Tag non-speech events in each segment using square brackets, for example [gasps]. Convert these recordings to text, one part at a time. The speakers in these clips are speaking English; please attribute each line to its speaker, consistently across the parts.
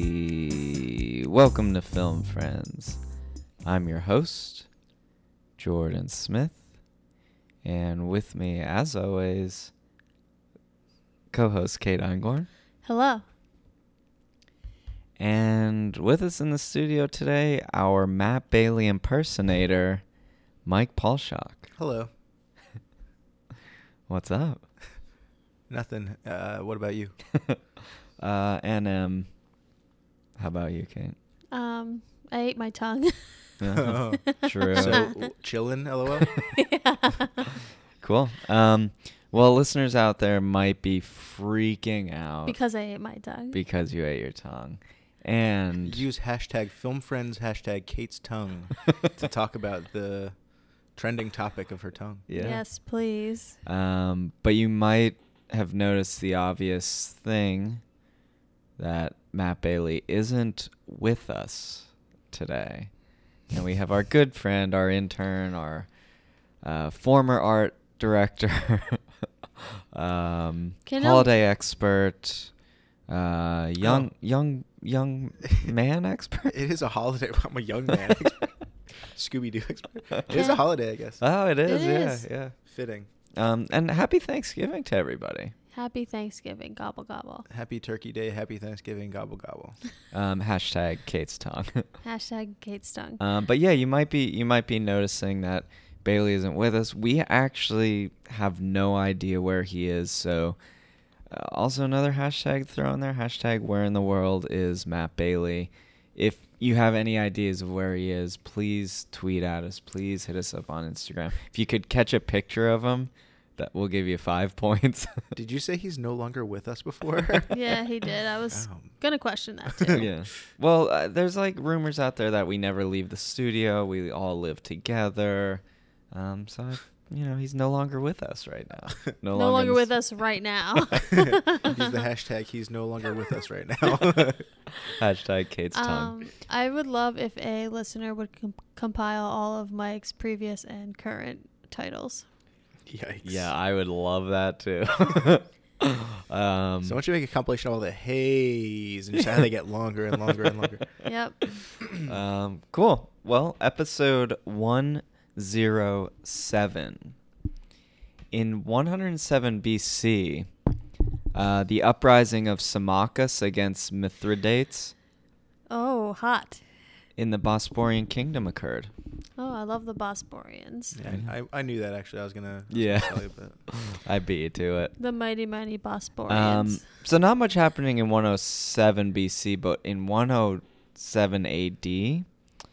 Speaker 1: Hey, welcome to Film Friends. I'm your host, Jordan Smith, and with me, as always, co-host Kate Eingorn.
Speaker 2: Hello.
Speaker 1: And with us in the studio today, our Matt Bailey impersonator, Mike Paulshock.
Speaker 3: Hello.
Speaker 1: What's up?
Speaker 3: Nothing. Uh, what about you?
Speaker 1: uh, and um, how about you, Kate? [laughs]
Speaker 2: Um, I ate my tongue. [laughs]
Speaker 3: [laughs]
Speaker 1: Uh-huh. True.
Speaker 3: So chilling,
Speaker 1: [laughs]
Speaker 3: lol.
Speaker 2: yeah. [laughs]
Speaker 1: Cool. Um, well, listeners out there might be freaking out
Speaker 2: Because I ate my tongue.
Speaker 1: because you ate your tongue, and [laughs]
Speaker 3: Use hashtag film friends hashtag Kate's tongue to talk about the trending topic of her tongue.
Speaker 1: yeah.
Speaker 2: Yes, please.
Speaker 1: Um, but you might have noticed the obvious thing that Matt Bailey isn't with us today. And we have our good friend, our intern, our uh, former art director, [laughs] um,
Speaker 2: Can I-
Speaker 1: holiday expert, uh, young,
Speaker 3: Oh.
Speaker 1: young, young [laughs] man expert.
Speaker 3: It is a holiday. [laughs] I'm a
Speaker 1: [laughs]
Speaker 3: young man. Scooby Doo [laughs] expert. It is
Speaker 2: Yeah.
Speaker 3: a holiday, I guess.
Speaker 1: Oh, it is.
Speaker 2: It
Speaker 1: yeah,
Speaker 2: is.
Speaker 1: yeah.
Speaker 3: Fitting.
Speaker 1: Um, and happy Thanksgiving to everybody.
Speaker 2: Happy Thanksgiving. Gobble gobble.
Speaker 3: Happy Turkey Day. Happy Thanksgiving. Gobble gobble.
Speaker 1: [laughs] Um, hashtag Kate's tongue.
Speaker 2: [laughs] Hashtag Kate's tongue.
Speaker 1: Um, but yeah, you might be you might be noticing that Bailey isn't with us. We actually have no idea where he is. So, uh, also another hashtag throw in there hashtag Where in the world is Matt Bailey? If you have any ideas of where he is, please tweet at us. Please hit us up on Instagram. If you could catch a picture of him, that will give you five [laughs] points.
Speaker 3: Did you say he's no longer with us before?
Speaker 2: [laughs] yeah, he did. I
Speaker 3: [laughs]
Speaker 2: was
Speaker 3: Oh.
Speaker 2: gonna
Speaker 1: [laughs]
Speaker 2: question
Speaker 3: [laughs]
Speaker 2: that too.
Speaker 1: yeah. Well, uh, there's like rumors out there that we never leave the studio. We all live together. Um, so I, you know, he's no longer with us right now.
Speaker 3: [laughs]
Speaker 2: No,
Speaker 1: in
Speaker 2: longer
Speaker 1: the
Speaker 2: with
Speaker 1: s-
Speaker 2: us right now. [laughs]
Speaker 3: he's the hashtag. He's no longer with us right
Speaker 2: [laughs]
Speaker 3: now.
Speaker 1: [laughs] Hashtag Kate's tongue.
Speaker 2: Um, I would love if a listener would com- compile all of Mike's previous and current titles.
Speaker 3: Yikes.
Speaker 1: Yeah, I would love that
Speaker 3: [laughs]
Speaker 1: too. [laughs] um,
Speaker 3: So why don't you make a compilation of all the hays and just
Speaker 1: [laughs]
Speaker 3: how they get longer and longer and longer.
Speaker 2: [laughs]
Speaker 1: [clears throat]
Speaker 2: Yep.
Speaker 1: um, cool. Well, episode 107. In 107 BC, uh, the uprising of Symmachus against Mithridates
Speaker 2: Oh, hot.
Speaker 1: in the Bosporan kingdom occurred.
Speaker 2: Oh, I love the Bosporians.
Speaker 3: Yeah, I, I knew that actually. I was gonna. I was
Speaker 1: Yeah.
Speaker 3: gonna tell you, but
Speaker 1: [laughs] I beat you to it.
Speaker 2: The mighty, mighty Bosporians.
Speaker 1: Um, so not much happening in 107 BC, but in 107 AD,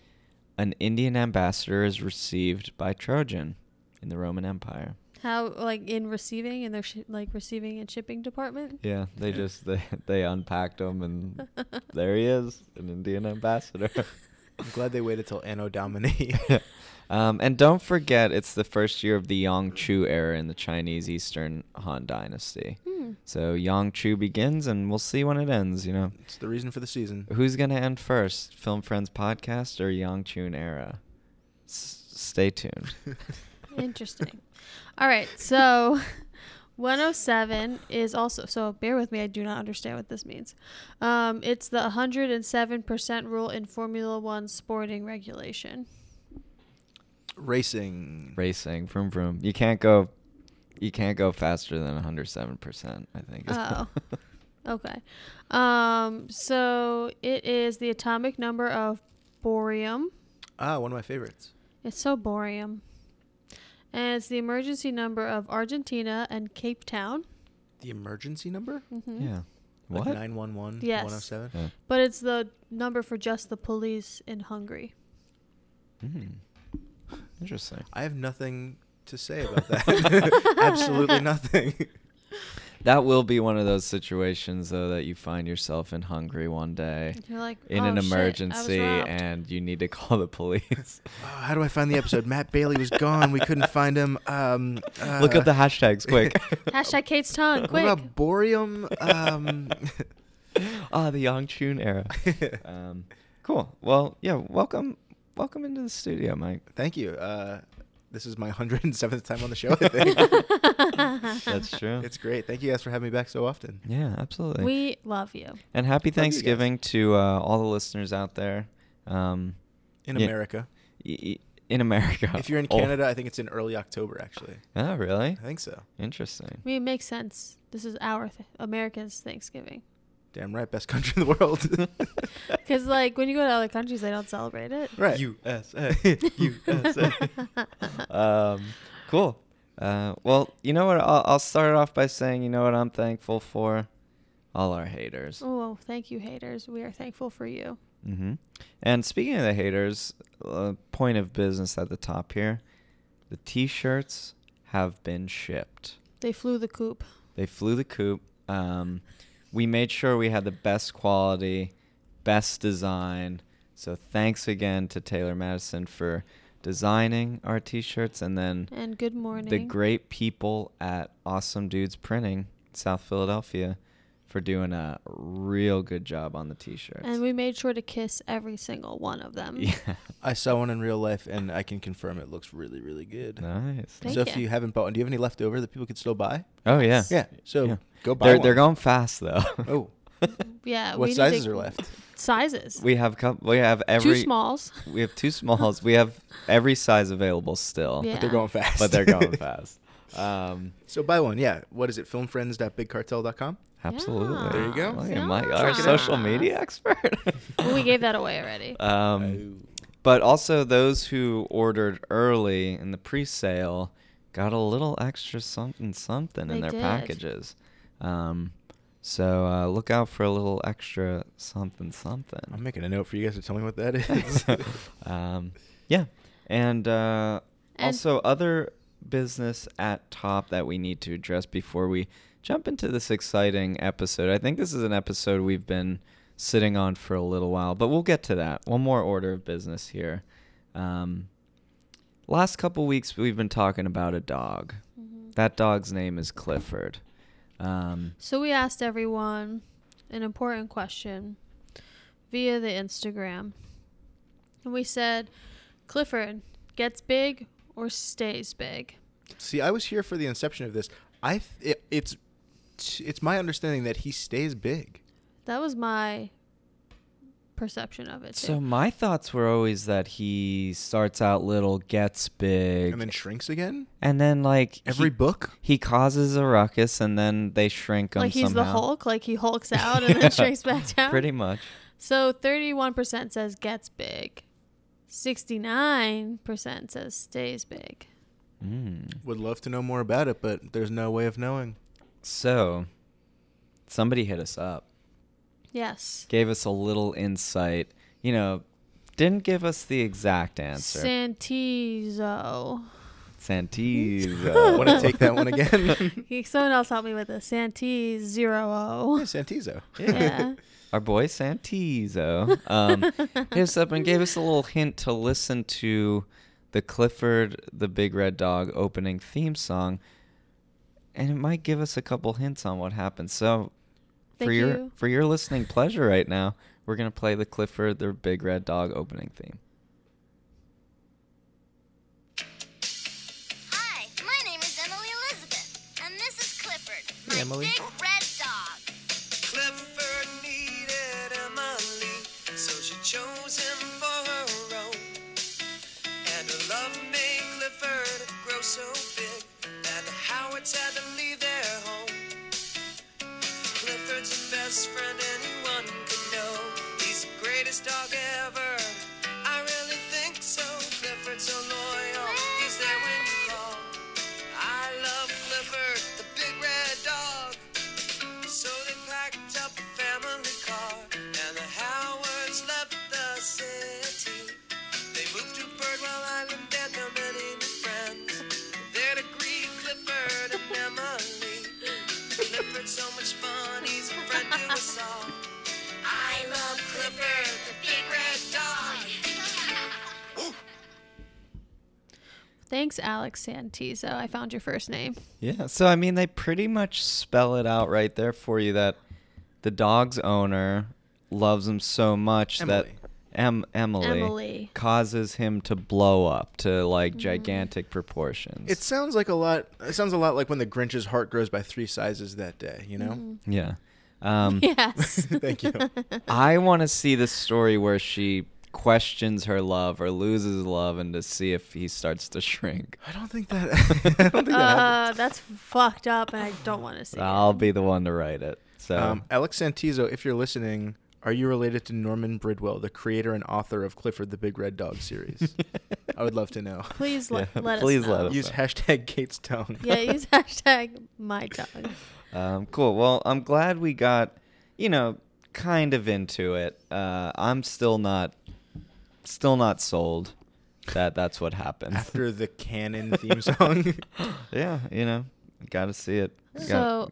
Speaker 1: an Indian ambassador is received by Trojan in the Roman Empire.
Speaker 2: How like in receiving and their sh- like receiving and shipping department?
Speaker 1: Yeah, they just they they unpacked him,
Speaker 2: [laughs]
Speaker 1: and there he is, an Indian ambassador.
Speaker 3: I'm glad they waited till Anno Domini.
Speaker 1: [laughs] um, and don't forget, it's the first year of the Yangchu era in the Chinese Eastern Han Dynasty.
Speaker 2: Hmm.
Speaker 1: So Yangchu begins, and we'll see when it ends. You know.
Speaker 3: it's the reason for the season.
Speaker 1: uh, Who's gonna end first, Film Friends podcast or Yang Chun era? S- stay
Speaker 3: [laughs]
Speaker 1: tuned.
Speaker 2: Interesting. All right, so [laughs] 107 is also so bear with me, I do not understand what this means. Um, it's the 107% rule in Formula 1 sporting regulation.
Speaker 3: [laughs] Racing.
Speaker 1: Racing, vroom vroom. You can't go, you can't go faster than 107 percent. I think. is- [laughs]
Speaker 2: Oh. Okay. Um, so it is the atomic number of borium.
Speaker 3: Ah, one of my favorites.
Speaker 2: It's so borium. And it's the emergency number of Argentina and Cape Town.
Speaker 3: The emergency number?
Speaker 2: Mm-hmm.
Speaker 1: yeah. What?
Speaker 3: Like 911
Speaker 2: Yes.
Speaker 3: 107?
Speaker 1: Yeah.
Speaker 2: But it's the number for just the police in Hungary.
Speaker 1: Hmm. Interesting.
Speaker 3: I [laughs] have nothing to say
Speaker 1: [laughs]
Speaker 3: about that. [laughs] Absolutely nothing.
Speaker 1: That will be one of those situations, though, that you find yourself in Hungry one day
Speaker 2: You're like
Speaker 1: in
Speaker 2: "Oh,
Speaker 1: an
Speaker 2: shit, I was
Speaker 1: emergency,
Speaker 2: robbed."
Speaker 1: and you need to [laughs] call the
Speaker 3: [laughs]
Speaker 1: police.
Speaker 3: Oh, how do I find the episode? Matt Bailey was gone. We couldn't find him. Um,
Speaker 1: Look
Speaker 3: uh,
Speaker 1: up the hashtags
Speaker 3: [laughs]
Speaker 1: quick.
Speaker 2: hashtag Kate's tongue.
Speaker 3: What
Speaker 2: Quick.
Speaker 3: about borium? Um,
Speaker 1: [laughs] Ah, the Yang Chun
Speaker 3: [laughs]
Speaker 1: era. um, cool. Well, yeah. Welcome, welcome into the studio, Mike.
Speaker 3: thank you. Uh, This is my [laughs] 107th time on the show.
Speaker 2: [laughs]
Speaker 3: I think.
Speaker 1: That's true.
Speaker 3: it's great. Thank you guys for having me back so often.
Speaker 1: yeah, absolutely.
Speaker 2: We love you.
Speaker 1: and happy
Speaker 3: Love you guys.
Speaker 1: Thanksgiving to uh, all the listeners out there. Um,
Speaker 3: In
Speaker 1: Yeah.
Speaker 3: America,
Speaker 1: y- y- in America.
Speaker 3: if you're in
Speaker 1: Oh.
Speaker 3: Canada, I think it's in early October actually.
Speaker 1: Oh,
Speaker 3: I
Speaker 1: really?
Speaker 3: think so.
Speaker 1: Interesting.
Speaker 2: I mean, it makes sense. This is our th- America's Thanksgiving.
Speaker 3: Damn right, best country in the world. [laughs]
Speaker 2: Because, like, when you go to other countries, they don't celebrate it.
Speaker 3: right. [laughs]
Speaker 1: USA. USA. um, cool. Uh, well, you know what? I'll, I'll start off by saying, you know what I'm thankful for? All our haters.
Speaker 2: Oh, thank you, haters. We are thankful for you.
Speaker 1: Mm-hmm. And speaking of the haters, uh, point of business at the top here the t shirts have been shipped.
Speaker 2: They flew the coop.
Speaker 1: They flew the coop. Um, we made sure we had the best quality, best design. So thanks again to Taylor Madison for designing our t-shirts and then
Speaker 2: And good morning.
Speaker 1: the great people at Awesome Dudes Printing, South Philadelphia, for doing a real good job on the t-shirts.
Speaker 2: And we made sure to kiss every single one of them.
Speaker 1: [laughs] yeah.
Speaker 3: I saw one in real life, and I can confirm it looks really, really good.
Speaker 1: Nice.
Speaker 2: Thank
Speaker 3: so if
Speaker 2: you.
Speaker 3: you haven't bought one, do you have any left over that people could still buy?
Speaker 1: Oh yeah.
Speaker 2: Yes.
Speaker 3: Yeah. So
Speaker 1: Yeah.
Speaker 3: go buy
Speaker 1: They're
Speaker 3: one.
Speaker 1: they're going fast though. [laughs]
Speaker 3: Oh,
Speaker 2: Yeah.
Speaker 3: what
Speaker 2: we need to-
Speaker 3: sizes are left?
Speaker 2: Sizes.
Speaker 1: We have cou- we have every
Speaker 2: Two smalls.
Speaker 1: [laughs] we have two smalls. we have every size available still.
Speaker 2: Yeah.
Speaker 3: They're going fast.
Speaker 1: but they're
Speaker 3: [laughs]
Speaker 1: going fast. Um,
Speaker 3: So buy one. Yeah. What is it? Filmfriends.bigcartel.com.
Speaker 1: absolutely.
Speaker 3: There you go.
Speaker 1: Look at Mike, our
Speaker 2: Yeah.
Speaker 1: social media expert.
Speaker 2: [laughs] Well, we gave that away already.
Speaker 1: [laughs] um, but also those who ordered early in the pre-sale got a little extra something something
Speaker 2: They
Speaker 1: in their
Speaker 2: did.
Speaker 1: packages. Um, so uh, look out for a little extra something something.
Speaker 3: I'm making a note for you guys to tell me what
Speaker 1: [laughs]
Speaker 3: that is.
Speaker 1: um, yeah, and, uh,
Speaker 2: And-
Speaker 1: also other business at top that we need to address before we jump into this exciting episode. I think this is an episode we've been sitting on for a little while, but we'll get to that. One more order of business here. Um, last couple weeks we've been talking about a dog.
Speaker 2: Mhm.
Speaker 1: That dog's name is Clifford. Um,
Speaker 2: So we asked everyone an important question via the Instagram. And we said, Clifford gets big or stays big?
Speaker 3: See, I was here for the inception of this. I th- it, it's it's my understanding that he stays big.
Speaker 2: That was my perception of it. Too.
Speaker 1: So my thoughts were always that he starts out little, gets big,
Speaker 3: And then shrinks again?
Speaker 1: and then, like
Speaker 3: Every
Speaker 1: he,
Speaker 3: book?
Speaker 1: he causes a ruckus, and then they shrink him
Speaker 2: like he's
Speaker 1: somehow.
Speaker 2: the Hulk, like
Speaker 1: [laughs]
Speaker 2: he hulks out and then shrinks back down.
Speaker 1: Pretty much.
Speaker 2: So 31% says gets big. 69% says stays big.
Speaker 1: Mm.
Speaker 3: Would love to know more about it, but there's no way of knowing.
Speaker 1: So somebody hit us up,
Speaker 2: Yes.
Speaker 1: gave us a little insight. You know, didn't give us the exact answer.
Speaker 2: Santizo. [laughs]
Speaker 1: Santizo. [laughs]
Speaker 3: Want to take that one again?
Speaker 2: He- Someone else helped me with this. Santi zero
Speaker 3: Yeah,
Speaker 2: O.
Speaker 3: Santizo.
Speaker 2: Yeah.
Speaker 1: our boy Santizo
Speaker 2: [laughs]
Speaker 1: um, hit us up and gave us a little hint to listen to the Clifford the Big Red Dog opening theme song, and it might give us a couple hints on what happens. So, for
Speaker 2: Thank
Speaker 1: your
Speaker 2: you.
Speaker 1: for your listening pleasure right now, we're gonna play the Clifford the Big Red Dog opening theme.
Speaker 4: Hi, my name is Emily Elizabeth, and this is Clifford, my
Speaker 3: Hey, Emily.
Speaker 4: big red dog.
Speaker 5: Clifford needed Emily, so she chose him for her own. And her love made Clifford grow so big that the Howards had to leave their home. Clifford's the best friend anyone could know. He's the greatest dog ever. I really think so. Clifford's so loyal, he's there when you call. I love Clifford, the big red dog. So they packed up a family car and the Howards left the city. They moved to Birdwell Island and their many new friends. There to greet Clifford and Emily. Clifford's so much fun, he's a friend to us all. I love Clifford, the big red dog.
Speaker 2: Thanks, Alex Santizo. I found your first name. [laughs]
Speaker 1: Yeah. So I mean, they pretty much spell it out right there for you that the dog's owner loves him so much that
Speaker 3: Emily.
Speaker 1: em- Emily,
Speaker 2: Emily. Mm-hmm.
Speaker 1: causes him to blow up to like gigantic proportions.
Speaker 3: [laughs] It sounds like a lot. It sounds a lot like when the Grinch's heart grows by three sizes that day. You know.
Speaker 1: yeah.
Speaker 2: [laughs]
Speaker 1: Um,
Speaker 2: Yes.
Speaker 1: [laughs]
Speaker 3: [laughs] Thank
Speaker 2: [laughs]
Speaker 3: you.
Speaker 1: I want to see the story where she questions her love or loses love, and to see if he starts to shrink.
Speaker 3: I don't think that. [laughs] I don't think that
Speaker 2: uh,
Speaker 3: happens.
Speaker 2: that's fucked up, and I don't want to see.
Speaker 1: I'll be the one to write it. So
Speaker 3: Um, Alex Santizo, if you're listening, are you related to Norman Bridwell, the creator and author of Clifford the Big Red Dog
Speaker 1: [laughs]
Speaker 3: series? I would love to know.
Speaker 2: it. Please let,
Speaker 1: Yeah,
Speaker 2: let
Speaker 1: please
Speaker 2: us know.
Speaker 1: let us-
Speaker 3: Use hashtag Kate's tongue. [laughs]
Speaker 2: Yeah, use [laughs] hashtag my dog.
Speaker 1: Um, cool. Well, I'm glad we got, you know, kind of into it. Uh, I'm still not, still not sold that that's what happened. [laughs]
Speaker 3: After the canon theme song.
Speaker 1: yeah, you know, got to see it.
Speaker 2: So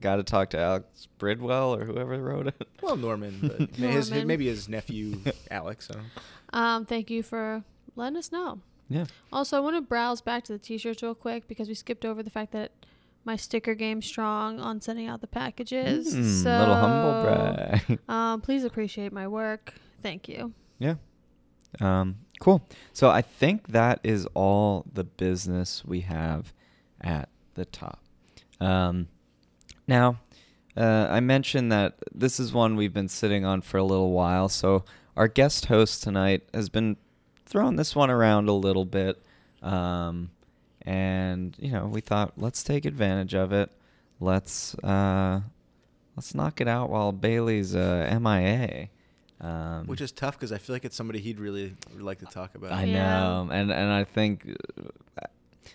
Speaker 1: got to talk to Alex Bridwell or whoever wrote it.
Speaker 3: [laughs] well, Norman, but
Speaker 1: [laughs]
Speaker 3: ma- His, his,
Speaker 2: Norman.
Speaker 3: maybe his nephew Alex. I don't know.
Speaker 1: Mm.
Speaker 2: um, thank you for letting us know.
Speaker 1: Yeah.
Speaker 2: Also, I want to browse back to the T-shirts real quick because we skipped over the fact that my sticker game strong on sending out the packages.
Speaker 1: Mm,
Speaker 2: so,
Speaker 1: little humble brag.
Speaker 2: Um, please appreciate my work. Thank you.
Speaker 1: Yeah. Um, cool. So I think that is all the business we have at the top. Um, now, uh, I mentioned that this is one we've been sitting on for a little while. So our guest host tonight has been throwing this one around a little bit. Um, and, you know, we thought, let's take advantage of it. Let's, uh, let's knock it out while Bailey's uh, MIA. Um,
Speaker 3: Which is tough because I feel like it's somebody he'd really like to talk about.
Speaker 1: I
Speaker 2: Yeah.
Speaker 1: know, and and I think uh,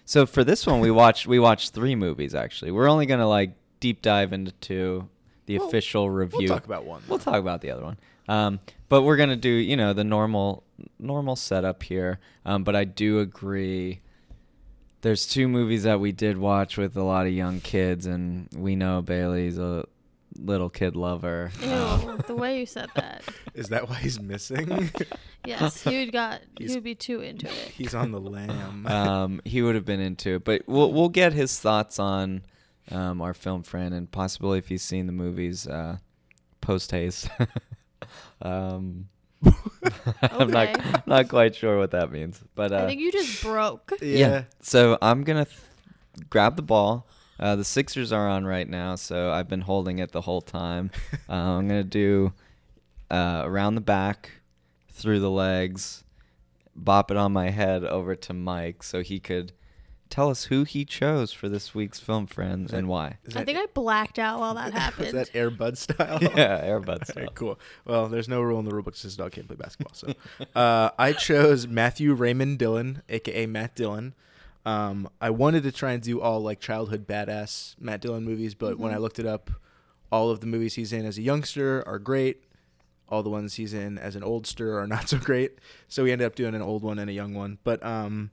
Speaker 1: so. For this one,
Speaker 3: [laughs]
Speaker 1: we watched we watched three movies actually. We're only gonna like deep dive into two, the
Speaker 3: Well,
Speaker 1: official review.
Speaker 3: We'll talk about one.
Speaker 1: We'll
Speaker 3: though.
Speaker 1: talk about the other one. Um, but we're gonna do you know the normal normal setup here. Um, but I do agree. There's two movies that we did watch with a lot of young kids, and we know Bailey's a little kid lover.
Speaker 2: Ew,
Speaker 1: Um,
Speaker 2: the way you said that.
Speaker 3: [laughs] Is that why he's missing?
Speaker 1: [laughs]
Speaker 2: Yes, he would got.
Speaker 3: He's-
Speaker 2: He would be too into
Speaker 3: [laughs]
Speaker 2: it.
Speaker 3: he's on the lamb.
Speaker 1: um, he would have been into it. But we'll we'll get his thoughts on um, our film friend and possibly if he's seen the movies uh, post haste. [laughs] um, [laughs] I'm not
Speaker 2: Okay.
Speaker 1: I'm not quite sure what that means, but uh,
Speaker 2: I think you just broke.
Speaker 3: [laughs] yeah.
Speaker 1: So I'm gonna th- grab the ball. Uh, the Sixers are on right now, so I've been holding it the whole
Speaker 3: [laughs]
Speaker 1: time. Uh, I'm gonna do uh, around the back, through the legs, bop it on my head over to Mike, so he could tell us who he chose for this week's film, friends, and
Speaker 3: [laughs]
Speaker 1: why.
Speaker 3: Is
Speaker 2: I
Speaker 3: that-
Speaker 2: think I blacked out while that
Speaker 3: Is
Speaker 2: happened.
Speaker 3: that Air Bud style?
Speaker 1: [laughs] Yeah,
Speaker 2: [laughs]
Speaker 1: Airbud
Speaker 3: All
Speaker 1: style.
Speaker 3: right, cool. Well, there's no rule in the rule book that says dog can't play basketball. So [laughs] uh, I chose Matthew Raymond Dillon, aka Matt Dillon. Um, I wanted to try and do all like childhood badass Matt Dillon movies, but
Speaker 2: Mm-hmm.
Speaker 3: when I looked it up, all of the movies he's in as a youngster are great. All the ones he's in as an oldster are not so great. So we ended up doing an old one and a young one. But um,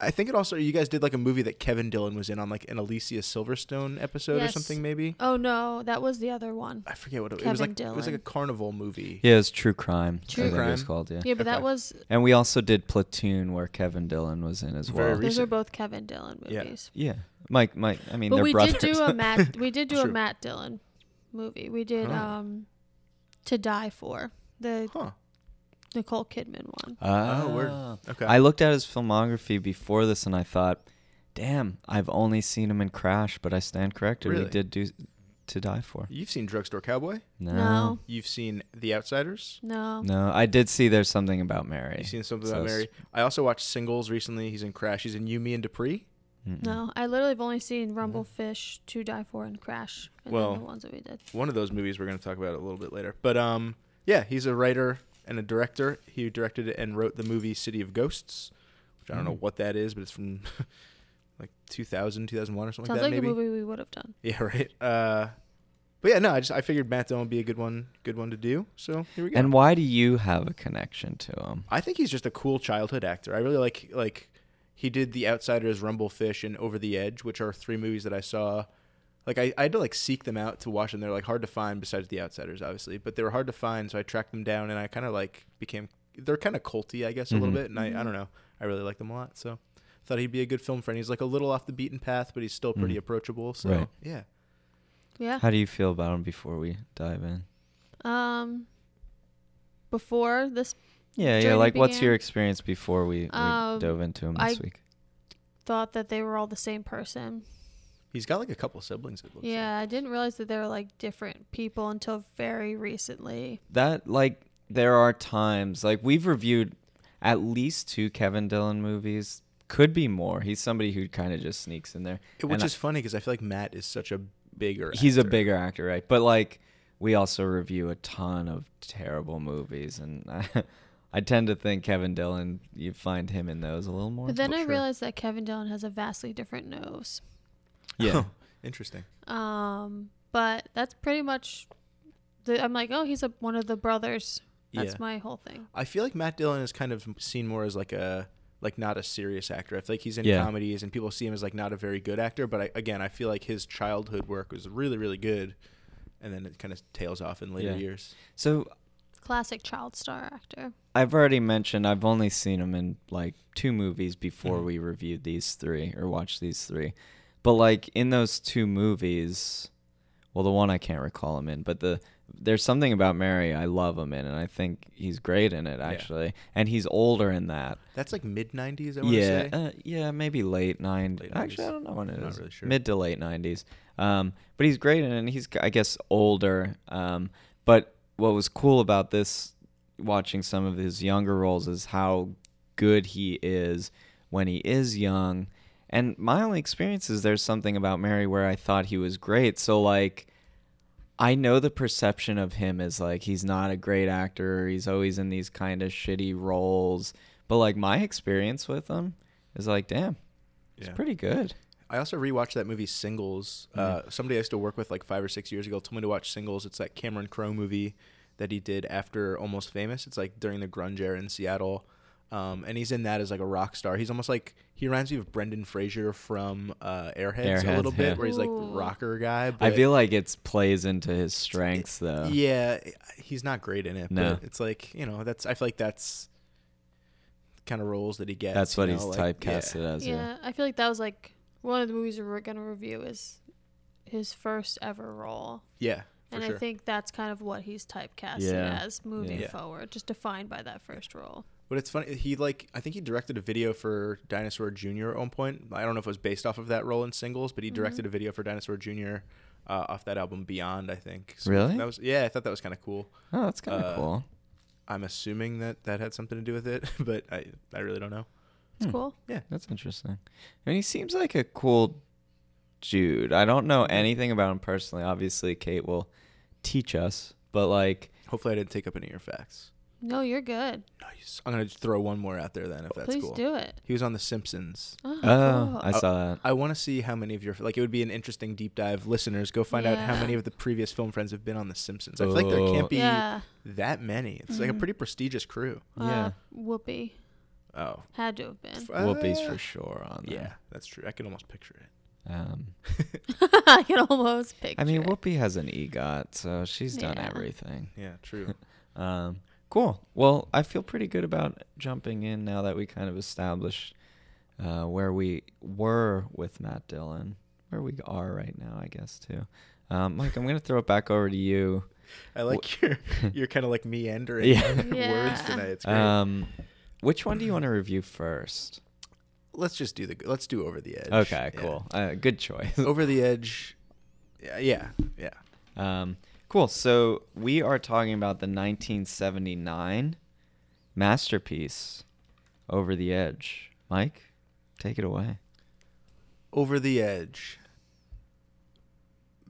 Speaker 3: I think it also you guys did like a movie that Kevin Dillon was in on like an Alicia Silverstone episode or
Speaker 2: Yes.
Speaker 3: something maybe.
Speaker 2: oh no, that was the other one.
Speaker 3: I forget what it, it was
Speaker 2: Kevin
Speaker 3: like. It was like
Speaker 2: Dillon.
Speaker 3: a carnival movie.
Speaker 1: Yeah, it's True Crime.
Speaker 2: True
Speaker 1: I think it was
Speaker 3: Crime.
Speaker 1: called. Yeah.
Speaker 2: Yeah, but
Speaker 3: Okay.
Speaker 2: that was.
Speaker 1: And we also did Platoon, where Kevin Dillon was in as
Speaker 3: Very
Speaker 1: well.
Speaker 3: recent.
Speaker 2: Those are both Kevin Dillon
Speaker 3: Yeah.
Speaker 2: movies.
Speaker 1: yeah, Mike. Mike. I mean,
Speaker 2: But
Speaker 1: they're
Speaker 2: we
Speaker 1: brothers.
Speaker 2: did
Speaker 1: [laughs]
Speaker 2: do a Matt. We did do a
Speaker 3: True.
Speaker 2: Matt Dillon movie. We did
Speaker 3: Oh.
Speaker 2: um, to die for the
Speaker 3: Huh.
Speaker 2: Nicole Kidman one.
Speaker 1: Oh,
Speaker 3: word. Okay.
Speaker 1: I looked at his filmography before this and I thought, damn, I've only seen him in Crash, but I stand corrected. We
Speaker 3: Really?
Speaker 1: did do To Die For.
Speaker 3: You've seen Drugstore Cowboy.
Speaker 1: No.
Speaker 2: No,
Speaker 3: You've seen The Outsiders.
Speaker 2: no.
Speaker 1: No. I did see There's Something About Mary.
Speaker 3: You've seen something
Speaker 1: So
Speaker 3: about
Speaker 1: it's-
Speaker 3: Mary. I also watched Singles recently. He's in Crash. He's in You, Me, and Dupree.
Speaker 1: Mm-mm.
Speaker 2: No, I literally have only seen Rumblefish, To Die For, and Crash. And
Speaker 3: Well,
Speaker 2: then the ones that we did.
Speaker 3: One of those movies we're going to talk about a little bit later. But um, yeah, he's a writer and a director. He directed and wrote the movie City of Ghosts, which I don't know
Speaker 1: Mm.
Speaker 3: what that is, but it's from [laughs] like 2000, 2001 or something
Speaker 2: Sounds
Speaker 3: like
Speaker 2: like
Speaker 3: that. maybe.
Speaker 2: a movie we would have done.
Speaker 3: Yeah. [laughs] Right. Uh, but yeah, no, I just I figured Matt Dillon would be a good one, good one to do. So here we go.
Speaker 1: And why do you have a connection to him?
Speaker 3: I think he's just a cool childhood actor. I really like like he did The Outsiders, Rumblefish, and Over the Edge, which are three movies that I saw. Like I, I had to like seek them out to watch them. They're like hard to find besides The Outsiders, obviously, but they were hard to find. So I tracked them down, and I kind of like became they're kind of culty, I guess, a
Speaker 1: Mhm.
Speaker 3: little bit. And I, I don't know, I really like them a lot. So thought he'd be a good film friend. He's like a little off the beaten path, but he's still pretty
Speaker 1: Mhm.
Speaker 3: approachable. So
Speaker 1: Right.
Speaker 3: yeah,
Speaker 2: Yeah.
Speaker 1: How do you feel about him before we dive in?
Speaker 2: Um. before this
Speaker 1: Yeah, yeah.
Speaker 2: journey
Speaker 1: Like, what's
Speaker 2: began?
Speaker 1: your experience before we, we
Speaker 2: Um,
Speaker 1: dove into him
Speaker 2: I-
Speaker 1: this week?
Speaker 2: thought that they were all the same person.
Speaker 3: He's got like a couple siblings. It looks like.
Speaker 2: Yeah, I didn't realize that they were like different people until very recently.
Speaker 1: That like there are times like we've reviewed at least two Kevin Dillon movies. Could be more. He's somebody who kind of just sneaks in there,
Speaker 3: It- which
Speaker 1: And I-
Speaker 3: is funny because I feel like Matt is such a bigger.
Speaker 1: he's a
Speaker 3: actor.
Speaker 1: bigger actor, right? But like we also review a ton of terrible movies, and [laughs] I, I tend to think Kevin Dillon. You find him in those a little more.
Speaker 2: But then I
Speaker 3: sure.
Speaker 2: realized that Kevin Dillon has a vastly different nose.
Speaker 3: [laughs]
Speaker 1: yeah,
Speaker 3: Interesting.
Speaker 2: Um, but that's pretty much. The, I'm like, oh, he's a, one of the brothers. That's
Speaker 3: yeah.
Speaker 2: my whole thing.
Speaker 3: I feel like Matt Dillon is kind of seen more as like a like not a serious actor. I feel like he's in
Speaker 1: Yeah.
Speaker 3: comedies and people see him as like not a very good actor. But I, again, I feel like his childhood work was really really good, and then it kind of tails off in later
Speaker 1: Yeah.
Speaker 3: years.
Speaker 1: so
Speaker 2: Classic child star actor.
Speaker 1: I've already mentioned I've only seen him in like two movies before
Speaker 3: Mm-hmm.
Speaker 1: we reviewed these three or watched these three. But like in those two movies, well the one I can't recall him in, but the there's something about Mary I love him in and I think he's great in it actually. And he's older in that.
Speaker 3: That's like mid '90s. I want to
Speaker 1: Yeah.
Speaker 3: say.
Speaker 1: Uh, yeah, maybe late 90s.
Speaker 3: Late
Speaker 1: Actually, I
Speaker 3: 90s.
Speaker 1: don't know when it is.
Speaker 3: I'm not really sure.
Speaker 1: Mid to late 90s. Um, but he's great in it and he's I guess older. Um, but what was cool about this watching some of his younger roles is how good he is when he is young. And my only experience is there's something about Mary where I thought he was great. So like I know the perception of him is like he's not a great actor, he's always in these kind of shitty roles. But like my experience with him is like, damn,
Speaker 3: Yeah.
Speaker 1: it's pretty good.
Speaker 3: I also rewatched that movie Singles.
Speaker 1: Mm-hmm.
Speaker 3: Uh, somebody I used to work with like five or six years ago told me to watch Singles. It's that Cameron Crowe movie that he did after Almost Famous. It's like during the grunge era in Seattle, um, and he's in that as like a rock star. He's almost like he reminds me of Brendan Fraser from uh, Airheads, a
Speaker 1: Airheads,
Speaker 3: little bit,
Speaker 1: yeah.
Speaker 3: where he's like
Speaker 2: Ooh.
Speaker 3: rocker guy.
Speaker 1: I
Speaker 3: but-
Speaker 1: feel like it's plays into his strengths though.
Speaker 3: yeah, he's not great in it.
Speaker 1: No.
Speaker 3: but it's like you know that's I feel like that's kind of roles that he gets.
Speaker 1: That's
Speaker 3: you
Speaker 1: what
Speaker 3: know,
Speaker 1: he's
Speaker 3: like, yeah.
Speaker 1: typecasted as. Yeah.
Speaker 2: Yeah, I feel like that was like one of the movies we're gonna review is his first ever role,
Speaker 3: Yeah, for
Speaker 2: and
Speaker 3: sure.
Speaker 2: I think that's kind of what he's typecasted
Speaker 1: Yeah.
Speaker 2: as moving
Speaker 3: Yeah.
Speaker 2: forward, just defined by that first role.
Speaker 3: But it's funny. He like I think he directed a video for Dinosaur Jr. at one point. I don't know if it was based off of that role in singles, but he
Speaker 2: Mm-hmm.
Speaker 3: directed a video for Dinosaur Jr. Uh, off that album Beyond. I think. So
Speaker 1: Really?
Speaker 3: That was yeah. I thought that was kind of cool.
Speaker 1: Oh, that's kind of
Speaker 3: Uh,
Speaker 1: cool.
Speaker 3: I'm assuming that that had something to do with it, [laughs] but I I really don't know.
Speaker 2: It's
Speaker 1: Hmm.
Speaker 2: cool.
Speaker 1: That's interesting. I mean, he seems like a cool dude. I don't
Speaker 2: Mm-hmm.
Speaker 1: know anything about him personally. Obviously, Kate will teach us, but like,
Speaker 3: Hopefully, I didn't take up any of your facts.
Speaker 2: No, you're good.
Speaker 3: Nice. I'm gonna just throw one more out there then, if that's
Speaker 2: Please
Speaker 3: cool.
Speaker 2: do it.
Speaker 3: He was on The Simpsons.
Speaker 2: Oh,
Speaker 1: oh,
Speaker 2: cool.
Speaker 3: Uh,
Speaker 1: I saw that.
Speaker 3: I want to see how many of your like it would be an interesting deep dive. Listeners, go find out how
Speaker 2: Yeah.
Speaker 3: many of the previous film friends have been on The Simpsons. I feel like there
Speaker 1: Oh.
Speaker 3: can't be
Speaker 2: yeah.
Speaker 3: that many. It's like a pretty prestigious crew.
Speaker 1: Yeah.
Speaker 2: Uh, Whoopi
Speaker 3: Oh,
Speaker 2: had to have [laughs] been.
Speaker 1: Whoopi's
Speaker 3: Uh,
Speaker 1: for sure on there.
Speaker 3: Yeah, that's true. I can almost picture it.
Speaker 1: Um,
Speaker 2: I can almost picture.
Speaker 1: I mean,
Speaker 2: it.
Speaker 1: Whoopi has an EGOT, so she's done
Speaker 2: Yeah.
Speaker 1: everything.
Speaker 3: Yeah,
Speaker 1: [laughs]
Speaker 3: true.
Speaker 1: Um, cool. Well, I feel pretty good about jumping in now that we kind of established uh, where we were with Matt Dillon, where we are right now, I guess, too. Um, Mike, I'm going to throw it back over to you.
Speaker 3: I
Speaker 1: [laughs]
Speaker 3: like your you're kind of like meandering
Speaker 1: Yeah.
Speaker 3: [laughs] words
Speaker 2: Yeah.
Speaker 3: tonight. It's great.
Speaker 1: Um, which one do you want to review first?
Speaker 3: let's just do the let's do over the edge.
Speaker 1: Okay,
Speaker 3: Yeah. Oh.
Speaker 1: cool. Uh, good choice.
Speaker 3: Over the edge. Yeah, yeah, yeah.
Speaker 1: Um, cool. So we are talking about the 1979 masterpiece, Over the Edge. Mike, take it away.
Speaker 3: Over the edge.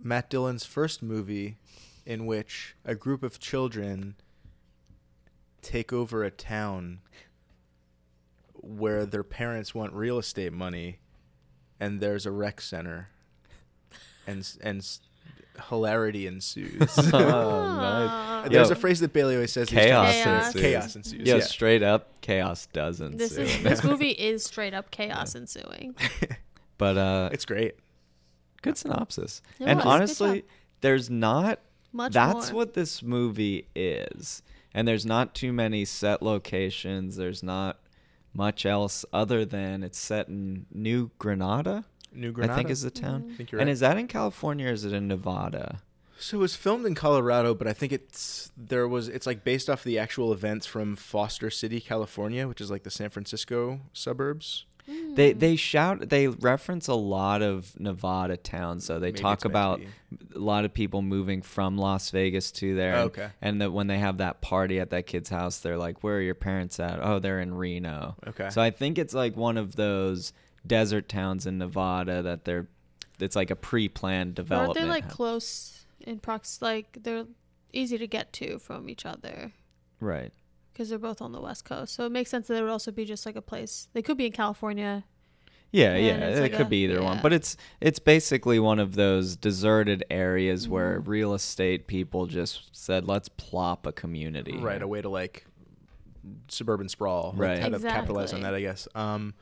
Speaker 3: Matt Dillon's first movie, in which a group of children take over a town where their parents want real estate money, and there's a rec center, and s- and s-
Speaker 1: [laughs]
Speaker 3: hilarity ensues. [laughs]
Speaker 2: Ah.
Speaker 3: There's
Speaker 1: Oh, Yo,
Speaker 3: a phrase that Bailey always says. these
Speaker 1: chaos
Speaker 3: days.
Speaker 2: Chaos. ensues.
Speaker 3: Chaos ensues.
Speaker 1: Yo,
Speaker 3: yeah.
Speaker 1: straight up, chaos does ensue.
Speaker 2: This is this movie is straight up chaos ensuing.
Speaker 1: but uh,
Speaker 3: It's great.
Speaker 1: good synopsis.
Speaker 2: It
Speaker 1: and
Speaker 2: was. Good
Speaker 1: honestly,
Speaker 2: job.
Speaker 1: there's not.
Speaker 2: Much
Speaker 1: that's
Speaker 2: more.
Speaker 1: what this movie is. And there's not too many set locations. There's not much else other than it's set in New Granada.
Speaker 3: New Granada.
Speaker 1: I think is the town.
Speaker 3: Mm-hmm. think you're
Speaker 1: and
Speaker 3: right.
Speaker 1: is that in California or is it in Nevada?
Speaker 3: So it was filmed in Colorado, but I think it's there was it's like based off the actual events from Foster City, California, which is like the San Francisco suburbs.
Speaker 1: They
Speaker 2: Hmm.
Speaker 1: they shout they reference a lot of Nevada towns though. They
Speaker 3: Maybe
Speaker 1: talk
Speaker 3: it's meant to
Speaker 1: about a lot of people moving from Las Vegas to there.
Speaker 3: Oh,
Speaker 1: and-
Speaker 3: okay.
Speaker 1: And that when they have that party at that kid's house, they're like, "Where are your parents at?" Oh, they're in Reno.
Speaker 3: Okay.
Speaker 1: So I think it's like one of those desert towns in Nevada that they're it's like a pre-planned
Speaker 2: Aren't
Speaker 1: development.
Speaker 2: they like close in prox? Like they're easy to get to from each other
Speaker 1: right.
Speaker 2: because they're both on the West Coast. So it makes sense that they would also be just like a place. They could be in California.
Speaker 1: Yeah,
Speaker 2: Yeah,
Speaker 1: yeah,
Speaker 2: and it's
Speaker 1: it
Speaker 2: like
Speaker 1: could
Speaker 2: a-
Speaker 1: be either one,
Speaker 2: yeah.
Speaker 1: but it's it's basically one of those deserted areas where
Speaker 2: Mm-hmm.
Speaker 1: real estate people just said, "Let's plop a community."
Speaker 3: Right,
Speaker 1: here."
Speaker 3: a way to like suburban sprawl. like,
Speaker 1: Right.
Speaker 3: How to capitalize on
Speaker 2: Exactly.
Speaker 3: that, I guess. Um,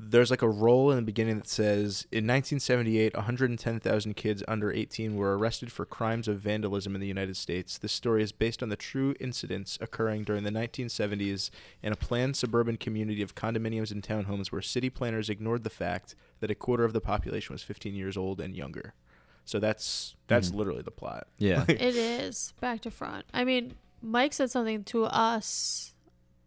Speaker 3: there's like a roll in the beginning that says in 1978, 110,000 kids under 18 were arrested for crimes of vandalism in the United States. This story is based on the true incidents occurring during the 1970s in a planned suburban community of condominiums and townhomes where city planners ignored the fact that a quarter of the population was 15 years old and younger. So that's that's literally the plot.
Speaker 2: [laughs]
Speaker 1: Yeah.
Speaker 2: it is back to front. I mean, Mike said something to us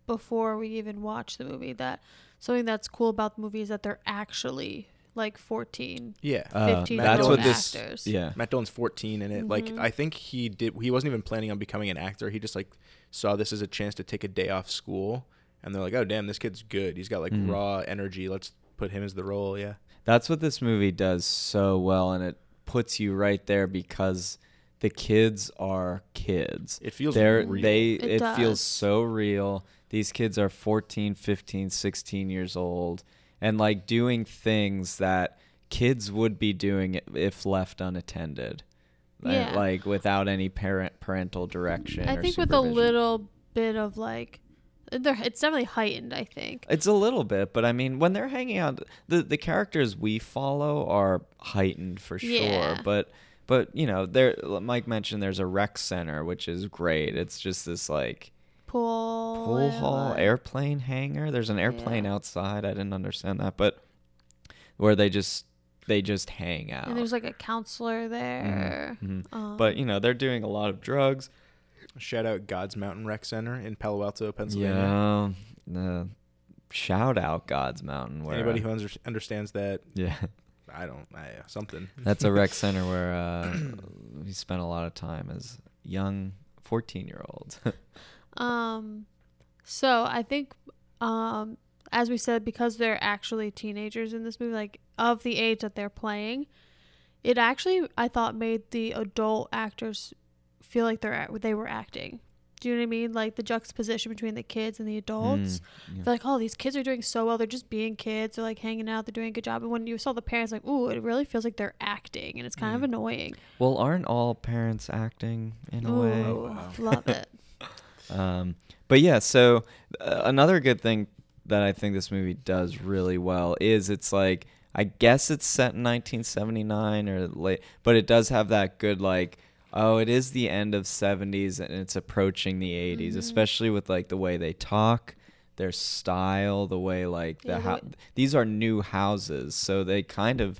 Speaker 2: before we even watched the movie that something that's cool about the movie is that they're actually like 14.
Speaker 3: Yeah.
Speaker 1: Uh,
Speaker 2: 15
Speaker 3: that's
Speaker 2: year old
Speaker 3: what this-
Speaker 2: actors.
Speaker 1: Yeah.
Speaker 3: Matt Dillon's 14 in it. Like I think he did he wasn't even planning on becoming an actor. He just like saw this as a chance to take a day off school and they're like, "Oh damn, this kid's good. He's got like raw energy. Let's put him as the role." Yeah.
Speaker 1: That's what this movie does so well and it puts you right there because the kids are kids.
Speaker 3: It feels
Speaker 1: They're,
Speaker 3: real.
Speaker 1: they
Speaker 2: It
Speaker 1: it, feels
Speaker 2: does.
Speaker 1: so real. These kids are 14, 15, 16 years old and like doing things that kids would be doing if left unattended. Like-
Speaker 2: Yeah.
Speaker 1: Like without any parent parental direction.
Speaker 2: I
Speaker 1: or
Speaker 2: think with a
Speaker 1: supervision.
Speaker 2: little bit of like, they're- it's definitely heightened, I think.
Speaker 1: It's a little bit, but I mean, when they're hanging out, the the characters we follow are heightened for sure.
Speaker 2: Yeah.
Speaker 1: But but you know, there Mike mentioned there's a rec center, which is great. It's just this like
Speaker 2: Pool.
Speaker 1: pool
Speaker 2: and,
Speaker 1: hall
Speaker 2: like-
Speaker 1: airplane hangar. There's an airplane
Speaker 2: Yeah.
Speaker 1: outside. I didn't understand that, but where they just they just hang out.
Speaker 2: And there's like a counselor there. Um,
Speaker 1: but you know, they're doing a lot of drugs.
Speaker 3: Shout out God's Mountain Rec Center in Palo Alto, Pennsylvania.
Speaker 1: Yeah. Uh, shout out God's Mountain. Where
Speaker 3: Anybody who under- understands that,
Speaker 1: [laughs] yeah.
Speaker 3: I don't I, something.
Speaker 1: That's [laughs] a rec center where uh, he spent a lot of time as young 14 year olds.
Speaker 2: Um, so I think, um, as we said, because they're actually teenagers in this movie, like of the age that they're playing, it actually I thought made the adult actors feel like they're act- they were acting. Do you know what I mean? Like the juxtaposition between the kids and the adults. They're like, oh, these kids are doing so well. They're just being kids. They're like hanging out. They're doing a good job. And when you saw the parents, like, ooh, it really feels like they're acting, and it's kind of annoying.
Speaker 1: well, aren't all parents acting in a
Speaker 2: Ooh,
Speaker 1: way?
Speaker 2: love it.
Speaker 1: Um, but yeah, so uh, another good thing that I think this movie does really well is it's like I guess it's set in 1979 or late, but it does have that good like oh it is the end of 70s and it's approaching the 80s, especially with like the way they talk, their style, the way like the
Speaker 2: Yeah, the
Speaker 1: how
Speaker 2: way-
Speaker 1: these are new houses, so they kind of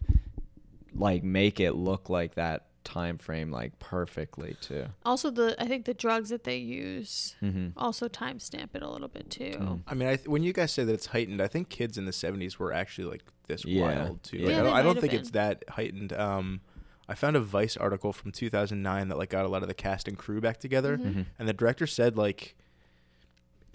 Speaker 1: like make it look like that time frame like perfectly too.
Speaker 2: Also, the I think the drugs that they use also timestamp it a little bit too.
Speaker 1: Mm-hmm.
Speaker 3: I mean, I th- when you guys say that it's heightened, I think kids in the '70s were actually like this
Speaker 1: Yeah.
Speaker 3: wild too.
Speaker 1: Yeah.
Speaker 3: Like,
Speaker 1: Yeah,
Speaker 3: I don't,
Speaker 2: they
Speaker 3: I don't
Speaker 2: might have
Speaker 3: think it's that heightened. Um, I found a Vice article from 2009 that like got a lot of the cast and crew back together,
Speaker 2: Mm-hmm.
Speaker 1: Mm-hmm.
Speaker 3: and the director said like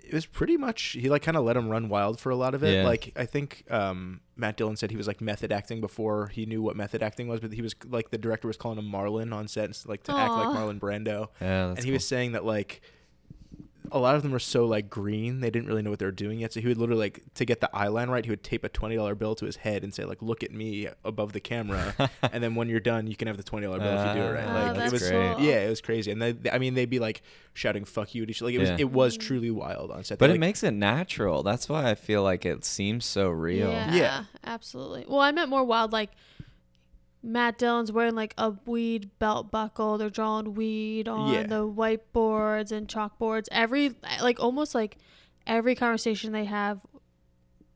Speaker 3: it was pretty much he like kind of let him run wild for a lot of it.
Speaker 1: Yeah.
Speaker 3: Like I think um, Matt Dillon said he was like method acting before he knew what method acting was, but he was like the director was calling him Marlon on set, and, like to act like
Speaker 2: Aw.
Speaker 3: Marlon Brando
Speaker 1: Yeah, that's
Speaker 3: and he was saying that like a lot of them were so like green they didn't really know what they were doing yet so he would literally like to get the eye line right he would tape a $20 bill to his head and say like look at me above the
Speaker 1: [laughs]
Speaker 3: camera and then when you're done you can have the $20 bill if you do it right
Speaker 1: Ah,
Speaker 3: like
Speaker 2: Um, oh, that's
Speaker 3: it was
Speaker 1: great.
Speaker 2: cool.
Speaker 3: yeah it was crazy and they, they- i mean they'd be like shouting fuck you to each like it was
Speaker 1: Yeah.
Speaker 3: it was truly wild on set
Speaker 1: But
Speaker 3: They,
Speaker 1: it
Speaker 3: like,
Speaker 1: makes it natural. That's why I feel like it seems so real.
Speaker 2: Yeah,
Speaker 3: Yeah.
Speaker 2: absolutely. Well, I meant more wild, like Matt Dillon's wearing like a weed belt buckle. They're drawing weed on
Speaker 3: Yeah.
Speaker 2: the whiteboards and chalkboards. Every like almost like every conversation they have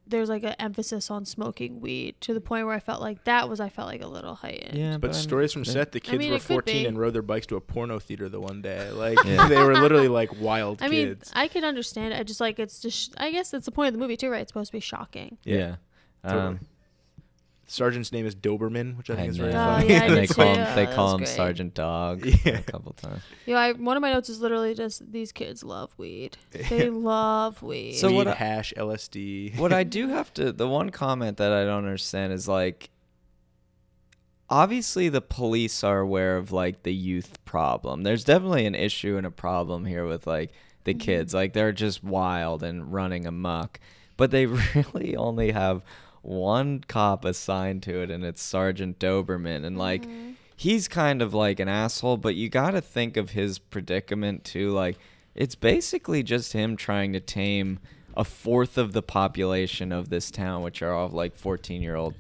Speaker 2: there's like an emphasis on smoking weed to the point where I felt like that was I felt like a little heightened.
Speaker 1: Yeah,
Speaker 3: But
Speaker 1: I mean,
Speaker 3: stories from
Speaker 1: they-
Speaker 3: set, the kids
Speaker 2: mean,
Speaker 3: were
Speaker 2: it could
Speaker 3: 14
Speaker 2: be.
Speaker 3: and rode their bikes to a porno theater the one day. [laughs] Like
Speaker 1: Yeah.
Speaker 3: they were literally like wild
Speaker 2: I mean,
Speaker 3: kids.
Speaker 2: I can understand. it. I just like it's just. I guess that's the point of the movie too, right? It's supposed to be shocking.
Speaker 1: Yeah.
Speaker 3: Totally.
Speaker 1: Um,
Speaker 3: Sergeant's name is Doberman, which I think
Speaker 1: I
Speaker 3: is very
Speaker 1: know.
Speaker 2: Oh,
Speaker 3: funny. [laughs]
Speaker 2: yeah,
Speaker 1: [laughs]
Speaker 2: I
Speaker 1: they
Speaker 2: did
Speaker 1: call
Speaker 2: too.
Speaker 1: him, they
Speaker 2: Oh,
Speaker 1: call him
Speaker 2: that's great.
Speaker 1: Sergeant Dog
Speaker 3: Yeah.
Speaker 1: a couple times.
Speaker 2: You know, I one of my notes is literally just these kids love
Speaker 1: [laughs]
Speaker 2: weed. They love weed.
Speaker 1: So
Speaker 3: Weed,
Speaker 1: what I-
Speaker 3: hash, LSD.
Speaker 1: what I do have to the one comment that I don't understand is like obviously the police are aware of like the youth problem. There's definitely an issue and a problem here with like the kids. Like they're just wild and running amok. But they [laughs] really only have one cop assigned to it and it's Sergeant Doberman and like he's kind of like an asshole, but you got to think of his predicament too like it's basically just him trying to tame a fourth of the population of this town, which are all like 14 year old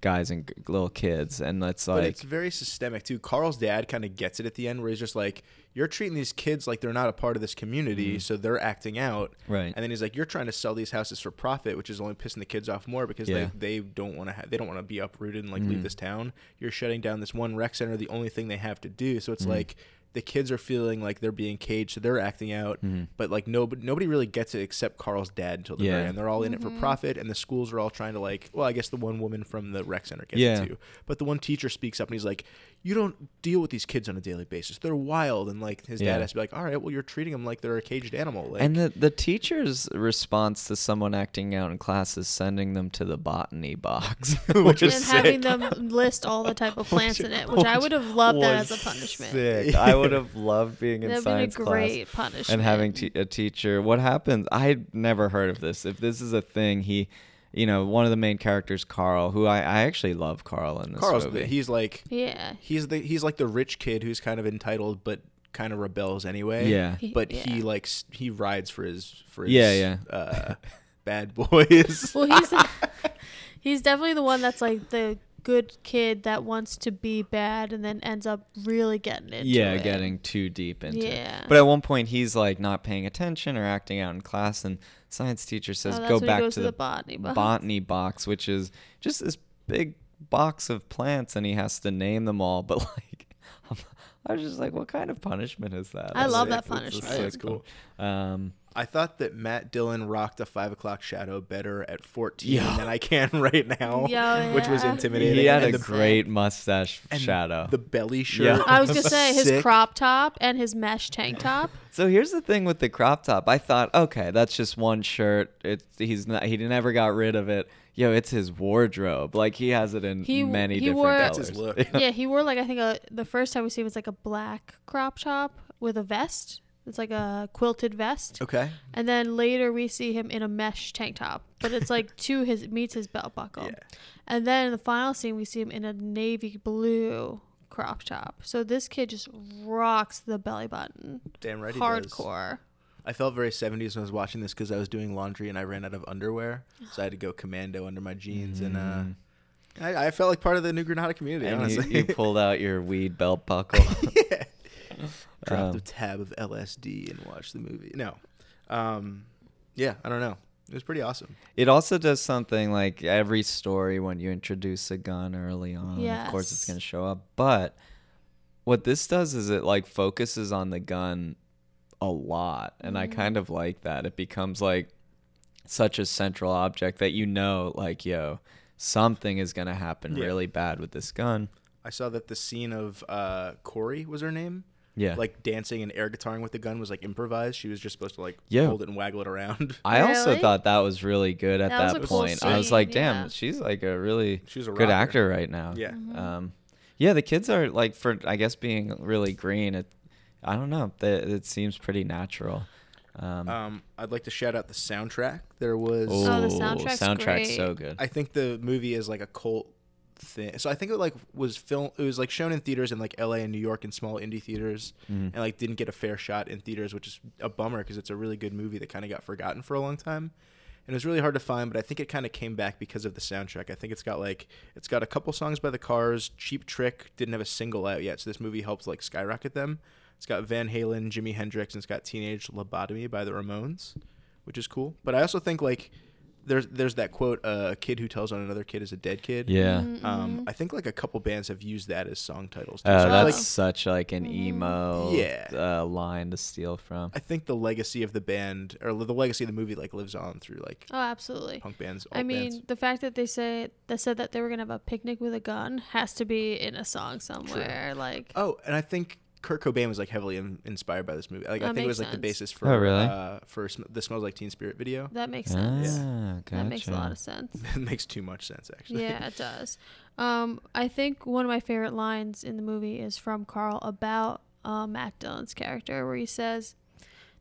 Speaker 1: guys and g- little kids. And that's
Speaker 3: but
Speaker 1: like,
Speaker 3: it's very systemic too. Carl's dad kind of gets it at the end, where he's just like, "You're treating these kids like they're not a part of this community, so they're acting out."
Speaker 1: Mm-hmm. Right.
Speaker 3: And then he's like, "You're trying to sell these houses for profit, which is only pissing the kids off more because
Speaker 1: Yeah. Mm.
Speaker 3: they, they don't want to ha- they don't want to be uprooted and like leave this town. You're shutting down this one rec center, the only thing they have to do. So it's
Speaker 1: Mm.
Speaker 3: like." The kids are feeling like they're being caged, so they're acting out. But like nobody, nobody really gets it except Carl's dad until the very
Speaker 1: Mm-hmm. Yeah.
Speaker 3: end. They're all in it for profit, and the schools are all trying to like. Well, I guess the one woman from the rec center gets
Speaker 1: Yeah.
Speaker 3: it too. But the one teacher speaks up and he's like, "You don't deal with these kids on a daily basis. They're wild." And like his
Speaker 1: Yeah.
Speaker 3: dad has to be like, "All right, well, you're treating them like they're a caged animal." Like,
Speaker 1: and the, the teacher's response to someone acting out in class is sending them to the botany [laughs] box.
Speaker 3: [laughs] which
Speaker 2: and
Speaker 3: was
Speaker 1: [laughs]
Speaker 2: having them list all the type of plants in it, which I would have loved that as a punishment.
Speaker 1: Sick. I would have loved being in
Speaker 2: That'd been a
Speaker 1: science
Speaker 2: great
Speaker 1: class
Speaker 2: punishment.
Speaker 1: and having te- a teacher. What happens? I had never heard of this. If this is a thing, he, you know, one of the main characters, Carl, who I, I actually love Carl in this
Speaker 3: Carl's
Speaker 1: movie.
Speaker 3: the, he's like
Speaker 2: Yeah.
Speaker 3: he's the he's like the rich kid who's kind of entitled but kind of rebels anyway.
Speaker 1: Yeah. He-
Speaker 3: but he
Speaker 2: yeah.
Speaker 3: like s- he rides for his for his
Speaker 1: Yeah, yeah.
Speaker 3: Uh, [laughs] bad boys.
Speaker 2: [laughs] Well, he's
Speaker 1: [laughs]
Speaker 2: he's definitely the one that's like the good kid that wants to be bad and then ends up really getting into
Speaker 1: yeah
Speaker 2: it.
Speaker 1: getting too deep into
Speaker 2: Yeah.
Speaker 1: it but at one point he's like not paying attention or acting out in class and science teacher says
Speaker 2: Oh, that's
Speaker 1: go
Speaker 2: when he
Speaker 1: back
Speaker 2: goes
Speaker 1: to
Speaker 2: to
Speaker 1: the,
Speaker 2: the botany box."
Speaker 1: botany box which is just this big box of plants and he has to name them all but [laughs] like i was just like what kind of punishment is that
Speaker 2: I love
Speaker 1: That's
Speaker 2: that
Speaker 1: a
Speaker 2: punishment.
Speaker 1: sick
Speaker 3: That's cool.
Speaker 1: one. um
Speaker 3: I thought that Matt Dillon rocked a five o'clock shadow better at fourteen
Speaker 1: Yeah.
Speaker 3: than I can [laughs] right now,
Speaker 2: Yeah,
Speaker 3: which was
Speaker 2: yeah.
Speaker 3: intimidating.
Speaker 1: he had
Speaker 3: And
Speaker 1: a
Speaker 3: the-
Speaker 1: great mustache
Speaker 3: and
Speaker 1: shadow
Speaker 3: The belly shirt.
Speaker 1: Yeah.
Speaker 2: I
Speaker 1: [laughs]
Speaker 2: was gonna say his
Speaker 3: Sick.
Speaker 2: crop top and his mesh tank top.
Speaker 1: So here's the thing with the crop top. I thought, okay, that's just one shirt. It's he's not he never got rid of it. Yo, it's his wardrobe. Like he has it in
Speaker 2: He-
Speaker 1: many
Speaker 2: he
Speaker 1: different
Speaker 2: wore-
Speaker 1: colors.
Speaker 2: That's
Speaker 3: his look. [laughs]
Speaker 2: yeah, he wore like I think a, the first time we see him was like a black crop top with a vest. It's like a quilted vest.
Speaker 3: Okay.
Speaker 2: And then later we see him in a mesh tank top, but it's
Speaker 3: [laughs]
Speaker 2: like to his meets his belt buckle.
Speaker 3: Yeah.
Speaker 2: And then in the final scene we see him in a navy blue crop top. So this kid just rocks the belly button.
Speaker 3: Damn right he does.
Speaker 2: Hardcore.
Speaker 3: I felt very 70s when I was watching this because I was doing laundry and I ran out of underwear, so I had to go commando under my jeans and uh, I, I felt like part of the New Granada community.
Speaker 1: Mm. And you,
Speaker 3: honestly,
Speaker 1: you pulled out your weed belt buckle.
Speaker 3: [laughs] dropped
Speaker 1: um,
Speaker 3: a tab of LSD and watched the movie. No, um, yeah, I don't know. It was pretty awesome.
Speaker 1: it also does something like every story when you introduce a gun early on. Of course it's
Speaker 2: Yes.
Speaker 1: gonna show up. But what this does is it like focuses on the gun a lot. And I kind of like that. It becomes like such a central object that you know, like, yo, something is going to happen
Speaker 3: Yeah.
Speaker 1: really bad with this gun.
Speaker 3: I saw that the scene of uh, Corey was her name.
Speaker 1: Yeah.
Speaker 3: Like dancing and air guitaring with the gun was like improvised. She was just supposed to like
Speaker 1: Yeah.
Speaker 3: hold it and waggle it around. [laughs]
Speaker 1: I also
Speaker 2: Really?
Speaker 1: thought that was really good at
Speaker 2: That was
Speaker 1: that,
Speaker 2: a cool
Speaker 1: point. I was
Speaker 2: scene,
Speaker 1: like, damn,
Speaker 2: yeah. Mm-hmm.
Speaker 1: she's like a really
Speaker 3: She's a
Speaker 1: good
Speaker 3: rocker.
Speaker 1: actor right now.
Speaker 3: Yeah.
Speaker 1: Um, yeah, the kids are like, for I guess being really green, it, I don't know. It, it seems pretty natural. Um,
Speaker 3: Um, I'd like to shout out the soundtrack. There was
Speaker 2: Oh, the
Speaker 1: ooh,
Speaker 2: soundtrack's
Speaker 1: soundtrack's
Speaker 2: great.
Speaker 1: so good.
Speaker 3: I think the movie is like a cult thing. So I think it like was film. It was like shown in theaters in like L.A. and New York and small indie theaters, and like didn't get a fair shot in theaters, which is a bummer because it's a really good movie that kind of got forgotten for a long time. And it was really hard to find, but I think it kind of came back because of the soundtrack. I think it's got like it's got a couple songs by the Cars. Cheap Trick didn't have a single out yet, so this movie helped like skyrocket them. It's got Van Halen, Jimi Hendrix, and it's got Teenage Lobotomy by the Ramones, which is cool. But I also think like the there's there's that quote, uh, "A kid who tells on another kid is a dead kid."
Speaker 1: Yeah.
Speaker 2: Mm-hmm.
Speaker 3: Um, I think like a couple bands have used that as song titles. too.
Speaker 1: Uh,
Speaker 3: So,
Speaker 1: that's
Speaker 3: like,
Speaker 1: such like an
Speaker 2: Mm-hmm.
Speaker 1: emo
Speaker 3: Yeah.
Speaker 1: uh, line to steal from.
Speaker 3: I think the legacy of the band or the legacy of the movie like lives on through like
Speaker 2: Oh, absolutely.
Speaker 3: punk bands.
Speaker 2: I
Speaker 3: alt
Speaker 2: mean,
Speaker 3: bands.
Speaker 2: the fact that they say they said that they were gonna have a picnic with a gun has to be in a song somewhere. Like,
Speaker 3: Oh, and I think Kurt Cobain was like heavily in- inspired by this movie. Like I
Speaker 2: That
Speaker 3: think it was
Speaker 2: makes
Speaker 3: like the
Speaker 2: sense.
Speaker 3: basis for
Speaker 1: Oh, really?
Speaker 3: uh, for sm- the Smells Like Teen Spirit video. [laughs]
Speaker 2: that makes
Speaker 1: ah,
Speaker 2: sense.
Speaker 1: gotcha.
Speaker 2: That makes a lot of sense.
Speaker 1: [laughs]
Speaker 3: That makes too much sense actually.
Speaker 2: yeah, it does. Um, I think one of my favorite lines in the movie is from Carl about uh, Matt Dillon's character, where he says,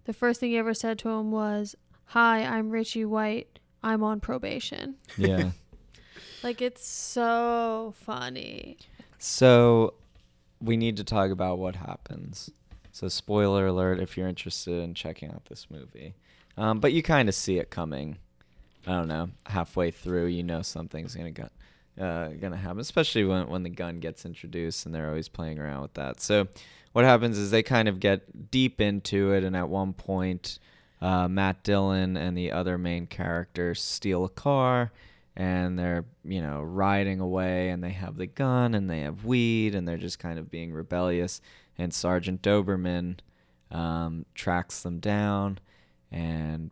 Speaker 2: "The first thing he ever said to him was, "Hi, I'm Richie White. I'm on probation." [laughs]
Speaker 1: yeah.
Speaker 2: Like, it's so funny.
Speaker 1: So we need to talk about what happens. So spoiler alert if you're interested in checking out this movie. Um, but you kind of see it coming. I don't know, halfway through, you know something's gonna go, uh, gonna happen, especially when when the gun gets introduced and they're always playing around with that. So what happens is they kind of get deep into it, and at one point, uh, Matt Dillon and the other main character steal a car, and they're you know riding away, and they have the gun, and they have weed, and they're just kind of being rebellious. And Sergeant Doberman um, tracks them down, and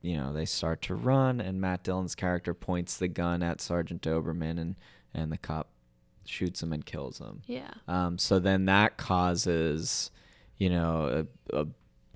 Speaker 1: you know, they start to run, and Matt Dillon's character points the gun at Sergeant Doberman, and and the cop shoots him and kills him.
Speaker 2: Yeah.
Speaker 1: Um, so then that causes, you know, a, a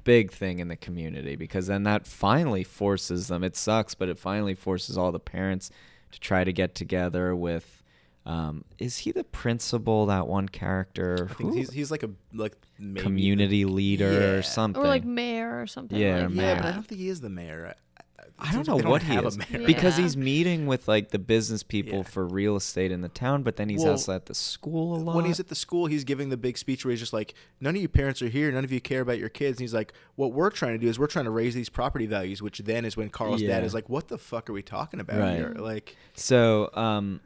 Speaker 1: big thing in the community because then that finally forces them. It sucks, but it finally forces all the parents to try to get together with. Um, is he the principal? That one character,
Speaker 3: I think
Speaker 1: Who-
Speaker 3: he's he's like a like maybe the-
Speaker 1: community leader
Speaker 3: Yeah.
Speaker 1: or something,
Speaker 2: Or like mayor or something.
Speaker 1: Yeah,
Speaker 2: like
Speaker 1: or
Speaker 3: Yeah, but I
Speaker 1: mayor.
Speaker 3: don't think he is the mayor. I, I- it
Speaker 1: I don't
Speaker 3: seems
Speaker 1: know
Speaker 3: like they
Speaker 1: what he
Speaker 3: have a
Speaker 1: is
Speaker 3: mayor.
Speaker 1: because
Speaker 2: Yeah.
Speaker 1: he's meeting with like the business people
Speaker 3: Yeah.
Speaker 1: for real estate in the town, but then he's
Speaker 3: Well,
Speaker 1: also at the school a lot.
Speaker 3: When he's at the school, he's giving the big speech where he's just like, "None of you parents are here. None of you care about your kids." And he's like, "What we're trying to do is we're trying to raise these property values." Which then is when Carl's dad
Speaker 1: Yeah.
Speaker 3: is like, "What the fuck are we talking about
Speaker 1: Right.
Speaker 3: here?" Like,
Speaker 1: so, um,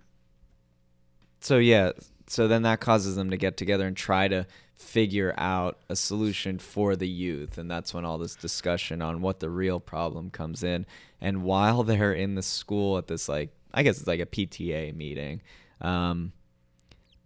Speaker 1: so yeah, so then that causes them to get together and try to figure out a solution for the youth, and that's when all this discussion on what the real problem comes in. And while [laughs] they're in the school at this like, I guess it's like a PTA meeting, um,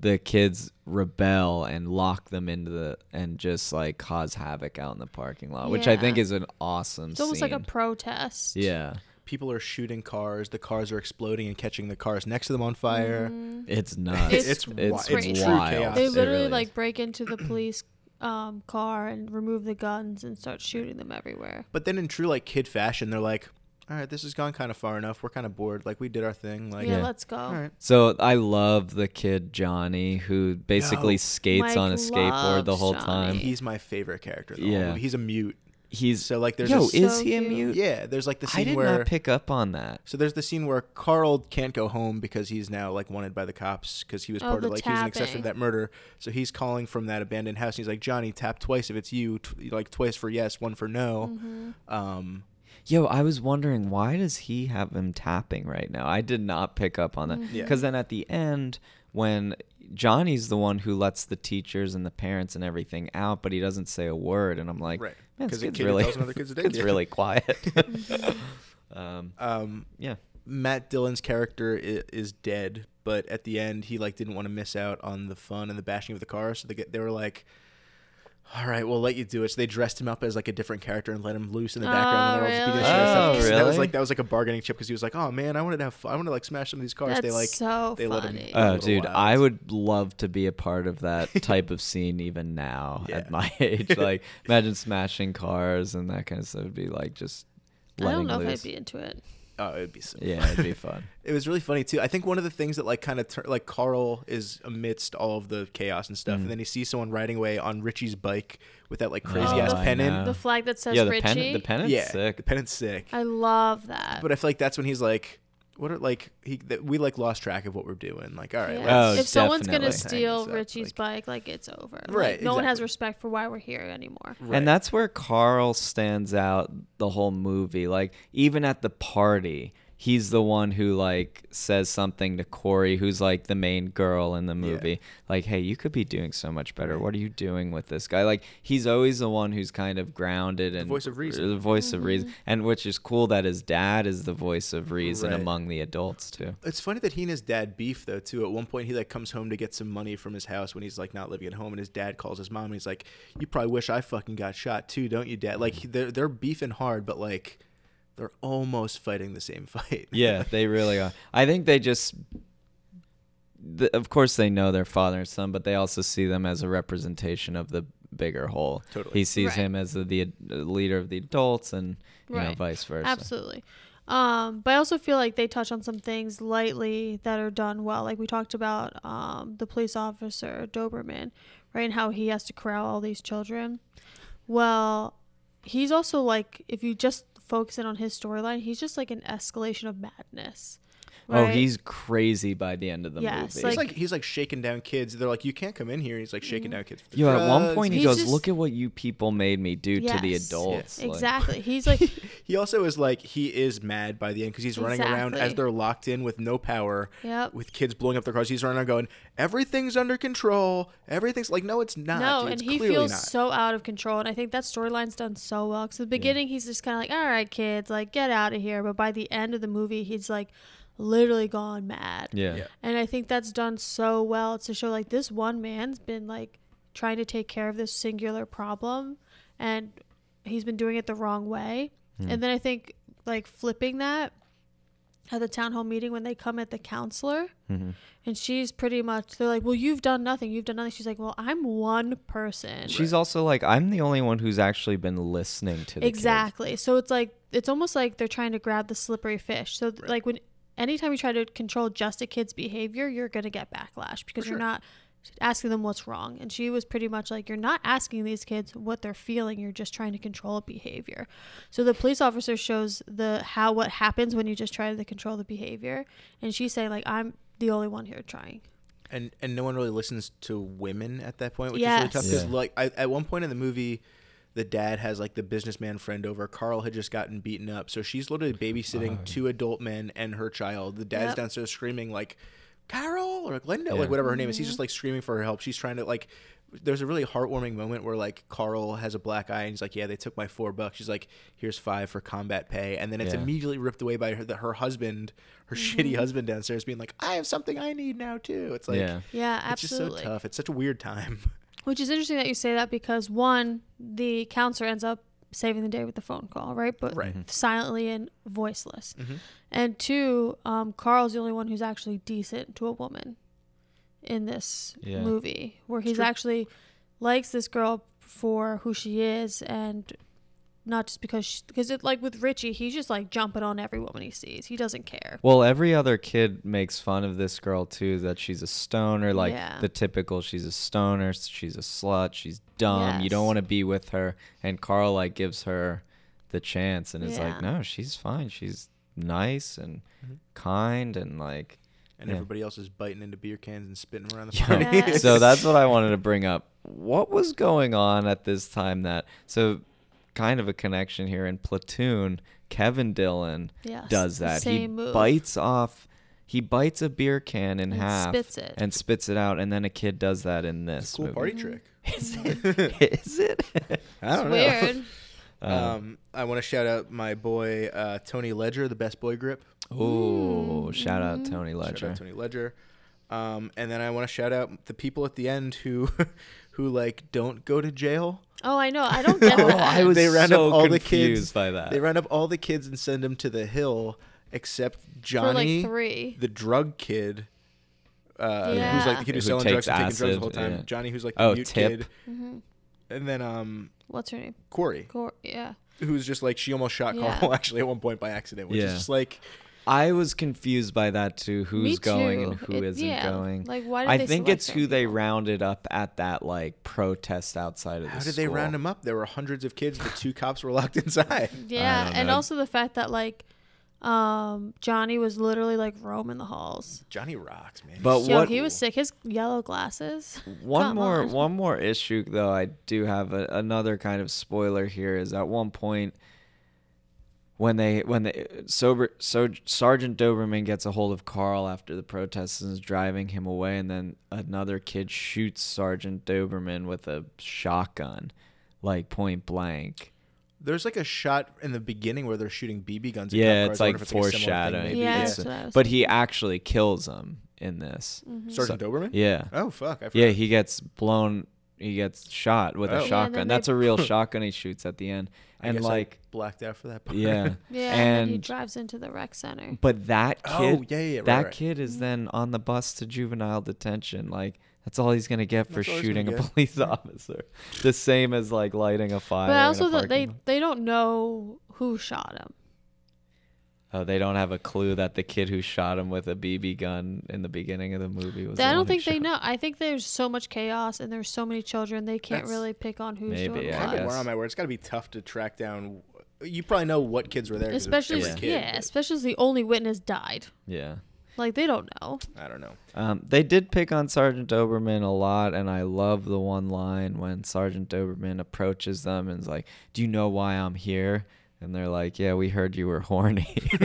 Speaker 1: the kids rebel and lock them into the and just like cause havoc out in the parking lot, which I think
Speaker 2: Yeah.
Speaker 1: is an awesome.
Speaker 2: It's almost like a
Speaker 1: scene.
Speaker 2: protest.
Speaker 1: yeah.
Speaker 3: people are shooting cars. The cars are exploding and catching the cars next to them on fire.
Speaker 2: Mm-hmm.
Speaker 1: It's nuts.
Speaker 2: It's-
Speaker 1: It's
Speaker 2: It's
Speaker 3: wi-
Speaker 1: it's,
Speaker 2: it's true
Speaker 1: wild.
Speaker 3: chaos.
Speaker 2: They
Speaker 1: It
Speaker 2: literally
Speaker 1: really is.
Speaker 2: like break into the police um, car and remove the guns and start shooting them everywhere.
Speaker 3: But then in true like kid fashion, they're like, "All right, this has gone kind of far enough. We're kind of bored. Like we did our thing. Like,
Speaker 2: yeah,
Speaker 1: Yeah.
Speaker 2: let's go.
Speaker 3: all right."
Speaker 1: So I love the kid Johnny who basically
Speaker 3: Yo.
Speaker 1: skates
Speaker 2: Mike
Speaker 1: on a skateboard the
Speaker 2: loves
Speaker 1: whole
Speaker 2: Johnny.
Speaker 1: time.
Speaker 3: He's my favorite character. In the whole
Speaker 1: Yeah.
Speaker 3: movie. he's a mute.
Speaker 1: He's
Speaker 3: So, like, there's
Speaker 1: yo,
Speaker 3: this-
Speaker 1: is
Speaker 2: So
Speaker 1: he a
Speaker 2: cute.
Speaker 1: mute?
Speaker 3: Yeah, there's like the
Speaker 1: I
Speaker 3: scene
Speaker 1: did
Speaker 3: where
Speaker 1: not pick up on that.
Speaker 3: So there's the scene where Carl can't go home because he's now like wanted by the cops because he was
Speaker 2: Oh,
Speaker 3: part
Speaker 2: the
Speaker 3: of like he was an accessory
Speaker 2: tapping.
Speaker 3: to that murder. So he's calling from that abandoned house. And he's like, Johnny, tap twice if it's you, t- like twice for yes, one for no.
Speaker 2: Mm-hmm.
Speaker 3: Um,
Speaker 1: Yo, I was wondering why does he have him tapping right now? I did not pick up on that.
Speaker 3: Mm-hmm. Yeah.
Speaker 1: Because then at the end, when Johnny's the one who lets the teachers and the parents and everything out, but he doesn't say a word, and I'm like,
Speaker 3: Right.
Speaker 1: man, this
Speaker 3: 'Cause a
Speaker 1: kid's
Speaker 3: kid
Speaker 1: really,
Speaker 3: tells another
Speaker 1: [laughs]
Speaker 3: kid's a
Speaker 1: kid's
Speaker 3: dickhead.
Speaker 1: really
Speaker 3: [laughs]
Speaker 1: quiet. um,
Speaker 3: um,
Speaker 1: yeah.
Speaker 3: Matt Dillon's character is, is dead, but at the end he like didn't want to miss out on the fun and the bashing of the car, so they get, they were like. All right, we'll let you do it. So they dressed him up as like a different character and let him loose in the background.
Speaker 2: Oh,
Speaker 3: when they were
Speaker 2: really?
Speaker 3: all beating the shit out of
Speaker 1: Oh,
Speaker 3: stuff. So That was
Speaker 1: really?
Speaker 3: like that was like a bargaining chip because he was like, "Oh man, I wanted to have fun. I wanted to like smash some of these cars."
Speaker 2: That's
Speaker 3: they like
Speaker 2: so
Speaker 3: they let him-
Speaker 2: funny.
Speaker 3: a
Speaker 1: Oh,
Speaker 3: little
Speaker 1: dude,
Speaker 3: wild.
Speaker 1: I would love to be a part of
Speaker 3: [laughs]
Speaker 1: that type of scene even now
Speaker 3: Yeah.
Speaker 1: at
Speaker 3: [laughs]
Speaker 1: my age. Like, imagine smashing cars and that kind of stuff. It'd be like just
Speaker 2: I don't
Speaker 1: letting
Speaker 2: know
Speaker 1: loose.
Speaker 2: if I'd be into it.
Speaker 3: Oh, it'd be so.
Speaker 1: yeah, it'd
Speaker 3: [laughs]
Speaker 1: be fun.
Speaker 3: It was really funny too. I think one of the things that like kind of tur like Carl is amidst all of the chaos and stuff, and then he sees someone riding away on Richie's bike with that like crazy
Speaker 1: Mm. Oh,
Speaker 3: ass
Speaker 1: I
Speaker 3: pennant.
Speaker 1: know.
Speaker 2: The flag that says
Speaker 1: yeah, the
Speaker 2: Richie.
Speaker 1: pen, the pennant's
Speaker 3: Yeah, the [laughs]
Speaker 1: sick.
Speaker 3: pennant's sick.
Speaker 2: I love that.
Speaker 3: but I feel like that's when he's like, "What are like he that we like lost track of what we're doing? Like, all right,
Speaker 2: Yeah.
Speaker 1: Oh,
Speaker 2: if someone's gonna
Speaker 1: definitely.
Speaker 2: steal
Speaker 3: Hangs up,
Speaker 2: Richie's
Speaker 3: like-
Speaker 2: bike, like it's over. Like,
Speaker 3: Right,
Speaker 2: No one has
Speaker 3: exactly.
Speaker 2: respect for why we're here anymore.
Speaker 3: Right.
Speaker 1: And that's where Carl stands out the whole movie. Like, even at the party, he's the one who like says something to Corey, who's like the main girl in the movie. Like, hey, you could be doing so much better. What are you doing with this guy? Like, he's always the one who's kind of grounded and
Speaker 3: voice of reason.
Speaker 1: or The voice of reason, and which is cool that his dad is the voice of reason
Speaker 3: Right.
Speaker 1: among the adults too.
Speaker 3: It's funny that he and his dad beef though too. At one point, he like comes home to get some money from his house when he's like not living at home, and his dad calls his mom and he's like, "You probably wish I fucking got shot too, don't you, dad?" Like they're they're beefing hard, but like they're almost fighting the same [laughs] fight.
Speaker 1: Yeah, they really are. I think they just, the, of course, they know their father and son, but they also see them as a representation of the bigger whole.
Speaker 3: Totally.
Speaker 1: He sees
Speaker 2: Right.
Speaker 1: him as the, the ad- leader of the adults, and you know,
Speaker 2: Right.
Speaker 1: vice versa.
Speaker 2: Absolutely. Um, but I also feel like they touch on some things lightly that are done well. Like we talked about um, the police officer Doberman, right? And how he has to corral all these children. Well, he's also like, if you just focus in on his storyline, he's just like an escalation of madness.
Speaker 1: Oh,
Speaker 2: right?
Speaker 1: he's crazy by the end of the
Speaker 2: Yes,
Speaker 1: movie.
Speaker 3: He's like he's like shaking down kids. They're like, "You can't come in here." He's like shaking down kids. for
Speaker 1: Yo, at one
Speaker 3: drugs.
Speaker 1: point he
Speaker 2: He's
Speaker 1: goes,
Speaker 2: just-
Speaker 1: "Look at what you people made me do to the
Speaker 2: Yes. Yeah.
Speaker 1: adults." Like, [laughs]
Speaker 2: exactly. He's like,
Speaker 3: [laughs] He also is like he is mad by the end because he's running around
Speaker 2: Exactly.
Speaker 3: as they're locked in with no power,
Speaker 2: Yep.
Speaker 3: with kids blowing up their cars. He's running around going, "Everything's under control. Everything's like, no, it's not.
Speaker 2: No,
Speaker 3: dude.
Speaker 2: and
Speaker 3: It's
Speaker 2: he
Speaker 3: clearly
Speaker 2: feels
Speaker 3: not.
Speaker 2: so out of control. And I think that storyline's done so well. Because at the beginning, he's just kind of like, all right, kids, like, get out of here. But by the end of the movie, he's like literally gone mad.
Speaker 1: Yeah.
Speaker 3: Yeah.
Speaker 2: And I think that's done so well to show like this one man's been like trying to take care of this singular problem and he's been doing it the wrong way. And then I think like flipping that at the town hall meeting when they come at the counselor and she's pretty much they're like, Well, you've done nothing, you've done nothing. She's like, Well, I'm one person.
Speaker 1: She's also like, "I'm the only one who's actually been listening to the kids."
Speaker 2: Exactly. So it's like it's almost like they're trying to grab the slippery fish. So th like when anytime you try to control just a kid's behavior, you're going to get backlash because you're not asking them what's wrong. And she was pretty much like you're not asking these kids what they're feeling, you're just trying to control behavior. So the police officer shows the how what happens when you just try to control the behavior and she's saying like I'm the only one here trying.
Speaker 3: and and no one really listens to women at that point, which is really tough.
Speaker 1: Yes.
Speaker 3: Because
Speaker 1: Yeah.
Speaker 3: like I, at one point in the movie, the dad has like the businessman friend over. Carl had just gotten beaten up, so she's
Speaker 1: Oh
Speaker 3: literally babysitting two adult men and her child. The dad's
Speaker 2: Yep.
Speaker 3: downstairs screaming like Carol or Glenda, like whatever her name is. He's just like screaming for her help. She's trying to like. There's a really heartwarming moment where like Carl has a black eye and he's like, "Yeah, they took my four bucks." She's like, "Here's five for combat pay," and then it's
Speaker 1: Yeah.
Speaker 3: immediately ripped away by her the, her husband, her shitty husband downstairs, being like, "I have something I need now too." It's like
Speaker 1: Yeah.
Speaker 2: Yeah,
Speaker 3: it's just
Speaker 2: absolutely.
Speaker 3: so tough. It's such a weird time. [laughs]
Speaker 2: Which is interesting that you say that because one, the counselor ends up saving the day with the phone call, right? But
Speaker 3: Right.
Speaker 1: Mm-hmm.
Speaker 2: silently and voiceless. And two, um, Carl's the only one who's actually decent to a woman in this
Speaker 1: Yeah.
Speaker 2: movie, where he's actually likes this girl for who she is and not just because because it like with Richie, he's just like jumping on every woman he sees. He doesn't care.
Speaker 1: Well, every other kid makes fun of this girl too. That she's a stoner, like
Speaker 2: Yeah.
Speaker 1: the typical. She's a stoner. She's a slut. She's dumb. You don't
Speaker 2: Yes.
Speaker 1: want to be with her. And Carl like gives her the chance and is
Speaker 2: Yeah.
Speaker 1: like, no, she's fine. She's nice and kind and like. [laughs]
Speaker 3: And
Speaker 1: Yeah.
Speaker 3: everybody else is biting into beer cans and spitting around the
Speaker 1: Yeah.
Speaker 3: party.
Speaker 2: [laughs] Yes.
Speaker 1: so that's what I wanted to bring up. What was going on at this time that so kind of a connection here in Platoon, Kevin Dillon
Speaker 2: Yes,
Speaker 1: does
Speaker 2: the
Speaker 1: that. he
Speaker 2: same move.
Speaker 1: bites off he bites a beer can in
Speaker 2: And
Speaker 1: half
Speaker 2: spits it.
Speaker 1: and spits it out and then a kid does that in this
Speaker 3: cool
Speaker 1: movie.
Speaker 3: party trick.
Speaker 1: [laughs]
Speaker 3: [laughs]
Speaker 1: Is it?
Speaker 3: I
Speaker 1: [laughs]
Speaker 3: don't
Speaker 2: Weird.
Speaker 3: Um, I want to shout out my boy uh, Tony Ledger, the best boy grip.
Speaker 1: Oh,
Speaker 2: Mm-hmm.
Speaker 1: shout out Tony Ledger.
Speaker 3: Shout out Tony Ledger. Um, and then I want to shout out the people at the end who, [laughs] who like don't go to jail.
Speaker 2: oh, I know. I don't
Speaker 1: [laughs] [laughs]
Speaker 2: get
Speaker 1: Oh,
Speaker 2: that.
Speaker 1: I was
Speaker 3: [laughs] they round
Speaker 1: so
Speaker 3: up all the
Speaker 1: confused
Speaker 3: kids
Speaker 1: by that.
Speaker 3: They round up all the kids and send them to the hill, except
Speaker 2: for
Speaker 3: Johnny,
Speaker 2: like three.
Speaker 3: the drug kid. Uh, Who's
Speaker 2: Yeah.
Speaker 3: like the kid who's
Speaker 1: Who
Speaker 3: selling
Speaker 1: takes
Speaker 3: drugs and taking drugs the
Speaker 1: acid,
Speaker 3: whole time.
Speaker 1: yeah.
Speaker 3: Johnny, who's like the
Speaker 1: Oh,
Speaker 3: mute
Speaker 1: Tip.
Speaker 3: kid. And then um,
Speaker 2: What's her name?
Speaker 3: Corey,
Speaker 2: Cor- yeah.
Speaker 3: who's just like she almost shot
Speaker 2: Yeah.
Speaker 3: Carl [laughs] actually at one point by accident, which is
Speaker 1: Yeah.
Speaker 3: just like
Speaker 1: I was confused by that too. Who's going and
Speaker 2: too.
Speaker 1: who
Speaker 2: It-
Speaker 1: isn't
Speaker 2: yeah,
Speaker 1: going?
Speaker 2: like, why did
Speaker 1: I
Speaker 2: they
Speaker 1: think
Speaker 2: select
Speaker 1: it's
Speaker 2: those
Speaker 1: who they rounded up at that like protest outside of the
Speaker 3: how did they round him up? There were hundreds of kids. The two cops were locked [laughs] inside.
Speaker 2: Yeah,
Speaker 1: don't
Speaker 2: and
Speaker 1: know.
Speaker 2: also the fact that like um Johnny was literally like roaming the halls.
Speaker 3: Johnny rocks, man.
Speaker 1: But
Speaker 2: Yo,
Speaker 1: what
Speaker 2: he was sick. His
Speaker 1: [laughs]
Speaker 2: yellow glasses.
Speaker 1: one
Speaker 2: Come
Speaker 1: more
Speaker 2: on.
Speaker 1: one more issue though I do have a, another kind of spoiler here is at one point when they when they sober so Sergeant Doberman gets a hold of Carl after the protests and is driving him away, and then another kid shoots Sergeant Doberman with a shotgun, like point blank.
Speaker 3: There's like a shot in the beginning where they're shooting BB guns. at cop
Speaker 1: yeah,
Speaker 3: cars.
Speaker 1: it's
Speaker 3: I wonder
Speaker 1: like
Speaker 3: if gonna be a similar thing,
Speaker 1: foreshadowing.
Speaker 3: maybe.
Speaker 2: Yeah,
Speaker 1: It's-
Speaker 2: that's what I was Mm-hmm.
Speaker 1: but he actually kills him in this.
Speaker 3: Sergeant Doberman.
Speaker 1: Yeah.
Speaker 3: Oh fuck! I forgot.
Speaker 1: Yeah, he gets blown. He gets shot with
Speaker 3: Oh. Yeah,
Speaker 1: a
Speaker 3: then
Speaker 1: shotgun.
Speaker 2: they-
Speaker 1: That's a
Speaker 2: [laughs]
Speaker 1: real shotgun he shoots at the end.
Speaker 3: I
Speaker 1: And
Speaker 3: guess I [laughs]
Speaker 1: like,
Speaker 3: blacked out for that. Part. [laughs]
Speaker 1: yeah,
Speaker 2: Yeah, and, then he
Speaker 1: and
Speaker 2: drives into the rec center.
Speaker 1: but that kid,
Speaker 3: Oh, yeah, yeah, yeah, right,
Speaker 1: that
Speaker 3: right.
Speaker 1: kid
Speaker 2: Mm.
Speaker 1: is then on the bus to juvenile detention. Like that's all he's gonna get for
Speaker 3: That's all he's gonna
Speaker 1: shooting a
Speaker 3: get.
Speaker 1: police [laughs] officer. The same as like lighting a fire.
Speaker 2: But I
Speaker 1: in a
Speaker 2: also thought they
Speaker 1: parking lot.
Speaker 2: they don't know who shot him.
Speaker 1: oh, they don't have a clue that the kid who shot him with a BB gun in the beginning of the movie was. the
Speaker 2: I
Speaker 1: one
Speaker 2: don't
Speaker 1: who
Speaker 2: think they
Speaker 1: shot-
Speaker 2: know. I think there's so much chaos and there's so many children they can't
Speaker 3: That's-
Speaker 2: really pick on who's
Speaker 1: Maybe,
Speaker 2: doing
Speaker 1: yeah, I
Speaker 3: I've been
Speaker 2: what.
Speaker 1: guess.
Speaker 3: where I'm at, where it's got to be tough to track down. You probably know what kids were there, 'cause it's
Speaker 2: Especially
Speaker 3: every
Speaker 2: s-
Speaker 3: kid,
Speaker 2: yeah, especially as the only witness died.
Speaker 1: Yeah.
Speaker 2: Like they don't know.
Speaker 3: but I don't know.
Speaker 1: Um, they did pick on Sergeant Doberman a lot, and I love the one line when Sergeant Doberman approaches them and is like, "Do you know why I'm here?" And they're like, "Yeah, we heard you were horny." [laughs]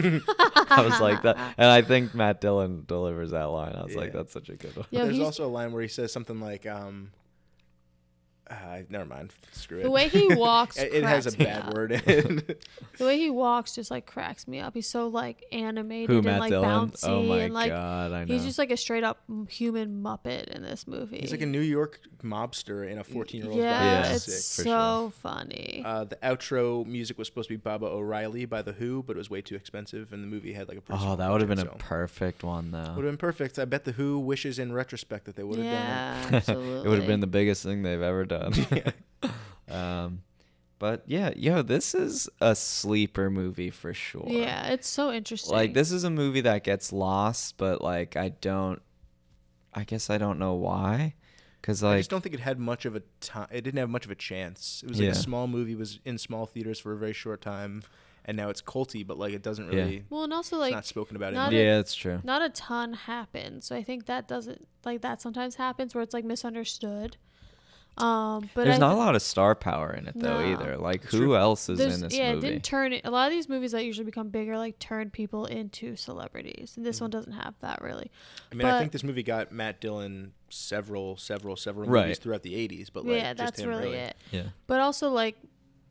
Speaker 1: I was like that, and I think Matt Dillon delivers that line. I was like,
Speaker 3: Yeah.
Speaker 1: "That's such a good one."
Speaker 2: Yeah,
Speaker 3: There's
Speaker 2: he's,
Speaker 3: also a line where he says something like, um, uh, never mind, screw it.
Speaker 2: the way
Speaker 3: [laughs]
Speaker 2: he walks.
Speaker 3: it, it has a
Speaker 2: cracks me
Speaker 3: bad
Speaker 2: up.
Speaker 3: word in it. [laughs]
Speaker 2: The way he walks just like cracks me up. He's so like animated
Speaker 1: Who
Speaker 2: and
Speaker 1: Matt
Speaker 2: like
Speaker 1: Dillon?
Speaker 2: bouncy
Speaker 1: Oh my
Speaker 2: and like
Speaker 1: god, I know.
Speaker 2: he's just like a straight up m- human muppet in this movie.
Speaker 3: He's like a New York mobster in a 14 year old
Speaker 2: yeah,
Speaker 1: Yeah,
Speaker 2: it's
Speaker 1: sick, for
Speaker 2: so funny.
Speaker 3: Uh, the outro music was supposed to be Baba O'Reilly by The Who, but it was way too expensive, and the movie had like a. pretty
Speaker 1: oh,
Speaker 3: small
Speaker 1: that would have been
Speaker 3: budget,
Speaker 1: a
Speaker 3: so.
Speaker 1: perfect one though.
Speaker 3: Would have been perfect. I bet The Who wishes in retrospect that they would have done
Speaker 2: yeah,
Speaker 1: [laughs]
Speaker 2: absolutely.
Speaker 1: it would have been the biggest thing they've ever done. [laughs] um, but yeah, yo, this is a sleeper movie for sure.
Speaker 2: Yeah, it's so interesting.
Speaker 1: like this is a movie that gets lost but like i don't i guess i don't know why because
Speaker 3: I
Speaker 1: like
Speaker 3: just don't think it had much of a time. It didn't have much of a chance. It was like
Speaker 1: Yeah.
Speaker 3: a small movie. It was in small theaters for a very short time, and now it's culty, but like it doesn't
Speaker 1: Yeah.
Speaker 3: really.
Speaker 2: Well, and also
Speaker 3: It's
Speaker 2: like
Speaker 3: not spoken about.
Speaker 2: not
Speaker 3: Not
Speaker 2: a-
Speaker 1: yeah that's true
Speaker 2: not a ton happened, so I think that doesn't like that sometimes happens where it's like misunderstood. Um, but
Speaker 1: there's
Speaker 2: I
Speaker 1: not a
Speaker 2: thi-
Speaker 1: lot of star power in it though
Speaker 2: No.
Speaker 1: either like who else is
Speaker 2: there's-
Speaker 1: in this
Speaker 2: yeah,
Speaker 1: movie
Speaker 2: it didn't turn it- a lot of these movies that usually become bigger like turn people into celebrities, and this
Speaker 1: Mm.
Speaker 2: one doesn't have that really.
Speaker 3: I mean, I
Speaker 2: but-
Speaker 3: think this movie got Matt Dillon several, several, several movies
Speaker 1: Right.
Speaker 3: throughout the '80s, but like
Speaker 2: yeah,
Speaker 3: just
Speaker 2: that's
Speaker 3: him
Speaker 2: really,
Speaker 3: really,
Speaker 2: it.
Speaker 1: yeah
Speaker 2: But also like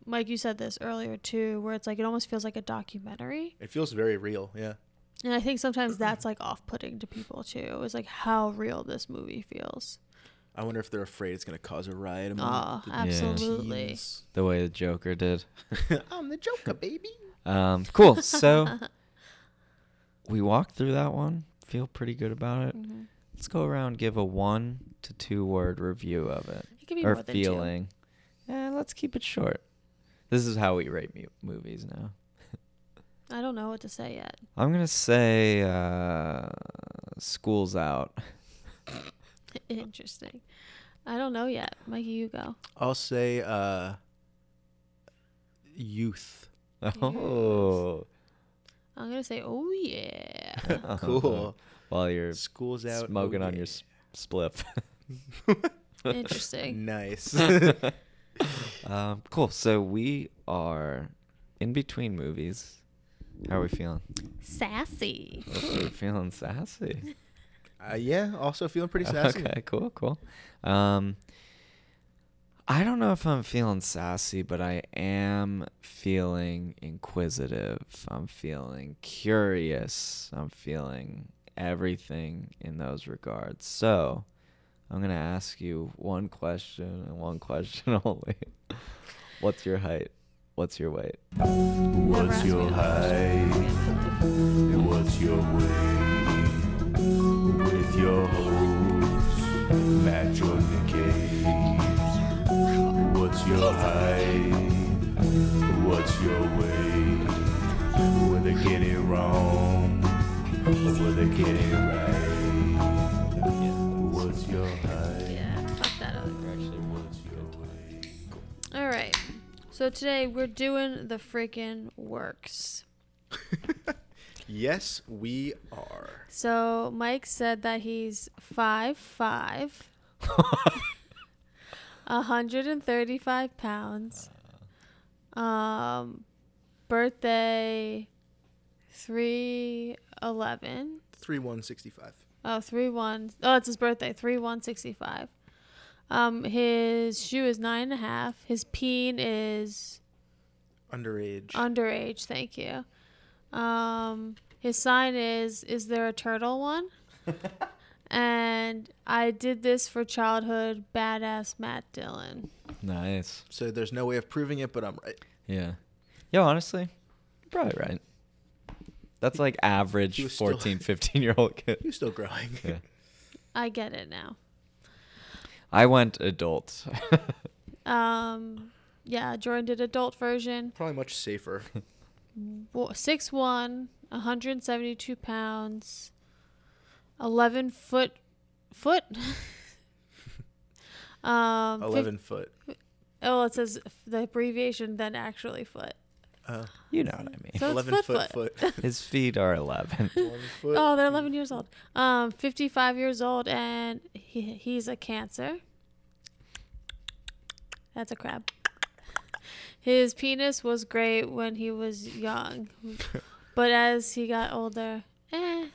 Speaker 2: Mike, you said this earlier too, where it's like it almost feels like a documentary,
Speaker 3: It feels very real. Yeah.
Speaker 2: and I
Speaker 1: [clears throat]
Speaker 2: think sometimes that's like off-putting to people too. It's like how real this movie feels.
Speaker 3: I wonder if they're afraid it's gonna cause a riot among
Speaker 2: Oh,
Speaker 3: the
Speaker 2: absolutely.
Speaker 3: teens.
Speaker 1: the way the joker did
Speaker 3: I'm the [laughs] Joker, baby.
Speaker 1: um cool so
Speaker 2: [laughs]
Speaker 1: we walked through that one feel pretty good about it
Speaker 2: Mm-hmm.
Speaker 1: let's go around and give a one to two word review of it
Speaker 2: It could be
Speaker 1: or
Speaker 2: more than two.
Speaker 1: feeling Eh, let's keep it short this is how we rate mu- movies now
Speaker 2: I don't know what to say yet. [laughs]
Speaker 1: I'm gonna say uh, school's out.
Speaker 2: Interesting. I don't know yet. Mikey, you go.
Speaker 3: I'll say uh, youth.
Speaker 1: Oh,
Speaker 2: I'm gonna say, oh yeah.
Speaker 1: [laughs]
Speaker 3: [laughs] Cool.
Speaker 1: While you're
Speaker 3: School's out. oh
Speaker 1: Uh-huh. smoking on
Speaker 3: yeah.
Speaker 1: your s- spliff. [laughs]
Speaker 2: Interesting.
Speaker 3: Nice.
Speaker 1: um, cool. So we are in between movies. How are we feeling?
Speaker 2: Sassy.
Speaker 1: We're feeling sassy.
Speaker 3: Uh, yeah, also feeling pretty sassy.
Speaker 1: Okay. Cool. Cool. Um, I don't know if I'm feeling sassy, but I am feeling inquisitive. I'm feeling curious. I'm feeling everything in those regards. So, I'm going to ask you one question and one [laughs] question only. What's your height? What's your weight?
Speaker 2: What's your height?
Speaker 6: What's your way with your hoes, Matt Jordan Cage? What's your height? What's your way? Will they get it wrong? Or will they get it right? What's your height?
Speaker 2: Yeah. Fuck that other.
Speaker 6: What's your way?
Speaker 2: All right. So today we're doing the freaking works.
Speaker 3: Yes, we are.
Speaker 2: So Mike said that he's five five, hundred and thirty five pounds. Um, birthday 311.
Speaker 3: Three one sixty five.
Speaker 2: Oh, three one. Oh, it's his birthday. Three one sixty five. Um, his shoe is nine and a half. His peen is
Speaker 3: Underage.
Speaker 2: underage. Thank you. Um, his sign is is there a turtle one? and I did this for childhood badass Matt Dillon.
Speaker 1: Nice.
Speaker 3: so there's no way of proving it, but I'm right.
Speaker 1: Yeah. Yo, honestly, you're probably right. That's like average
Speaker 3: was still-
Speaker 1: 14, 15 year old kid.
Speaker 3: You're still growing. [laughs]
Speaker 1: Yeah.
Speaker 2: I get it now.
Speaker 1: I went adult.
Speaker 2: Um, yeah, Jordan did adult version.
Speaker 3: Probably much safer.
Speaker 2: six one, 172 pounds, eleven foot, foot. [laughs] um, fif-
Speaker 3: Eleven foot.
Speaker 2: oh, it says f- the abbreviation, then actually foot.
Speaker 3: Uh,
Speaker 1: [laughs] you know what I
Speaker 3: [laughs]
Speaker 1: mean.
Speaker 2: So it's
Speaker 3: Eleven
Speaker 2: foot
Speaker 3: foot
Speaker 2: foot.
Speaker 3: foot.
Speaker 2: [laughs]
Speaker 1: His feet are
Speaker 3: [laughs]
Speaker 1: 11.
Speaker 3: One foot.
Speaker 2: Oh, they're 11 years old. Um, 55 years old, and he he's a cancer. That's a crab. His penis was great when he was
Speaker 3: [laughs]
Speaker 2: young, but as he got older, eh.
Speaker 3: [laughs]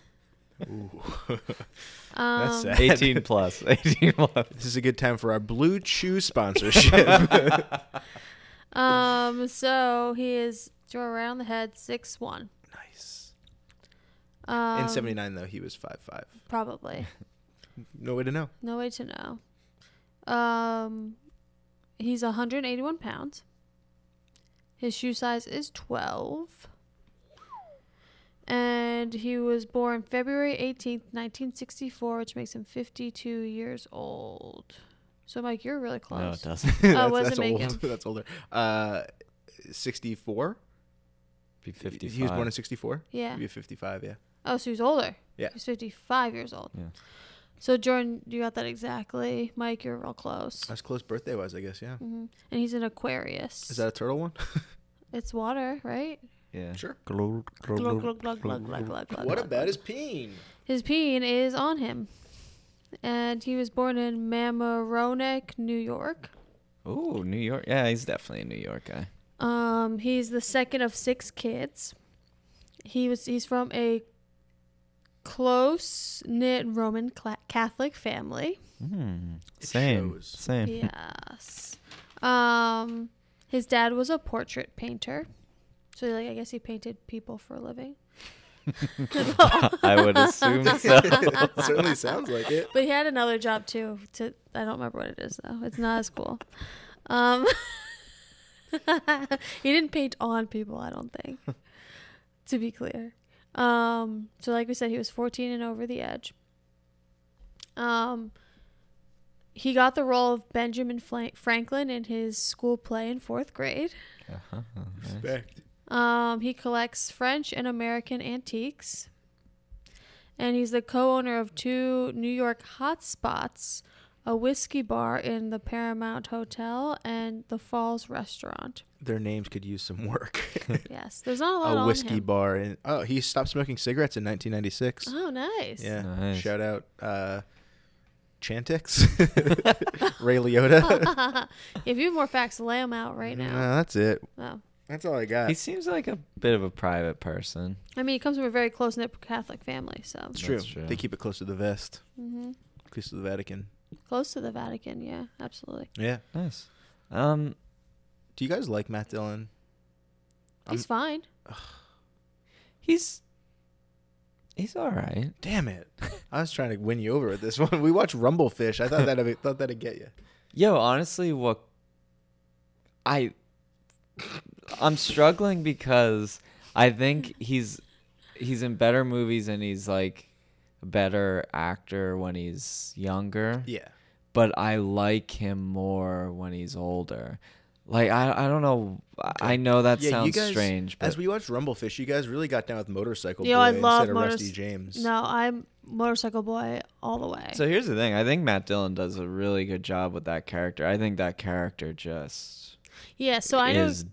Speaker 2: Um,
Speaker 3: That's sad.
Speaker 1: 18 plus. [laughs] 18 plus.
Speaker 3: [laughs] This is a good time for our blue chew
Speaker 1: [laughs]
Speaker 3: sponsorship.
Speaker 2: Um, so he is draw around the head six one.
Speaker 3: nice.
Speaker 2: Um,
Speaker 3: [laughs] In '79, though, he was five five.
Speaker 2: probably.
Speaker 3: No way to know.
Speaker 2: No way to know. Um, he's 181 pounds. His shoe size is 12. And he was born February 18th, 1964, which makes him 52 years old. So, Mike, you're really
Speaker 1: No, it
Speaker 2: close.
Speaker 1: doesn't.
Speaker 2: Oh, what does
Speaker 3: [laughs] that's
Speaker 2: it make
Speaker 3: old.
Speaker 2: him?
Speaker 3: that's older. Uh, 64.
Speaker 1: Be 55.
Speaker 3: He was born in 64.
Speaker 2: Yeah.
Speaker 3: He'd be 55. Yeah.
Speaker 2: Oh, so he's older.
Speaker 3: Yeah.
Speaker 2: He's 55 years old.
Speaker 1: Yeah.
Speaker 2: So, Jordan, you got that exactly. Mike, you're real close.
Speaker 3: That's close birthday wise, I guess. Yeah.
Speaker 2: hmm And he's an Aquarius.
Speaker 3: Is that a turtle one?
Speaker 2: it's water, right?
Speaker 1: yeah.
Speaker 3: Sure.
Speaker 2: Glug, glug, glug, glug, glug, glug, glug, glug, glug.
Speaker 3: his peen?
Speaker 2: His peen is on him. And he was born in Mamaroneck, New York.
Speaker 1: Ooh, New York. Yeah, he's definitely a New York guy.
Speaker 2: Um, he's the second of six kids. He was he's from a close knit Roman cla- Catholic family.
Speaker 3: It
Speaker 1: Same.
Speaker 3: shows.
Speaker 1: Same.
Speaker 2: yes. Um, his dad was a portrait painter, so like I guess he painted people for a living.
Speaker 1: [laughs]
Speaker 3: [laughs]
Speaker 1: I would assume so.
Speaker 3: [laughs] it certainly sounds like it.
Speaker 2: But he had another job too. To I don't remember what it is though. It's not as cool. Um, [laughs] he didn't paint on people. I don't think. to be clear, um, so like we said, he was 14 and over the edge. Um, he got the role of Benjamin Fla- Franklin in his school play in fourth grade.
Speaker 1: Uh-huh.
Speaker 3: Respect.
Speaker 2: Um, he collects French and American antiques. And he's the co owner of two New York hotspots a whiskey bar in the Paramount Hotel and the Falls Restaurant.
Speaker 3: Their names could use some [laughs] work.
Speaker 2: Yes, there's not a lot
Speaker 3: a
Speaker 2: on
Speaker 3: whiskey
Speaker 2: him.
Speaker 3: bar. In, oh, he stopped smoking cigarettes in 1996.
Speaker 2: Oh, nice.
Speaker 3: Yeah.
Speaker 1: Nice.
Speaker 3: Shout out uh, [laughs] Chantix, Ray Liotta.
Speaker 2: if you have more facts, lay them out right now.
Speaker 3: No, that's it.
Speaker 2: Wow.
Speaker 3: That's all I got.
Speaker 1: He seems like a bit of a private person.
Speaker 2: I mean, he comes from a very close knit Catholic family, so
Speaker 3: It's true.
Speaker 1: That's true.
Speaker 3: They keep it close to the vest,
Speaker 2: hmm
Speaker 3: close to the Vatican.
Speaker 2: close to the Vatican. Yeah, absolutely.
Speaker 3: Yeah.
Speaker 1: Nice. Um,
Speaker 3: Do you guys like Matt Dillon?
Speaker 2: He's fine.
Speaker 1: he's he's all right.
Speaker 3: Damn [laughs] it! I was trying to win you over with this one. We watched Rumblefish. I thought that would thought that'd get you.
Speaker 1: Yo, honestly, what I I'm struggling because I think he's he's in better movies and he's like a better actor when he's younger.
Speaker 3: Yeah.
Speaker 1: but I like him more when he's older. Like I, I don't know. I- I know that
Speaker 3: yeah.
Speaker 1: sounds
Speaker 3: you guys,
Speaker 1: strange, but
Speaker 3: as we watched Rumblefish, you guys really got down with Motorcycle
Speaker 2: Yo,
Speaker 3: Boy
Speaker 2: I love
Speaker 3: instead of
Speaker 2: motors-
Speaker 3: Rusty James.
Speaker 2: No, I'm motorcycle boy all the way.
Speaker 1: so here's the thing. I think Matt Dillon does a really good job with that character. I think that character just
Speaker 2: yeah, so I know
Speaker 1: is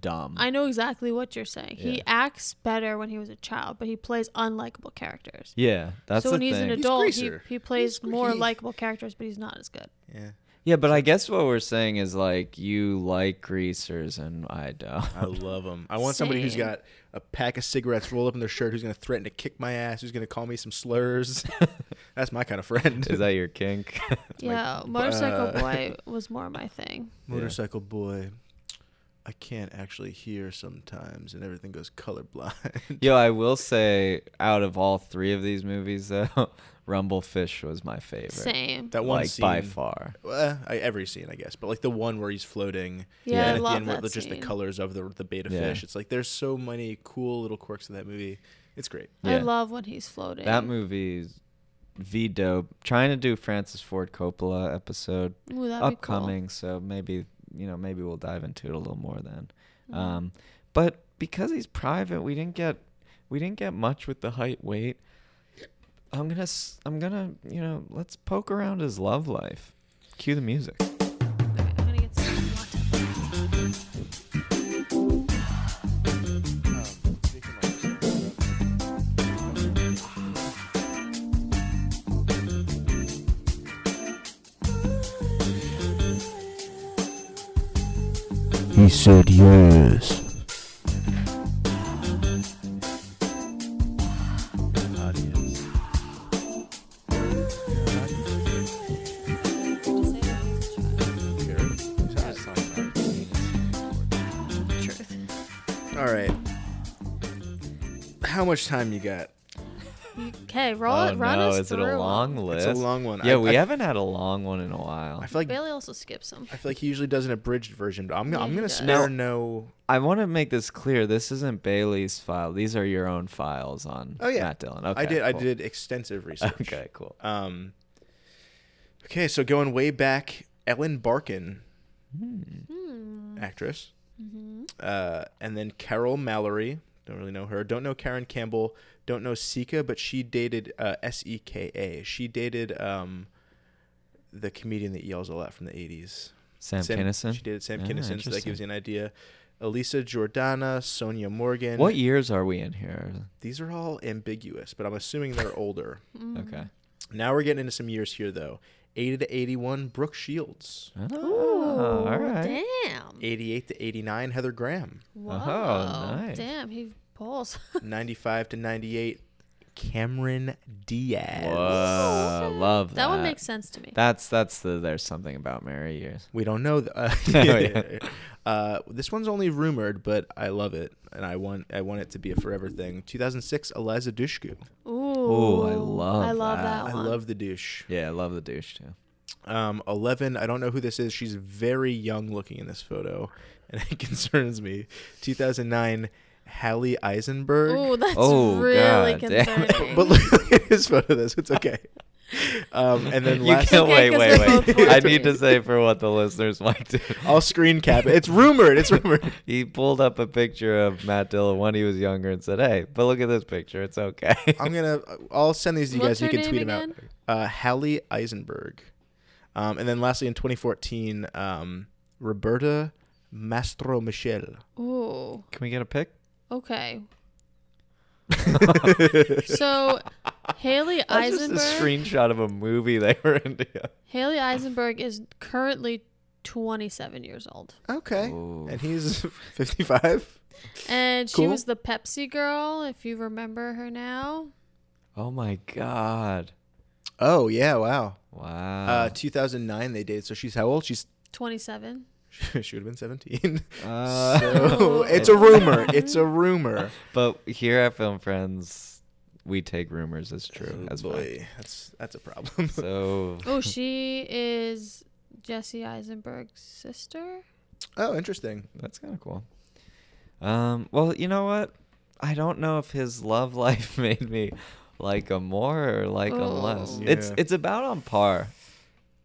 Speaker 1: dumb.
Speaker 2: I know exactly what you're saying. He
Speaker 1: Yeah.
Speaker 2: acts better when he was a child, but he plays unlikable characters.
Speaker 1: yeah, that's
Speaker 2: so
Speaker 1: the
Speaker 2: when he's
Speaker 1: thing.
Speaker 2: an adult, he,
Speaker 3: greaser.
Speaker 2: he plays
Speaker 3: He's gre-
Speaker 2: more
Speaker 3: he-
Speaker 2: likable characters, but he's not as good.
Speaker 3: Yeah.
Speaker 1: Yeah, but I guess what we're saying is like you like greasers and I don't.
Speaker 3: I love them. I want somebody who's
Speaker 2: Same.
Speaker 3: got a pack of cigarettes rolled up in their shirt, who's going to threaten to kick my ass, who's going to call me
Speaker 1: [laughs]
Speaker 3: some slurs. That's my kind of friend.
Speaker 1: [laughs] is that your kink? [laughs]
Speaker 2: yeah, motorcycle
Speaker 3: uh,
Speaker 2: boy was more my thing.
Speaker 3: Motorcycle boy, I can't actually hear sometimes, and everything goes colorblind. [laughs]
Speaker 1: Yo, I will say, out of all three of these movies, though, [laughs] Rumblefish was my favorite.
Speaker 2: Same.
Speaker 3: that one
Speaker 1: like
Speaker 3: scene,
Speaker 1: by far.
Speaker 3: Well, I, every scene, I guess, but like the one where he's floating.
Speaker 2: Yeah, I
Speaker 3: and at
Speaker 2: love
Speaker 3: the end, where
Speaker 2: that
Speaker 3: the- just the
Speaker 2: scene.
Speaker 3: colors of the the beta
Speaker 1: Yeah.
Speaker 3: fish. It's like there's so many cool little quirks in that movie. It's great.
Speaker 2: I
Speaker 1: Yeah.
Speaker 2: love when he's floating.
Speaker 1: That movie's V dope. Trying to do Francis Ford Coppola episode
Speaker 2: Ooh, that'd
Speaker 1: upcoming, so maybe you know maybe we'll dive into it a little more then.
Speaker 2: Mm-hmm.
Speaker 1: Um, but because he's private, we didn't get we didn't get much with the height weight. I'm gonna s- I'm gonna you know let's poke around his love life. Cue the music.
Speaker 2: Be cool. Okay, I'm gonna get some latte.
Speaker 6: He said yes.
Speaker 2: Truth.
Speaker 3: All right. How much time you got?
Speaker 2: Okay, roll it. Run us
Speaker 1: Oh, is it
Speaker 2: through.
Speaker 1: a long list?
Speaker 3: It's a long one.
Speaker 1: Yeah,
Speaker 3: I-
Speaker 1: we
Speaker 3: I-
Speaker 1: haven't had a long one in a while.
Speaker 3: I feel like
Speaker 2: Bailey also skips some.
Speaker 3: I feel like he usually does an abridged version, but I'm,
Speaker 2: Yeah,
Speaker 3: I'm
Speaker 2: he
Speaker 3: gonna
Speaker 2: does.
Speaker 3: spare no.
Speaker 1: I want to make this clear. This isn't Bailey's file. These are your own files on
Speaker 3: Oh yeah,
Speaker 1: Matt Dillon. Okay,
Speaker 3: I did. I
Speaker 1: cool.
Speaker 3: did extensive research.
Speaker 1: [laughs] Okay, cool.
Speaker 3: Um. Okay, so going way back, Ellen Barkin,
Speaker 2: Hmm.
Speaker 3: actress,
Speaker 2: Mm-hmm.
Speaker 3: uh, and then Carol Mallory. Don't really know her. Don't know Karen Campbell. Don't know Sika, but she dated uh, S E K A. She dated um, the comedian that yells a lot from the '80s.
Speaker 1: Sam, Kinison.
Speaker 3: She dated Sam
Speaker 1: Ah,
Speaker 3: Kinison, so that
Speaker 1: interesting.
Speaker 3: gives you an idea. Elisa Jordana, Sonia Morgan.
Speaker 1: What years are we in here?
Speaker 3: These are all ambiguous, but I'm assuming
Speaker 2: [laughs]
Speaker 3: they're older.
Speaker 2: Mm.
Speaker 1: Okay.
Speaker 3: Now we're getting into some years here, though. 80 to 81, Brooke Shields.
Speaker 1: Oh, all right. Oh,
Speaker 2: Damn.
Speaker 3: 88 to 89, Heather Graham.
Speaker 2: Whoa.
Speaker 1: nice.
Speaker 2: Damn, he pulls. [laughs]
Speaker 3: 95 to 98, Cameron Diaz.
Speaker 1: Whoa, love that.
Speaker 2: that one makes sense to me.
Speaker 1: That's that's the there's something about Mary years.
Speaker 3: We don't know. Th- uh,
Speaker 1: [laughs]
Speaker 3: [laughs]
Speaker 1: yeah.
Speaker 3: uh, this one's only rumored, but I love it, and I want I want it to be a forever thing. 2006, Eliza Dushku.
Speaker 2: Ooh.
Speaker 1: I love
Speaker 2: I love
Speaker 1: that.
Speaker 2: that,
Speaker 3: I
Speaker 2: one.
Speaker 3: love the douche.
Speaker 1: Yeah, I love the douche too.
Speaker 3: Um, 11, I don't know who this is. She's very young looking in this photo, and it [laughs] concerns me. 2009, Hallie Eisenberg.
Speaker 2: Ooh, that's
Speaker 1: Oh,
Speaker 2: really
Speaker 1: God damn.
Speaker 2: concerning.
Speaker 3: But look at his photo, this. It's okay. Um, and
Speaker 1: [laughs]
Speaker 3: then
Speaker 1: You
Speaker 3: last,
Speaker 1: can't wait,
Speaker 2: Okay, 'cause they're
Speaker 1: wait,
Speaker 2: [laughs] both
Speaker 1: wait. I
Speaker 2: forty.
Speaker 1: need to say for what the listeners might do.
Speaker 3: I'll screen cap it. It's rumored.
Speaker 1: [laughs]
Speaker 3: It's rumored.
Speaker 1: He pulled up a picture of Matt Dillon when he was younger and said, "Hey, but look at this picture. It's okay."
Speaker 3: I'm gonna. I'll send these to you
Speaker 2: What's
Speaker 3: guys. You
Speaker 2: her
Speaker 3: can tweet
Speaker 2: name
Speaker 3: them out. Uh, Hallie Eisenberg. Um, and then lastly, in 2014, um, Roberta Mastro Michel.
Speaker 2: Ooh.
Speaker 1: [laughs] Can we get a pic?
Speaker 2: Okay. so, Haley Eisenberg.
Speaker 1: That's just a screenshot of a movie they were in together.
Speaker 2: Haley Eisenberg is currently 27 years old,
Speaker 3: Okay.
Speaker 1: Ooh.
Speaker 3: And he's [laughs] 55.
Speaker 2: and she
Speaker 3: Cool.
Speaker 2: was the Pepsi girl, if you remember her now.
Speaker 1: Oh my god!
Speaker 3: Oh yeah! Wow.
Speaker 1: Wow.
Speaker 3: Uh, 2009 they dated. So she's how old? She's [laughs]
Speaker 2: 27.
Speaker 3: she would have been 17.
Speaker 1: Uh, [laughs]
Speaker 3: So it's a rumor. It's a rumor.
Speaker 1: but here at Film Friends, we take rumors as true as well. [laughs]
Speaker 3: Boy, that's that's a problem.
Speaker 1: Oh, So
Speaker 2: Oh, she is Jesse Eisenberg's sister.
Speaker 3: [laughs] oh, interesting.
Speaker 1: that's kind of cool. Um. Well, you know what? I don't know if his love [laughs] life made me like him more or like him less.
Speaker 2: Oh.
Speaker 1: It's
Speaker 3: Yeah.
Speaker 1: it's about on par.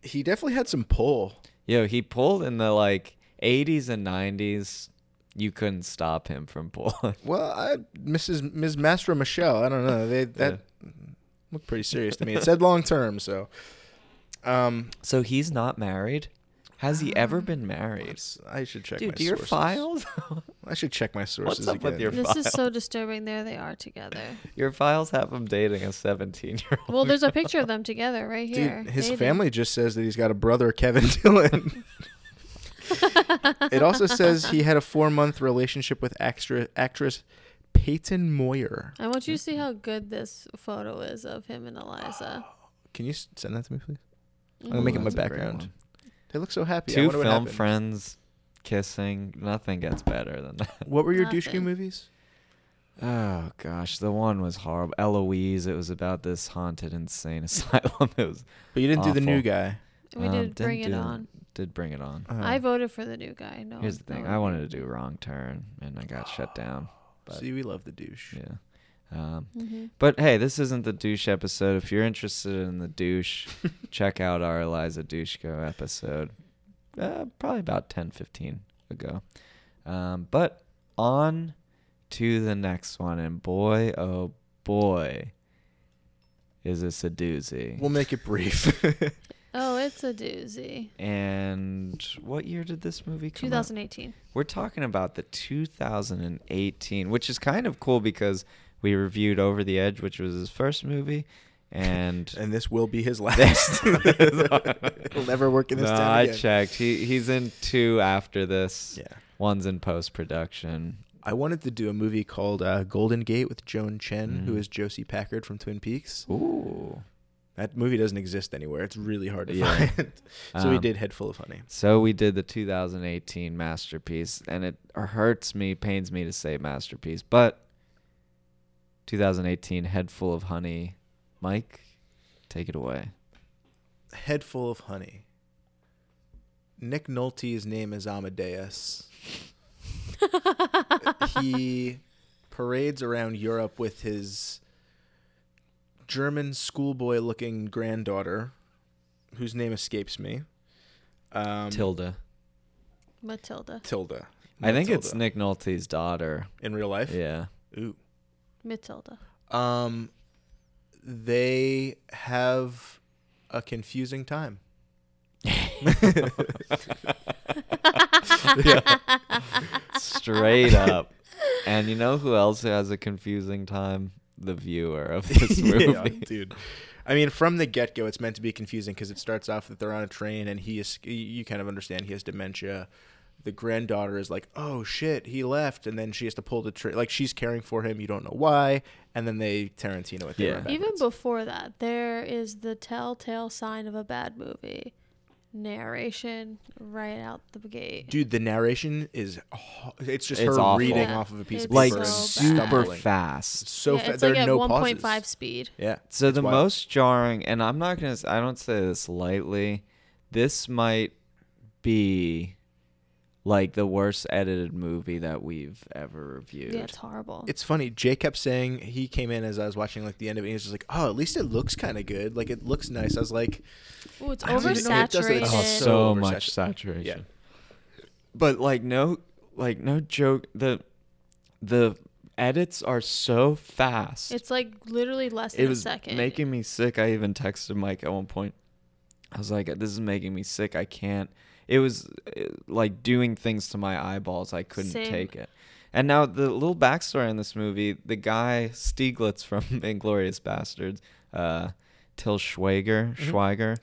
Speaker 3: He definitely had some pull.
Speaker 1: Yo, he pulled in the like 80s and 90s. You couldn't stop him from pulling. [laughs]
Speaker 3: Well, I, Mrs. Ms. Mastro Michelle. I don't know. They that looked pretty serious to me. It said long term, so um,
Speaker 1: So he's not married. Has he ever been married?
Speaker 3: Oops, I should check my
Speaker 1: Dude, your
Speaker 3: sources.
Speaker 1: files.
Speaker 3: I should check my sources
Speaker 1: up with
Speaker 3: again.
Speaker 1: your-
Speaker 2: This is so disturbing. There they are together.
Speaker 1: your files have him dating a 17-year-old.
Speaker 2: Well, there's a picture of them together right here.
Speaker 3: Dude, his
Speaker 2: dating.
Speaker 3: family just says that he's got a brother, [laughs] Kevin Dillon. it also says he had a four-month relationship with actress, actress Peyton Moyer.
Speaker 2: I want you to see how good this photo is of him and Eliza.
Speaker 3: Can you s- send that to me, please? I'm gonna make it
Speaker 1: Ooh,
Speaker 3: my
Speaker 1: that's a great
Speaker 3: background.
Speaker 1: one.
Speaker 3: They look so happy. I
Speaker 1: Two
Speaker 3: wonder what
Speaker 1: film
Speaker 3: happened.
Speaker 1: friends kissing. Nothing gets better than that.
Speaker 3: What were your douchey
Speaker 2: Nothing.
Speaker 3: movies?
Speaker 1: [laughs] Oh gosh, the one was horrible. Eloise. It was about this haunted insane [laughs] asylum. It was.
Speaker 3: But you didn't do the new
Speaker 1: Awful.
Speaker 3: guy.
Speaker 2: We
Speaker 1: um,
Speaker 2: did bring it
Speaker 1: do-
Speaker 2: on.
Speaker 1: Did bring it on.
Speaker 3: Uh,
Speaker 2: I voted for the new guy. No,
Speaker 1: Here's the
Speaker 2: no
Speaker 1: thing.
Speaker 2: one
Speaker 1: I wanted to
Speaker 2: did.
Speaker 1: do Wrong Turn, and I got
Speaker 2: [gasps]
Speaker 1: shut down. but-
Speaker 3: See, we love the douche.
Speaker 1: Yeah. Um,
Speaker 2: Mhm.
Speaker 1: But hey, this isn't the douche episode. If you're interested in the douche, check out our Eliza Dushko episode, uh, probably about 10, 15 ago. Um, but on to the next one. And boy, oh boy, is this a doozy.
Speaker 3: We'll make
Speaker 1: [laughs]
Speaker 3: it brief.
Speaker 2: Oh, it's a doozy.
Speaker 1: and what year did this movie come out?
Speaker 2: 2018.
Speaker 1: We're talking about the 2018, which is kind of cool because we reviewed Over the Edge, which was his first
Speaker 3: [laughs]
Speaker 1: movie, and
Speaker 3: and this will be
Speaker 1: [laughs]
Speaker 3: his last. He'll never work in this
Speaker 1: no,
Speaker 3: town
Speaker 1: I
Speaker 3: again.
Speaker 1: checked. He he's in two after this.
Speaker 3: Yeah.
Speaker 1: one's in post production.
Speaker 3: I wanted to do a movie called uh, Golden Gate with Joan Chen, who
Speaker 1: Mm.
Speaker 3: is Josie Packard from Twin Peaks.
Speaker 1: Ooh.
Speaker 3: That movie doesn't exist anywhere. It's really hard to
Speaker 1: Yeah.
Speaker 3: find. so we
Speaker 1: Um,
Speaker 3: did Head Full of Honey.
Speaker 1: So we did the 2018 masterpiece, and it hurts me, pains me to say masterpiece, but 2018 head full of honey. Mike, take it away.
Speaker 3: Head Full of Honey. Nick Nolte's name is Amadeus. he parades around Europe with his German schoolboy looking granddaughter, whose name escapes me. Um,
Speaker 1: Tilda.
Speaker 2: Matilda.
Speaker 3: Tilda.
Speaker 1: I think it's
Speaker 3: Matilda.
Speaker 1: Nick Nolte's daughter.
Speaker 3: in real
Speaker 2: [laughs]
Speaker 3: life.
Speaker 1: Yeah.
Speaker 3: Ooh.
Speaker 2: Matilda.
Speaker 3: Um, they have a confusing time. [laughs]
Speaker 1: Straight up. And you know who else has a confusing time? The viewer of [laughs]
Speaker 2: [laughs]
Speaker 1: this movie.
Speaker 3: Yeah, dude. I mean, from the get go, it's meant to be confusing because it starts off that they're on a train and he is, you kind of understand he has dementia. The granddaughter is like, oh shit, he left. And then she has to pull the train. Like, she's caring for him. You don't know why. And then they Tarantino it. They
Speaker 1: Yeah.
Speaker 3: run
Speaker 2: Even
Speaker 3: backwards.
Speaker 2: before that, there is the telltale sign of a bad movie. Narration right out the gate.
Speaker 3: Dude, the narration is, ho- it's just
Speaker 1: It's
Speaker 3: her
Speaker 1: awful.
Speaker 3: reading
Speaker 2: Yeah,
Speaker 3: off of a piece of
Speaker 2: it's
Speaker 3: paper.
Speaker 1: like
Speaker 2: so
Speaker 3: and
Speaker 2: bad.
Speaker 1: super
Speaker 3: stumbling.
Speaker 1: fast.
Speaker 3: So
Speaker 2: yeah,
Speaker 3: fa-
Speaker 2: it's
Speaker 3: there
Speaker 2: like
Speaker 3: are
Speaker 2: at
Speaker 3: no
Speaker 2: 1.5
Speaker 3: pauses.
Speaker 2: speed.
Speaker 3: Yeah.
Speaker 1: So
Speaker 3: it's
Speaker 1: the
Speaker 3: wild.
Speaker 1: most jarring, and I'm not gonna, s- I don't say this lightly. This might be like the worst edited movie that we've ever reviewed.
Speaker 2: Yeah, it's horrible.
Speaker 3: it's funny. Jay kept saying he came in as I was watching like the end of it. And he was just like, "Oh, at least it looks kind of good. Like it looks nice." I was like,
Speaker 2: Oh, it's
Speaker 3: I don't even know if it does
Speaker 2: oversaturated.
Speaker 3: that. It's
Speaker 1: oh,
Speaker 3: so
Speaker 1: so
Speaker 3: oversatu-
Speaker 1: much saturation. But like no, like no joke. The the edits are so fast.
Speaker 2: It's like literally less
Speaker 1: it
Speaker 2: than a
Speaker 1: was
Speaker 2: second.
Speaker 1: making me sick. I even texted Mike at one point. I was like, "This is making me sick. I can't." It was uh, like doing things to my eyeballs. I couldn't
Speaker 2: Same.
Speaker 1: take it. And now the little backstory in this movie: the guy Stieglitz from [laughs] *Inglorious Bastards*, uh, Till Schweiger,
Speaker 2: Mm-hmm.
Speaker 1: Schweiger,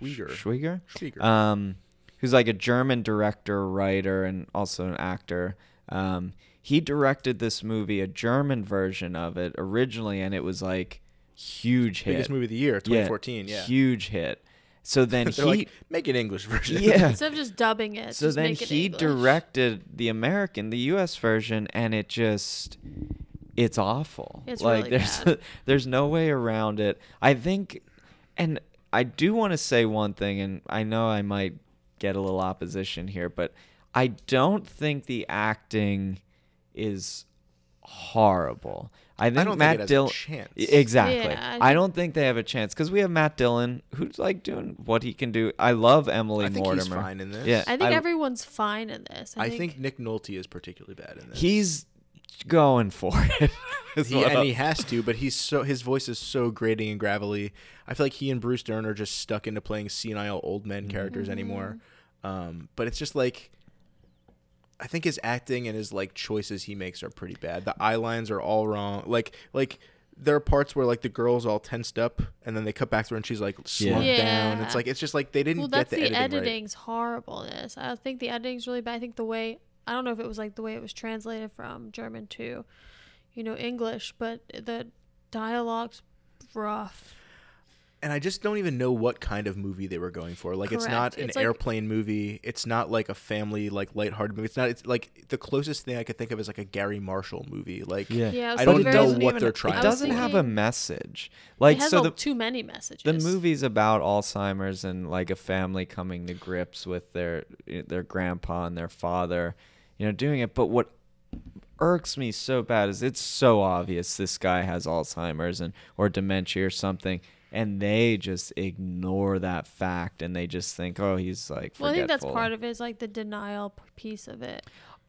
Speaker 3: "Schweiger,
Speaker 1: Schweiger,
Speaker 3: Schweiger."
Speaker 1: um, who's like a German director, writer, and also an actor. Um, he directed this movie, a German version of it originally, and it was like huge hit.
Speaker 3: biggest movie of the year, 2014. Yeah,
Speaker 1: huge hit. So then he,
Speaker 3: [laughs] They're like, make an English version.
Speaker 1: yeah.
Speaker 2: Instead of just dubbing it,
Speaker 1: So
Speaker 2: just
Speaker 1: then
Speaker 2: make it
Speaker 1: he
Speaker 2: English.
Speaker 1: directed the American, the U.S. version, and it just, it's awful.
Speaker 2: It's
Speaker 1: like
Speaker 2: really
Speaker 1: there's
Speaker 2: bad.
Speaker 1: [laughs] there's no way around it. I think, and I do want to say one thing, and I know I might get a little opposition here, but I don't think the acting is horrible. I think
Speaker 3: don't think
Speaker 1: Matt
Speaker 3: it has a
Speaker 1: Dillon. E,
Speaker 3: chance.
Speaker 1: Exactly.
Speaker 2: Yeah, I
Speaker 1: I, don't think they have a chance because we have Matt Dillon, who's like doing what he can do. I love Emily
Speaker 3: I think
Speaker 1: Mortimer.
Speaker 3: he's fine in this.
Speaker 1: Yeah,
Speaker 2: I think everyone's fine in this. I,
Speaker 3: [laughs] I think Nick Nolte is particularly bad in this.
Speaker 1: he's going for it. [laughs] is
Speaker 3: He-
Speaker 1: what
Speaker 3: and
Speaker 1: I'm-
Speaker 3: he has to, but he's so his voice is so grating
Speaker 2: Mm-hmm.
Speaker 3: and gravelly. I feel like he and Bruce Dern are just stuck into playing senile old men characters anymore. Um, but it's just like I think his acting and his like choices he makes are pretty bad. The eye lines are all wrong. Like like there are parts where like the girl's all tensed up and then they cut back to her and she's like slumped
Speaker 2: Yeah.
Speaker 3: down.
Speaker 2: Yeah.
Speaker 3: It's like it's just like they didn't
Speaker 2: Well, that's
Speaker 3: get the,
Speaker 2: the,
Speaker 3: editing, right.
Speaker 2: editing's horribleness. I think the editing's really bad. I think the way I don't know if it was like the way it was translated from German to, you know, English, but the dialogue's rough.
Speaker 3: And I just don't even know what kind of movie they were going for. Like it's
Speaker 2: Correct.
Speaker 3: not an
Speaker 2: It's like-
Speaker 3: airplane movie. It's not like a family like lighthearted movie. It's not it's like the closest thing I could think of is like a Gary Marshall movie. Like
Speaker 1: Yeah.
Speaker 2: Yeah, it was like
Speaker 3: I don't
Speaker 2: very-
Speaker 3: know
Speaker 2: Doesn't
Speaker 3: what
Speaker 1: even-
Speaker 3: they're
Speaker 2: I
Speaker 3: trying.
Speaker 1: It
Speaker 2: was
Speaker 3: to
Speaker 1: doesn't
Speaker 3: do.
Speaker 1: have a
Speaker 2: thinking-
Speaker 1: message. Like
Speaker 2: it has
Speaker 1: so
Speaker 2: a-
Speaker 1: the
Speaker 2: too many messages.
Speaker 1: the movie's about Alzheimer's and like a family coming to grips with their their grandpa and their father, you know, doing it. But what irks me so bad is it's so obvious this guy has Alzheimer's and or dementia or something, and they just ignore that fact and they just think, oh, he's like. Forgetful.
Speaker 2: Well, I think that's part of it is like the denial p- piece of it.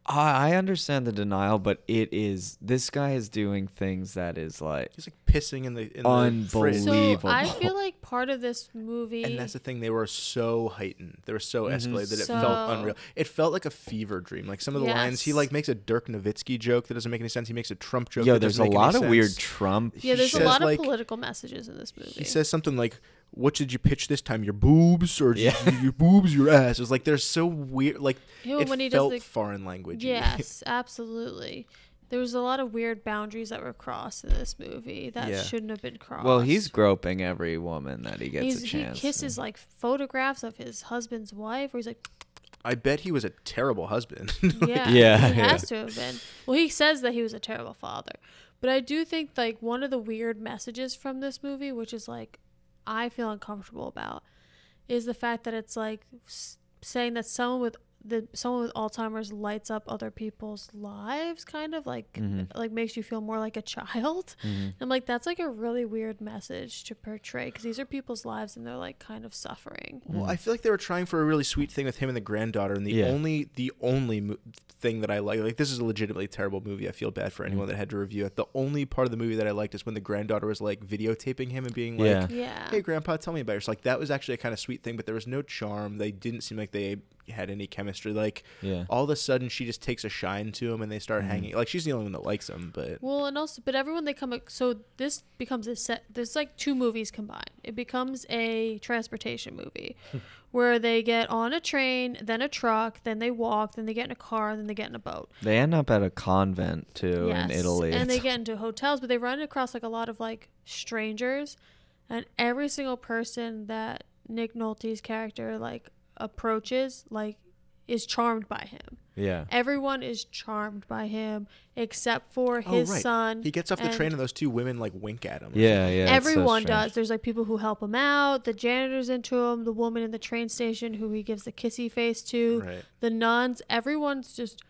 Speaker 1: I I understand the denial, but it is this guy is doing things that is like
Speaker 3: He's like pissing in the in the fridge.
Speaker 1: Unbelievable.
Speaker 2: So I
Speaker 1: Believable.
Speaker 2: feel like part of this movie.
Speaker 3: And that's the thing; they were so heightened, they were so escalated that it felt
Speaker 2: So-
Speaker 3: unreal. It felt like a fever dream. Like some of the lines, he
Speaker 2: Yes.
Speaker 3: like makes a Dirk Nowitzki joke that doesn't make any sense. He makes a Trump joke.
Speaker 1: yo,
Speaker 3: that
Speaker 1: there's
Speaker 3: doesn't
Speaker 1: a
Speaker 3: make any
Speaker 1: lot of
Speaker 3: sense.
Speaker 1: weird Trump.
Speaker 2: yeah, there's a
Speaker 3: says,
Speaker 2: lot
Speaker 3: like-
Speaker 2: of political messages in this movie.
Speaker 3: He says something like, "What did you pitch this time? Your boobs or [laughs] your, your boobs, your ass?" It was like they're so weird. Like
Speaker 2: Ew,
Speaker 3: it
Speaker 2: when he does
Speaker 3: felt
Speaker 2: the-
Speaker 3: foreign
Speaker 1: [laughs]
Speaker 3: language.
Speaker 2: Yes, absolutely. There was a lot of weird boundaries that were crossed in this movie that
Speaker 3: Yeah.
Speaker 2: shouldn't have been crossed.
Speaker 1: Well, he's groping every woman that he gets
Speaker 2: He's-
Speaker 1: a
Speaker 2: he
Speaker 1: chance.
Speaker 2: kisses like photographs of his husband's wife, where he's like,
Speaker 3: [laughs] I bet he was a terrible husband. [laughs]
Speaker 2: yeah,
Speaker 1: Yeah,
Speaker 2: he
Speaker 1: yeah.
Speaker 2: has to have been. Well, he says that he was a terrible father, but I do think like one of the weird messages from this movie, which is like, I feel uncomfortable about, is the fact that it's like s- saying that someone with the someone with Alzheimer's lights up other people's lives, kind of like
Speaker 1: Mm-hmm.
Speaker 2: like makes you feel more like a child. I'm like that's like a really weird message to portray because these are people's lives and they're like kind of suffering.
Speaker 3: Well, I feel like they were trying for a really sweet thing with him and the granddaughter, and the
Speaker 1: Yeah.
Speaker 3: only the only mo- thing that I like, like this is a legitimately terrible movie. I feel bad for
Speaker 1: Mm.
Speaker 3: anyone that had to review it. The only part of the movie that I liked is when the granddaughter was like videotaping him and being like,
Speaker 1: Yeah.
Speaker 2: Yeah.
Speaker 3: "Hey, grandpa, tell me about yourself." Like that was actually a kind of sweet thing, but there was no charm. They didn't seem like they had any chemistry. Like
Speaker 1: Yeah. Mm-hmm.
Speaker 3: all of a sudden, she just takes a shine to him, and they start hanging. Like she's the only one that likes him, but
Speaker 2: Well, and also, but everyone they come so this becomes a set. There's like two movies combined. It becomes a transportation
Speaker 3: [laughs]
Speaker 2: movie, where they get on a train, then a truck, then they walk, then they get in a car, then they get in a boat.
Speaker 1: They end up at a convent too in Italy.
Speaker 2: and they
Speaker 1: It's-
Speaker 3: [laughs]
Speaker 2: get into hotels, but they run across like a lot of like strangers, and every single person that Nick Nolte's character like approaches like is charmed by him.
Speaker 1: [laughs] yeah.
Speaker 2: Everyone is charmed by him except for
Speaker 3: Oh,
Speaker 2: his
Speaker 3: right.
Speaker 2: son.
Speaker 3: He gets off the
Speaker 2: and-
Speaker 3: train, and those two women like wink at him. or
Speaker 1: Yeah, yeah. it's so
Speaker 2: Everyone
Speaker 1: strange.
Speaker 2: does. There's like people who help him out. The janitor's into him. The woman in the train station who he gives the kissy face to.
Speaker 3: Right.
Speaker 2: The nuns. Everyone's just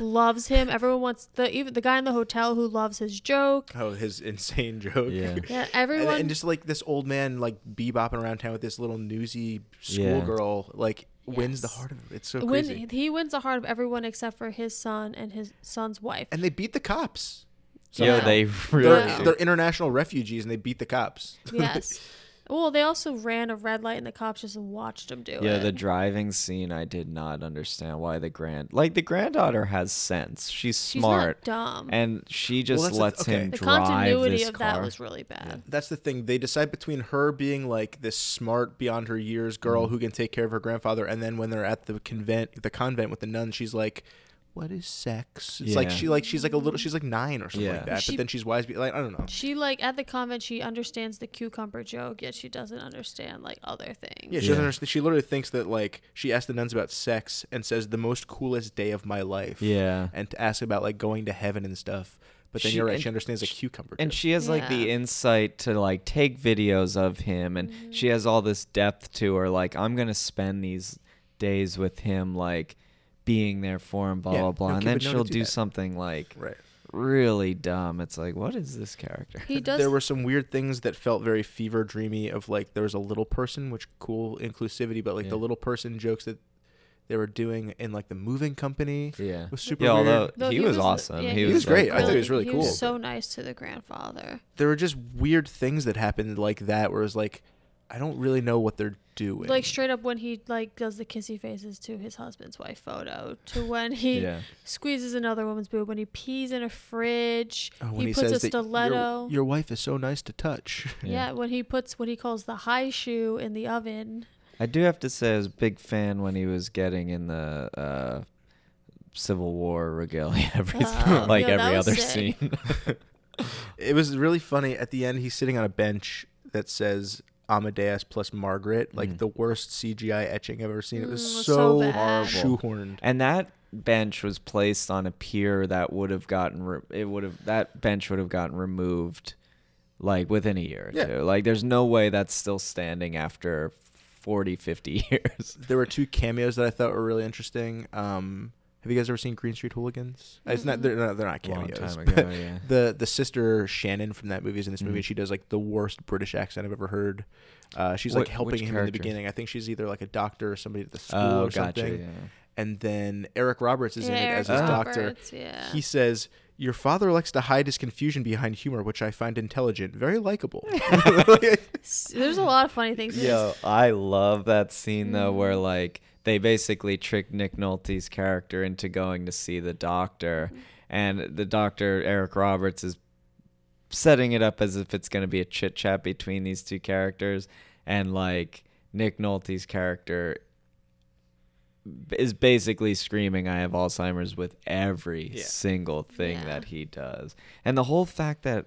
Speaker 2: loves him. Everyone wants the even the guy in the hotel who loves his joke.
Speaker 3: Oh, his insane [laughs] joke.
Speaker 1: Yeah.
Speaker 2: Yeah,
Speaker 3: And,
Speaker 2: everyone.
Speaker 3: and just like this old man, like bebopping around town with this little newsy
Speaker 1: Yeah.
Speaker 3: schoolgirl, like wins the
Speaker 2: Yes.
Speaker 3: heart of him. It's so
Speaker 2: win-
Speaker 3: crazy.
Speaker 2: he wins the heart of everyone except for his son and his son's wife.
Speaker 1: [laughs]
Speaker 3: and they beat the cops.
Speaker 1: Yo,
Speaker 2: somehow.
Speaker 1: they
Speaker 3: They're,
Speaker 1: really. do.
Speaker 3: they're international refugees, and they beat the cops.
Speaker 2: yes. Well, they also ran a red light and the cops just watched him do
Speaker 1: yeah,
Speaker 2: it.
Speaker 1: the driving scene. I did not understand why the grand like the granddaughter has sense. She's
Speaker 2: She's not
Speaker 1: smart,
Speaker 2: dumb.
Speaker 1: and she just
Speaker 3: that's the-
Speaker 1: lets him
Speaker 3: okay.
Speaker 2: the
Speaker 1: drive
Speaker 2: continuity
Speaker 1: this
Speaker 2: of
Speaker 1: car.
Speaker 2: that was really bad.
Speaker 3: That's the thing. They decide between her being like this smart, beyond her years girl
Speaker 1: Mm-hmm.
Speaker 3: who can take care of her grandfather, and then when they're at the convent, the convent with the nuns, she's like. What is sex? It's like
Speaker 1: Yeah.
Speaker 3: she like she's like a little she's like nine or something
Speaker 1: Yeah.
Speaker 3: like that.
Speaker 2: She-
Speaker 3: but then she's wise. be- Like I don't know.
Speaker 2: She like at the convent she understands the cucumber joke, yet she doesn't understand like other things.
Speaker 3: Yeah, she doesn't understand. She literally thinks that like she asked the nuns about sex and says the most coolest day of my life.
Speaker 1: Yeah.
Speaker 3: and to ask about like going to heaven and stuff. But then
Speaker 1: She-
Speaker 3: you're right.
Speaker 1: and-
Speaker 3: she understands a cucumber.
Speaker 1: and
Speaker 3: joke.
Speaker 1: she has like the
Speaker 2: Yeah.
Speaker 1: insight to like take videos of him and she has all this depth to her like i'm gonna spend these days with him like being there for him blah
Speaker 3: Yeah,
Speaker 1: blah
Speaker 3: no
Speaker 1: blah
Speaker 3: kid
Speaker 1: and then
Speaker 3: would know to
Speaker 1: she'll
Speaker 3: do
Speaker 1: do
Speaker 3: that.
Speaker 1: something like
Speaker 3: right.
Speaker 1: really dumb it's like what is this character
Speaker 2: He does
Speaker 3: There were some weird things that felt very fever dreamy. Of like there was a little person, which cool inclusivity, but like the little person jokes that they were doing in like the moving company.
Speaker 1: yeah
Speaker 3: was super
Speaker 1: yeah
Speaker 3: weird.
Speaker 1: although
Speaker 2: No,
Speaker 1: he, was,
Speaker 2: the-
Speaker 1: awesome
Speaker 2: yeah,
Speaker 1: he,
Speaker 3: was
Speaker 1: like,
Speaker 3: great. I thought he was really
Speaker 2: he
Speaker 3: cool.
Speaker 2: Was so nice to the grandfather.
Speaker 3: There were just weird things that happened like that, where it was like. I don't really know what they're doing.
Speaker 2: Like straight up when he like does the kissy faces to his husband's wife photo, to when he
Speaker 1: yeah.
Speaker 2: squeezes another woman's boob, when he pees in a fridge,
Speaker 3: Oh,
Speaker 2: he, puts a stiletto.
Speaker 3: Your, your wife is so nice to touch. [laughs]
Speaker 2: yeah. when he puts what he calls the high shoe in the oven.
Speaker 1: I do have to say I was a big fan when he was getting in the uh, Civil War regalia [laughs] every
Speaker 2: Oh,
Speaker 1: like
Speaker 2: yeah, that
Speaker 1: every
Speaker 2: was
Speaker 1: other
Speaker 2: sick.
Speaker 1: scene.
Speaker 3: It was really funny. At the end, he's sitting on a bench that says Amadeus plus Margaret, like
Speaker 1: Mm.
Speaker 3: the worst CGI etching I've ever seen. It was
Speaker 2: Mm, it was so
Speaker 3: so,
Speaker 2: bad.
Speaker 1: Horrible.
Speaker 3: shoehorned.
Speaker 1: and that bench was placed on a pier that would have gotten re- it would have that bench would have gotten removed like within a year or
Speaker 3: Yeah.
Speaker 1: two. Like there's no way that's still standing after 40 50 [laughs] years.
Speaker 3: There were two cameos that I thought were really interesting. Um, have you guys ever seen Green Street Hooligans? Uh, It's not they're not they're not
Speaker 1: Long
Speaker 3: cameos. [laughs]
Speaker 1: time ago,
Speaker 3: but
Speaker 1: yeah.
Speaker 3: The the sister Shannon from that movie is in this movie.
Speaker 1: Mhm.
Speaker 3: She does like the worst British accent I've ever heard. Uh, she's
Speaker 1: What-
Speaker 3: like helping
Speaker 1: which
Speaker 3: him in the
Speaker 1: character?
Speaker 3: beginning. I think she's either like a doctor or somebody at the school
Speaker 1: Oh,
Speaker 3: or something.
Speaker 1: gotcha. yeah.
Speaker 3: And then Eric Roberts is
Speaker 2: Yeah,
Speaker 3: in it
Speaker 2: Eric
Speaker 3: as his doctor.
Speaker 2: Roberts, Yeah.
Speaker 3: He says, "Your father likes to hide his confusion behind humor, which I find intelligent,
Speaker 1: [laughs]
Speaker 3: very likable."
Speaker 2: S- There's a lot of funny things. in this.
Speaker 1: Yo, I love that scene though, where like they basically trick Nick Nolte's character into going to see the doctor, and the doctor Eric Roberts is setting it up as if it's going to be a chit chat between these two characters, and like Nick Nolte's character is basically screaming I have Alzheimer's with every single thing
Speaker 2: Yeah.
Speaker 1: that he does. And the whole fact that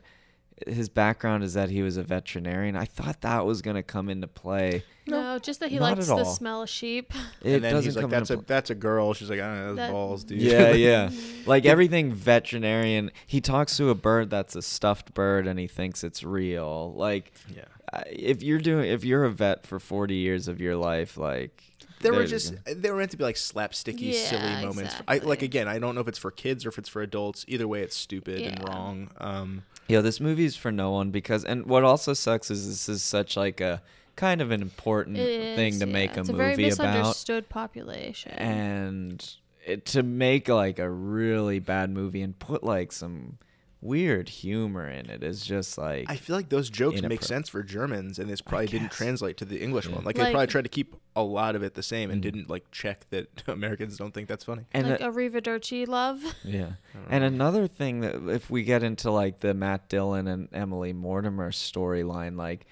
Speaker 1: his background is that he was a veterinarian, I thought that was going to come into play.
Speaker 2: No, just that he
Speaker 1: Not
Speaker 2: likes
Speaker 1: at
Speaker 2: the
Speaker 1: all.
Speaker 2: smell of sheep. [laughs]
Speaker 1: It
Speaker 3: and then
Speaker 1: doesn't
Speaker 3: he's like,
Speaker 1: come
Speaker 3: "That's a
Speaker 1: into
Speaker 3: [laughs]
Speaker 1: play.
Speaker 3: that's a girl." She's like, "I don't know, those
Speaker 2: That-
Speaker 3: balls,
Speaker 1: [laughs]
Speaker 3: dude." [laughs]
Speaker 1: Yeah, yeah. Like everything veterinarian, he talks to a bird that's a stuffed bird and he thinks it's real. Like
Speaker 3: yeah.
Speaker 1: I- if you're doing if you're a vet for 40 years of your life like
Speaker 3: There were
Speaker 1: there's-
Speaker 3: just they were meant to be like slapsticky,
Speaker 2: Yeah,
Speaker 3: silly moments. I like
Speaker 2: exactly.
Speaker 3: again, I don't know if it's for kids or if it's for adults. Either way, it's stupid and
Speaker 2: Yeah.
Speaker 3: wrong. Um,
Speaker 1: Yeah, this movie is for no one because, and what also sucks is this is such like a kind of an important
Speaker 2: It
Speaker 1: thing
Speaker 2: is,
Speaker 1: to
Speaker 2: yeah.
Speaker 1: make a
Speaker 2: it's a very
Speaker 1: movie about,
Speaker 2: misunderstood population.
Speaker 1: and it, to make like a really bad movie and put like some weird humor in it is just like
Speaker 3: I feel like those jokes make
Speaker 1: Inappropri-
Speaker 3: sense for Germans, and this probably didn't
Speaker 1: guess.
Speaker 3: translate to the English one. Like, they
Speaker 2: Like-
Speaker 3: probably tried to keep a lot of it the same
Speaker 1: Mm.
Speaker 3: and didn't like check that [laughs] Americans don't think that's funny.
Speaker 1: and
Speaker 2: like
Speaker 1: a-
Speaker 2: a Oh. Riva Durci love. [laughs]
Speaker 1: Yeah. And another thing that if we get into like the Matt Dillon and Emily Mortimer storyline, like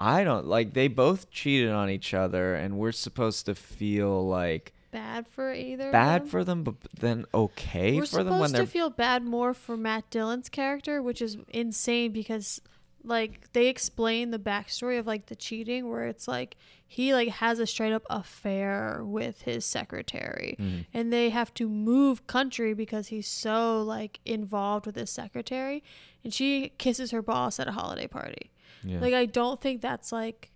Speaker 1: I don't like they both cheated on each other and we're supposed to feel like
Speaker 2: Bad for either. of
Speaker 1: bad
Speaker 2: them.
Speaker 1: for them but then okay
Speaker 2: We're
Speaker 1: for
Speaker 2: supposed
Speaker 1: them when they're
Speaker 2: to feel bad more for Matt Dillon's character, which is insane because like they explain the backstory of like the cheating where it's like he like has a straight up affair with his secretary
Speaker 1: Mm-hmm.
Speaker 2: and they have to move country because he's so like involved with his secretary and she kisses her boss at a holiday party.
Speaker 1: Yeah.
Speaker 2: Like I don't think that's like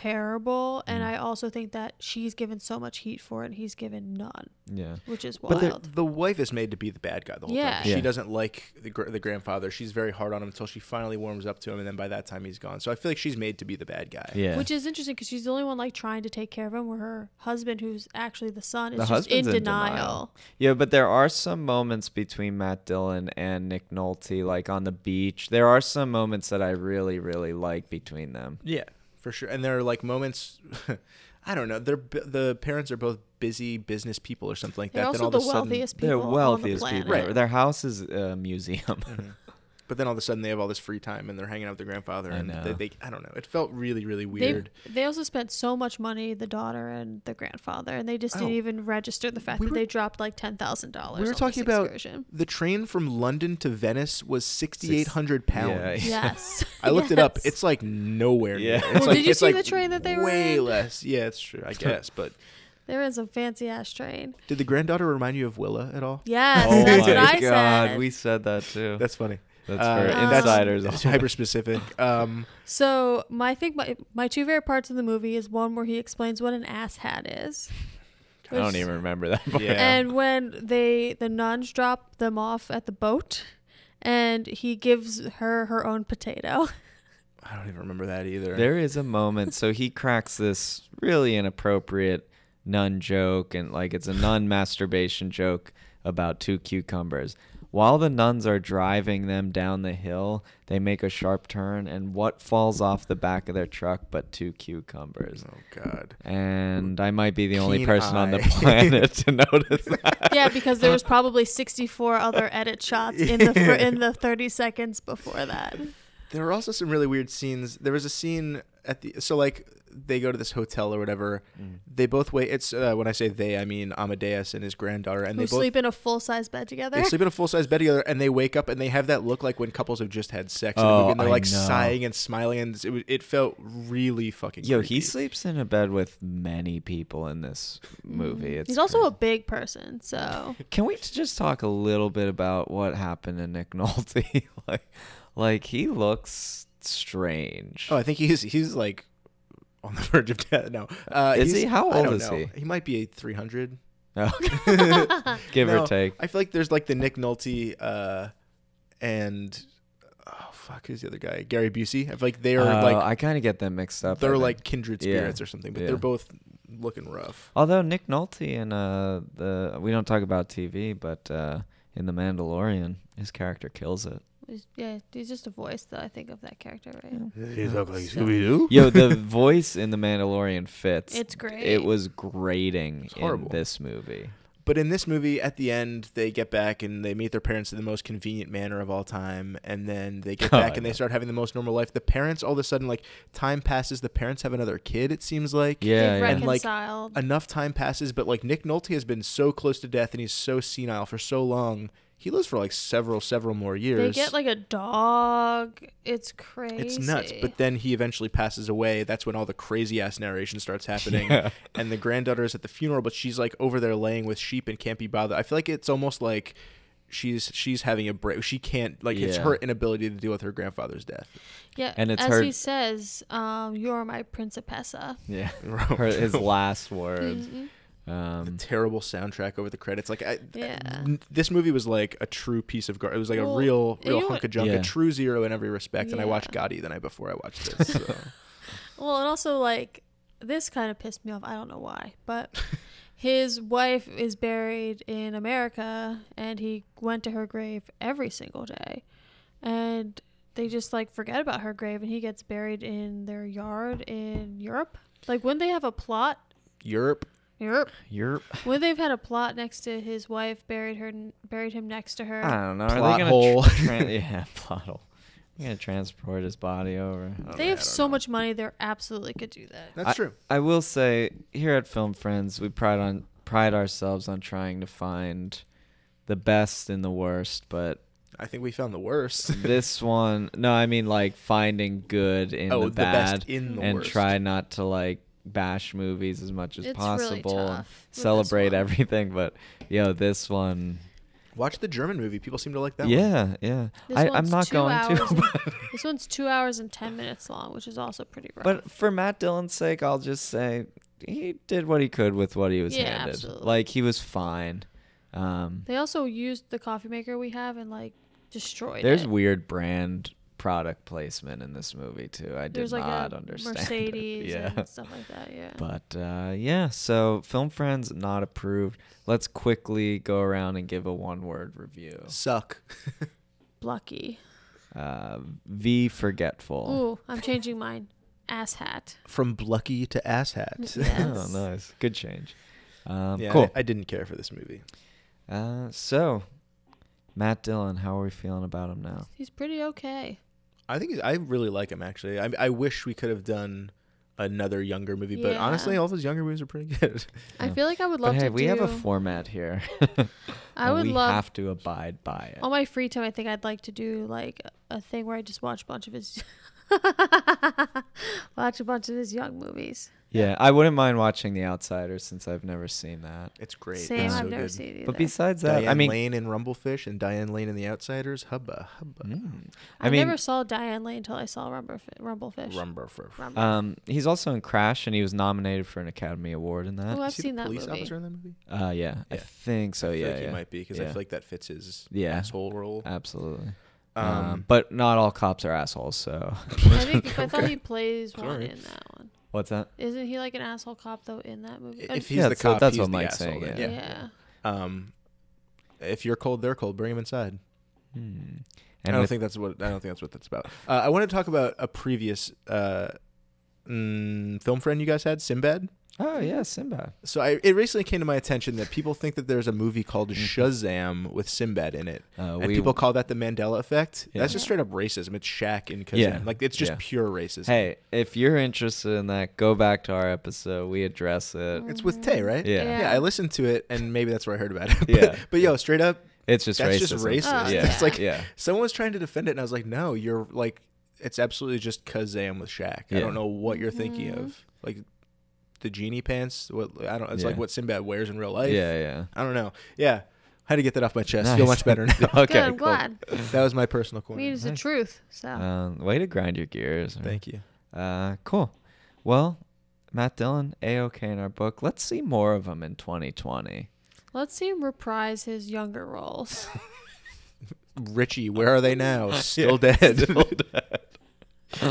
Speaker 2: comparable and
Speaker 1: Mm.
Speaker 2: I also think that she's given so much heat for it and he's given none,
Speaker 1: yeah.
Speaker 2: which is
Speaker 3: But
Speaker 2: wild.
Speaker 3: the, the wife is made to be the bad guy the whole
Speaker 2: Yeah.
Speaker 3: time. She
Speaker 1: Yeah.
Speaker 3: doesn't like the, gr- the grandfather. She's very hard on him until she finally warms up to him, and then by that time he's gone. So I feel like she's made to be the bad guy.
Speaker 1: Yeah.
Speaker 2: Which is interesting because she's the only one like trying to take care of him, where her husband, who's actually the son, is
Speaker 1: the
Speaker 2: just in,
Speaker 1: husband's
Speaker 2: denial.
Speaker 1: Yeah, but there are some moments between Matt Dillon and Nick Nolte, like on the beach. There are some moments that I really, really like between them.
Speaker 3: Yeah, for sure. And there are like moments. [laughs] I don't know. They're bu- the parents are both busy business people or something like
Speaker 2: They're
Speaker 3: that. Then
Speaker 2: also
Speaker 3: all
Speaker 2: the
Speaker 3: of a sudden,
Speaker 2: wealthiest people.
Speaker 1: They're wealthiest
Speaker 2: on the
Speaker 1: people.
Speaker 2: planet.
Speaker 3: Right.
Speaker 1: Their house is a museum.
Speaker 3: but then all of a sudden they have all this free time and they're hanging out with their grandfather.
Speaker 1: I
Speaker 3: and
Speaker 1: know.
Speaker 3: They, they, I don't know. It felt really, really
Speaker 2: They-
Speaker 3: weird.
Speaker 2: They also spent so much money, the daughter and the grandfather, and they just didn't
Speaker 3: Oh.
Speaker 2: even register the fact
Speaker 3: We
Speaker 2: that
Speaker 3: were-
Speaker 2: they dropped like ten thousand dollars.
Speaker 3: we were talking about the train from London to Venice was sixty eight hundred pounds.
Speaker 1: Yeah.
Speaker 2: Yes,
Speaker 3: [laughs] I looked it up.
Speaker 2: Yes.
Speaker 3: It's like nowhere.
Speaker 1: Yeah.
Speaker 3: Near.
Speaker 1: Well,
Speaker 3: It's like,
Speaker 2: did you
Speaker 3: it's
Speaker 2: see
Speaker 3: like
Speaker 2: the train that they were
Speaker 3: Way
Speaker 2: in?
Speaker 3: less. Yeah, it's true. I guess. But
Speaker 2: there is a fancy ass train.
Speaker 3: did the granddaughter remind you of Willa at all?
Speaker 2: Yes,
Speaker 1: oh
Speaker 2: that's
Speaker 1: my
Speaker 2: what I
Speaker 1: god,
Speaker 2: said.
Speaker 1: we said Oh. that too.
Speaker 3: That's funny.
Speaker 1: That's
Speaker 3: Uh,
Speaker 1: for
Speaker 2: Um,
Speaker 1: insiders.
Speaker 3: That's [laughs]
Speaker 1: only.
Speaker 3: hyper specific. Um,
Speaker 2: So my I think my my two favorite parts of the movie is one where he explains what an ass hat is.
Speaker 1: I don't
Speaker 2: which-
Speaker 1: even remember that. Part.
Speaker 3: yeah.
Speaker 2: [laughs] And when they the nuns drop them off at the boat, and he gives her her own
Speaker 3: [laughs]
Speaker 2: potato.
Speaker 3: I don't even remember that either.
Speaker 1: There is a moment. So he cracks this really inappropriate nun joke, and like it's a nun masturbation joke about two cucumbers. While the nuns are driving them down the hill, they make a sharp turn, and what falls off the back of their truck but two cucumbers?
Speaker 3: Oh God.
Speaker 1: And I might be the only
Speaker 3: Keen
Speaker 1: person on the
Speaker 3: eye. [laughs]
Speaker 1: planet to notice that.
Speaker 2: Yeah, because there was probably 64 other edit shots in the fir- in the 30 seconds before that.
Speaker 3: There were also some really weird scenes. There was a scene at the so like they go to this hotel or whatever.
Speaker 1: Mm.
Speaker 3: They both wait. It's uh, when I say they, I mean Amadeus and his granddaughter, and
Speaker 2: Who
Speaker 3: they both
Speaker 2: sleep in a full size bed together?
Speaker 3: they sleep in a full size bed together, and they wake up and they have that look like when couples have just had sex, in the
Speaker 1: Oh,
Speaker 3: movie, and they're
Speaker 1: I
Speaker 3: like
Speaker 1: know.
Speaker 3: sighing and smiling, and it, wa- it felt really fucking.
Speaker 1: Yo,
Speaker 3: creepy.
Speaker 1: he sleeps in a bed with many people in this movie. It's
Speaker 2: Mm, He's also
Speaker 1: crazy.
Speaker 2: a big person, so
Speaker 1: Can we just talk a little bit about what happened to Nick Nolte? [laughs] like, like he looks strange.
Speaker 3: Oh, I think he's he's like on the [laughs] verge of death. No, uh,
Speaker 1: Is
Speaker 3: he's-
Speaker 1: he? How
Speaker 3: I
Speaker 1: old
Speaker 3: don't
Speaker 1: is
Speaker 3: know.
Speaker 1: he?
Speaker 3: He might be three hundred.
Speaker 1: [laughs]
Speaker 2: [laughs]
Speaker 1: Oh. Give
Speaker 3: No,
Speaker 1: or take.
Speaker 3: I feel like there's like the Nick Nolte uh, and oh fuck, who's the other guy? Gary Busey. I feel like they are
Speaker 1: Uh,
Speaker 3: like
Speaker 1: I kind of get them mixed up. I
Speaker 3: they're
Speaker 1: think.
Speaker 3: like kindred
Speaker 1: Yeah.
Speaker 3: spirits or something, but
Speaker 1: Yeah.
Speaker 3: they're both looking rough.
Speaker 1: Although Nick Nolte in uh the we don't talk about TV, but uh in The Mandalorian, his character kills
Speaker 2: [laughs]
Speaker 1: it.
Speaker 2: he's, yeah, he's just a voice though. I think of that character, right?
Speaker 6: He look like
Speaker 2: So-
Speaker 6: Scooby Doo.
Speaker 1: Yo, the voice in The Mandalorian fits.
Speaker 2: It's great.
Speaker 1: It was grating in
Speaker 3: horrible.
Speaker 1: this movie.
Speaker 3: [laughs] But in this movie, at the end, they get back and they meet their parents in the most convenient manner of all time. And then they get
Speaker 1: [laughs] Oh,
Speaker 3: back
Speaker 1: I
Speaker 3: and they
Speaker 1: know.
Speaker 3: start having the most normal life. The parents, all of a sudden, like time passes. The parents have another kid. It seems like
Speaker 1: Yeah,
Speaker 2: They've
Speaker 1: yeah.
Speaker 3: And, like,
Speaker 2: reconciled.
Speaker 3: enough time passes. But like Nick Nolte has been so close to death and he's so senile for so long. He lives for like several, several more
Speaker 2: they
Speaker 3: years.
Speaker 2: get like a dog. It's crazy.
Speaker 3: it's nuts. But then he eventually passes away. That's when all the crazy ass narration
Speaker 1: [laughs]
Speaker 3: starts happening.
Speaker 1: Yeah.
Speaker 3: And the granddaughter is at the funeral, but she's like over there laying with sheep and can't be bothered. I feel like it's almost like she's she's having a break. She can't like it's
Speaker 1: Yeah.
Speaker 3: her inability to deal with her grandfather's death. [laughs]
Speaker 2: yeah,
Speaker 1: and it's
Speaker 2: as
Speaker 1: her-
Speaker 2: he says, um, "You're my princessessa."
Speaker 1: [laughs] Yeah. Her- his last words.
Speaker 2: Mhm.
Speaker 3: The
Speaker 1: Um
Speaker 3: terrible soundtrack over the credits. Like I,
Speaker 2: Yeah.
Speaker 3: n- this movie was like a true piece of gar. It was like
Speaker 2: Well,
Speaker 3: a real,
Speaker 2: you
Speaker 3: real
Speaker 2: know what-
Speaker 3: hunk of junk,
Speaker 1: Yeah.
Speaker 3: a true zero in every respect. And I
Speaker 2: Yeah.
Speaker 3: watched Gotti the night before I watched this. [laughs] So.
Speaker 2: Well, and also like this kind of pissed me off. I don't know why,
Speaker 1: [laughs]
Speaker 2: but his wife is buried in America, and he went to her grave every single day, and they just like forget about her grave, and he gets buried in their yard in Europe. Like, wouldn't they have a plot?
Speaker 3: Europe.
Speaker 1: [laughs]
Speaker 2: Europe.
Speaker 1: you're
Speaker 2: Wouldn't they've had a plot next to his wife buried her buried him next to her?
Speaker 1: I don't know. Are
Speaker 3: Plot
Speaker 1: they gonna [laughs]
Speaker 3: hole.
Speaker 1: Tra- yeah, plot hole. They're gonna transport his body over.
Speaker 2: They have so much money; they absolutely could do that.
Speaker 3: That's
Speaker 1: I-
Speaker 3: true.
Speaker 1: I will say here at Film Friends, we pride on pride ourselves on trying to find the best and the worst, [laughs] but
Speaker 3: I think we found the worst.
Speaker 1: this one, no, I mean like finding good in
Speaker 3: Oh,
Speaker 1: the
Speaker 3: the best
Speaker 1: bad
Speaker 3: in the
Speaker 1: and
Speaker 3: worst.
Speaker 1: try not to like bash movies as much as
Speaker 2: It's really
Speaker 1: possible and
Speaker 2: tough with this
Speaker 1: celebrate
Speaker 2: one.
Speaker 1: everything, but yo, this one,
Speaker 3: Watch the German movie. People seem to like that one.
Speaker 1: yeah, yeah,
Speaker 2: This
Speaker 1: I, I'm
Speaker 2: one's
Speaker 1: not
Speaker 2: two
Speaker 1: going
Speaker 2: hours
Speaker 1: to.
Speaker 2: and-
Speaker 1: [laughs] but-
Speaker 2: This one's two hours and ten minutes long, which is also pretty rough.
Speaker 1: But for Matt Dillon's sake, I'll just say he did what he could with what he was
Speaker 2: Yeah,
Speaker 1: handed.
Speaker 2: absolutely.
Speaker 1: Like he was fine. Um,
Speaker 2: They also used the coffee maker we have and like destroyed
Speaker 1: there's
Speaker 2: it.
Speaker 1: weird brand product placement in this movie too. I did
Speaker 2: There's like
Speaker 1: not
Speaker 2: a
Speaker 1: [laughs] understand. it.
Speaker 2: Mercedes
Speaker 1: Yeah.
Speaker 2: and stuff like that. Yeah.
Speaker 1: But uh, yeah, so film friends not approved. Let's quickly go around and give a one-word review.
Speaker 3: Suck.
Speaker 2: Lucky.
Speaker 1: Uh, v forgetful.
Speaker 2: Ooh, I'm changing mine. Ass
Speaker 1: [laughs]
Speaker 2: hat.
Speaker 3: From Blucky to Asshat.
Speaker 1: Oh,
Speaker 2: Yes.
Speaker 1: nice, good change. Um,
Speaker 3: yeah,
Speaker 1: cool.
Speaker 3: I, I didn't care for this movie.
Speaker 1: uh, so, Matt Dillon, how are we feeling about him now?
Speaker 2: He's pretty okay.
Speaker 3: I think I really like him actually. I, I wish we could have done another younger movie, but
Speaker 2: Yeah.
Speaker 3: honestly, all those younger movies are pretty [laughs] good.
Speaker 2: I
Speaker 1: Yeah.
Speaker 2: feel like I would love
Speaker 1: But hey,
Speaker 2: to
Speaker 1: we
Speaker 2: do.
Speaker 1: have a format here. [laughs]
Speaker 2: I
Speaker 1: and
Speaker 2: would
Speaker 1: we
Speaker 2: love Oh.
Speaker 1: have to abide by it.
Speaker 2: on my free time. I think I'd like to do like a thing where I just watch a bunch of his. [laughs] watch a bunch of his young movies.
Speaker 1: yeah, I wouldn't mind watching The Outsiders since I've never seen that.
Speaker 3: It's great.
Speaker 2: Same.
Speaker 3: It's
Speaker 2: I've
Speaker 3: so
Speaker 2: never
Speaker 3: good.
Speaker 2: seen it. Either.
Speaker 1: But besides that,
Speaker 3: Diane
Speaker 1: I mean,
Speaker 3: Lane and Rumblefish and Diane Lane and The Outsiders. Hubba hubba.
Speaker 1: Mm.
Speaker 2: I,
Speaker 1: I mean,
Speaker 2: never saw Diane Lane until I saw Rumble Rumblefish.
Speaker 3: Rumblefish.
Speaker 2: Rumble.
Speaker 1: um, he's also in Crash, and he was nominated for an Academy Award in
Speaker 2: oh,
Speaker 1: that.
Speaker 2: I've
Speaker 3: Is he the
Speaker 2: seen that
Speaker 3: police
Speaker 2: movie.
Speaker 3: officer in that movie?
Speaker 1: Uh, yeah, I
Speaker 3: Yeah.
Speaker 1: think so.
Speaker 3: I
Speaker 1: Oh, yeah,
Speaker 3: feel like
Speaker 1: yeah.
Speaker 3: he might be because I
Speaker 1: yeah.
Speaker 3: feel like that fits his
Speaker 1: Yeah.
Speaker 3: asshole role.
Speaker 1: absolutely. Um,
Speaker 3: Um,
Speaker 1: but not all cops are assholes. So
Speaker 2: I think
Speaker 3: [laughs]
Speaker 2: I thought he plays one
Speaker 3: Sorry.
Speaker 2: in that one.
Speaker 1: what's that?
Speaker 2: Isn't he like an asshole cop though in that movie?
Speaker 3: I-
Speaker 2: And-
Speaker 3: if he's
Speaker 1: Yeah,
Speaker 3: the
Speaker 1: so
Speaker 3: cop,
Speaker 1: that's
Speaker 3: he's
Speaker 1: what
Speaker 3: the
Speaker 1: Mike's
Speaker 3: asshole
Speaker 1: saying,
Speaker 3: then,
Speaker 2: yeah.
Speaker 3: Um, if you're cold, they're cold. Bring him inside.
Speaker 1: Hmm.
Speaker 3: I
Speaker 1: And
Speaker 3: don't
Speaker 1: with,
Speaker 3: think that's what I don't think that's what
Speaker 1: [laughs]
Speaker 3: that's about. Uh, I want to talk about a previous uh, mm, film friend you guys had, Sinbad.
Speaker 1: oh yeah, Simba.
Speaker 3: So I, it recently came to my attention that people think that there's a movie called
Speaker 1: Mm-hmm.
Speaker 3: Shazam with Sinbad in it,
Speaker 1: Uh,
Speaker 3: and
Speaker 1: we-
Speaker 3: people call that the Mandela effect.
Speaker 1: Yeah.
Speaker 3: That's just straight up racism. It's Shaq and Kazan.
Speaker 1: Yeah.
Speaker 3: Like it's just
Speaker 1: Yeah.
Speaker 3: pure racism.
Speaker 1: Hey, if you're interested in that, go back to our episode. We address it.
Speaker 2: Mm.
Speaker 3: It's with Tay, right?
Speaker 1: Yeah.
Speaker 3: yeah.
Speaker 1: Yeah.
Speaker 3: I listened to it, and maybe that's where I heard about it. [laughs] but,
Speaker 1: Yeah.
Speaker 3: But yo, straight up,
Speaker 1: It's just
Speaker 3: that's
Speaker 1: racism.
Speaker 3: just racist.
Speaker 2: Oh,
Speaker 1: yeah,
Speaker 3: It's like
Speaker 1: yeah.
Speaker 3: someone was trying to defend it, and I was like, no, you're like, it's absolutely just Kazam with Shaq. I
Speaker 1: Yeah.
Speaker 3: don't know what you're thinking of,
Speaker 2: Mm-hmm.
Speaker 3: like the genie pants. What I don't, it's like
Speaker 1: Yeah.
Speaker 3: what Sinbad wears in real life.
Speaker 1: Yeah, yeah.
Speaker 3: I don't know. Yeah, I had to get that off my chest. Feel
Speaker 1: Nice. [laughs]
Speaker 3: much better now.
Speaker 1: Okay,
Speaker 2: Good, I'm
Speaker 1: cool.
Speaker 2: glad.
Speaker 3: that was my personal
Speaker 2: I
Speaker 3: corner.
Speaker 2: mean, it's the truth. So
Speaker 1: Um, way to grind your gears.
Speaker 3: Thank you.
Speaker 1: Uh, cool. Well, Matt Dillon, a okay in our book. Let's see more of him in 2020.
Speaker 2: let's see him reprise his younger
Speaker 3: [laughs]
Speaker 2: roles.
Speaker 3: Richie, where are
Speaker 1: [laughs]
Speaker 3: they now? Still dead. [laughs]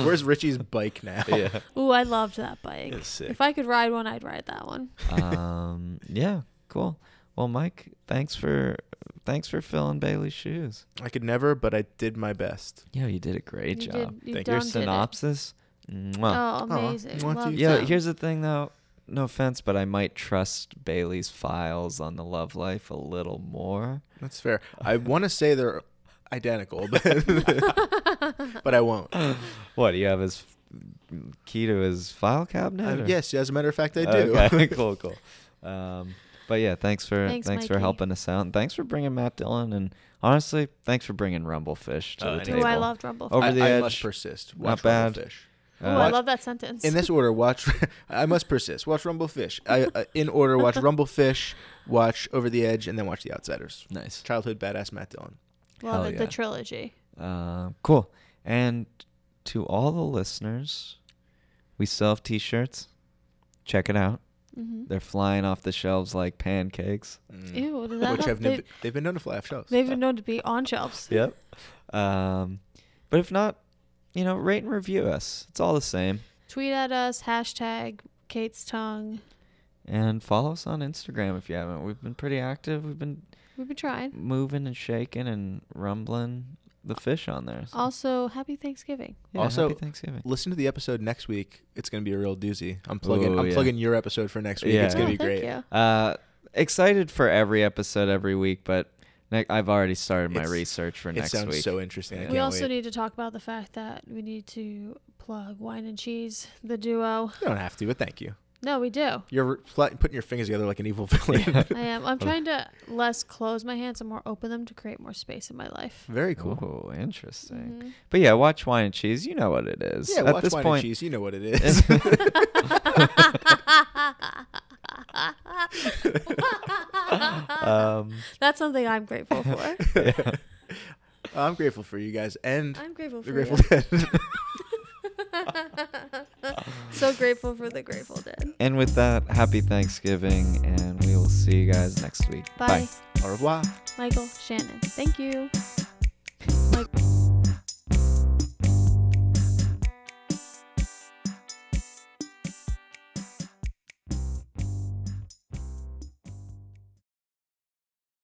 Speaker 3: Where's Richie's bike now?
Speaker 1: Yeah.
Speaker 2: Ooh, I loved that bike.
Speaker 3: It's sick.
Speaker 2: If I could ride one, I'd ride that one.
Speaker 1: um, [laughs] yeah. Cool. Well, Mike, thanks for thanks for filling Bailey's shoes.
Speaker 3: I could never, but I did my best.
Speaker 1: Yo, you did a great
Speaker 2: you
Speaker 1: job.
Speaker 2: Did, you
Speaker 3: Thank
Speaker 2: done
Speaker 3: you.
Speaker 1: Your
Speaker 2: did it.
Speaker 1: synopsis. Mwah.
Speaker 2: Oh,
Speaker 3: Aw,
Speaker 2: amazing.
Speaker 3: want to-
Speaker 2: Loved
Speaker 1: Yo,
Speaker 2: that.
Speaker 1: here's the thing though. No offense, but I might trust Bailey's files on the love life a little more.
Speaker 3: That's fair. I want to say they're identical, but, [laughs] but I won't.
Speaker 1: What do you have his key to his file cabinet?
Speaker 3: Uh,
Speaker 1: or-
Speaker 3: yes, as a matter of fact, I do.
Speaker 1: [laughs]
Speaker 3: [laughs]
Speaker 1: Okay, cool, cool. Um, but yeah, thanks for
Speaker 2: Thanks,
Speaker 1: thanks, for
Speaker 2: Mikey.
Speaker 1: helping us out, and thanks for bringing Matt Dillon, and honestly, thanks for bringing Rumblefish to
Speaker 3: Oh,
Speaker 1: the
Speaker 3: anytime.
Speaker 1: table.
Speaker 2: Ooh, I loved Rumble.
Speaker 1: Over
Speaker 3: I,
Speaker 1: the
Speaker 3: I
Speaker 1: edge.
Speaker 3: must persist.
Speaker 1: Not
Speaker 3: Watch
Speaker 1: bad.
Speaker 3: Rumblefish.
Speaker 2: Ooh, I
Speaker 1: Uh,
Speaker 2: love that sentence.
Speaker 3: In this order, watch. [laughs] I must persist. Watch Rumblefish. I, uh, in order,
Speaker 1: [laughs]
Speaker 3: watch Rumblefish, watch Over the Edge, and then watch The Outsiders.
Speaker 1: nice.
Speaker 3: Childhood badass Matt Dillon.
Speaker 2: Love
Speaker 1: Hell
Speaker 2: it. The
Speaker 1: yeah.
Speaker 2: trilogy.
Speaker 1: Uh, cool. And to all the listeners, we still have T-shirts. Check it out.
Speaker 2: Mm-hmm.
Speaker 1: They're flying off the shelves like pancakes.
Speaker 3: Mm.
Speaker 2: Ew, does that
Speaker 3: Which
Speaker 2: look-
Speaker 3: have
Speaker 2: they,
Speaker 3: they, they've been known to fly off shelves.
Speaker 2: they've been known to be on shelves.
Speaker 1: Yep. um, but if not, you know, rate and review us. It's all the same.
Speaker 2: Tweet at us, hashtag Kate's tongue.
Speaker 1: And follow us on Instagram if you haven't. We've been pretty active. We've been
Speaker 2: We've been trying.
Speaker 1: moving and shaking and rumbling the fish on there. So,
Speaker 2: Also, happy Thanksgiving.
Speaker 1: yeah,
Speaker 3: also-
Speaker 1: happy Thanksgiving.
Speaker 3: Listen to the episode next week. It's going to be a real doozy. I'm plugging.
Speaker 1: Ooh,
Speaker 3: I'm
Speaker 1: yeah.
Speaker 3: plugging your episode for next week.
Speaker 1: Yeah.
Speaker 3: It's going
Speaker 1: Oh,
Speaker 3: to
Speaker 2: thank
Speaker 3: be great.
Speaker 2: you.
Speaker 1: Uh, excited for every episode every week, but ne- I've already started my
Speaker 3: It's-
Speaker 1: research for
Speaker 3: It
Speaker 1: next
Speaker 3: sounds
Speaker 1: week.
Speaker 3: so interesting. I
Speaker 1: We
Speaker 2: we
Speaker 3: can't
Speaker 2: also
Speaker 3: wait.
Speaker 2: need to talk about the fact that we need to plug Wine and Cheese, the duo.
Speaker 3: You don't have to, but thank you.
Speaker 2: No, we do.
Speaker 3: You're pl- putting your fingers together like an evil [laughs] villain.
Speaker 2: I am.
Speaker 3: [laughs] Oh.
Speaker 2: I'm trying to less close my hands and more open them to create more space in my life. [laughs]
Speaker 3: Very [laughs] cool.
Speaker 1: Cool, interesting.
Speaker 2: Mhm.
Speaker 1: But yeah, watch Wine and Cheese. You know what it is.
Speaker 3: Yeah,
Speaker 1: At
Speaker 3: watch
Speaker 1: this
Speaker 3: wine
Speaker 1: point,
Speaker 3: and [laughs] cheese. You know what it is.
Speaker 1: [laughs]
Speaker 2: [laughs]
Speaker 1: um,
Speaker 2: That's something I'm grateful
Speaker 3: [laughs]
Speaker 2: for.
Speaker 3: I'm grateful for you guys, and
Speaker 2: I'm grateful for
Speaker 3: the
Speaker 2: you.
Speaker 3: Grateful Dead. [laughs]
Speaker 2: [laughs] so grateful for the Grateful Dead.
Speaker 1: and with that, happy Thanksgiving, and we will see you guys next week.
Speaker 2: Bye.
Speaker 3: Au revoir.
Speaker 2: Michael, Shannon. Thank you.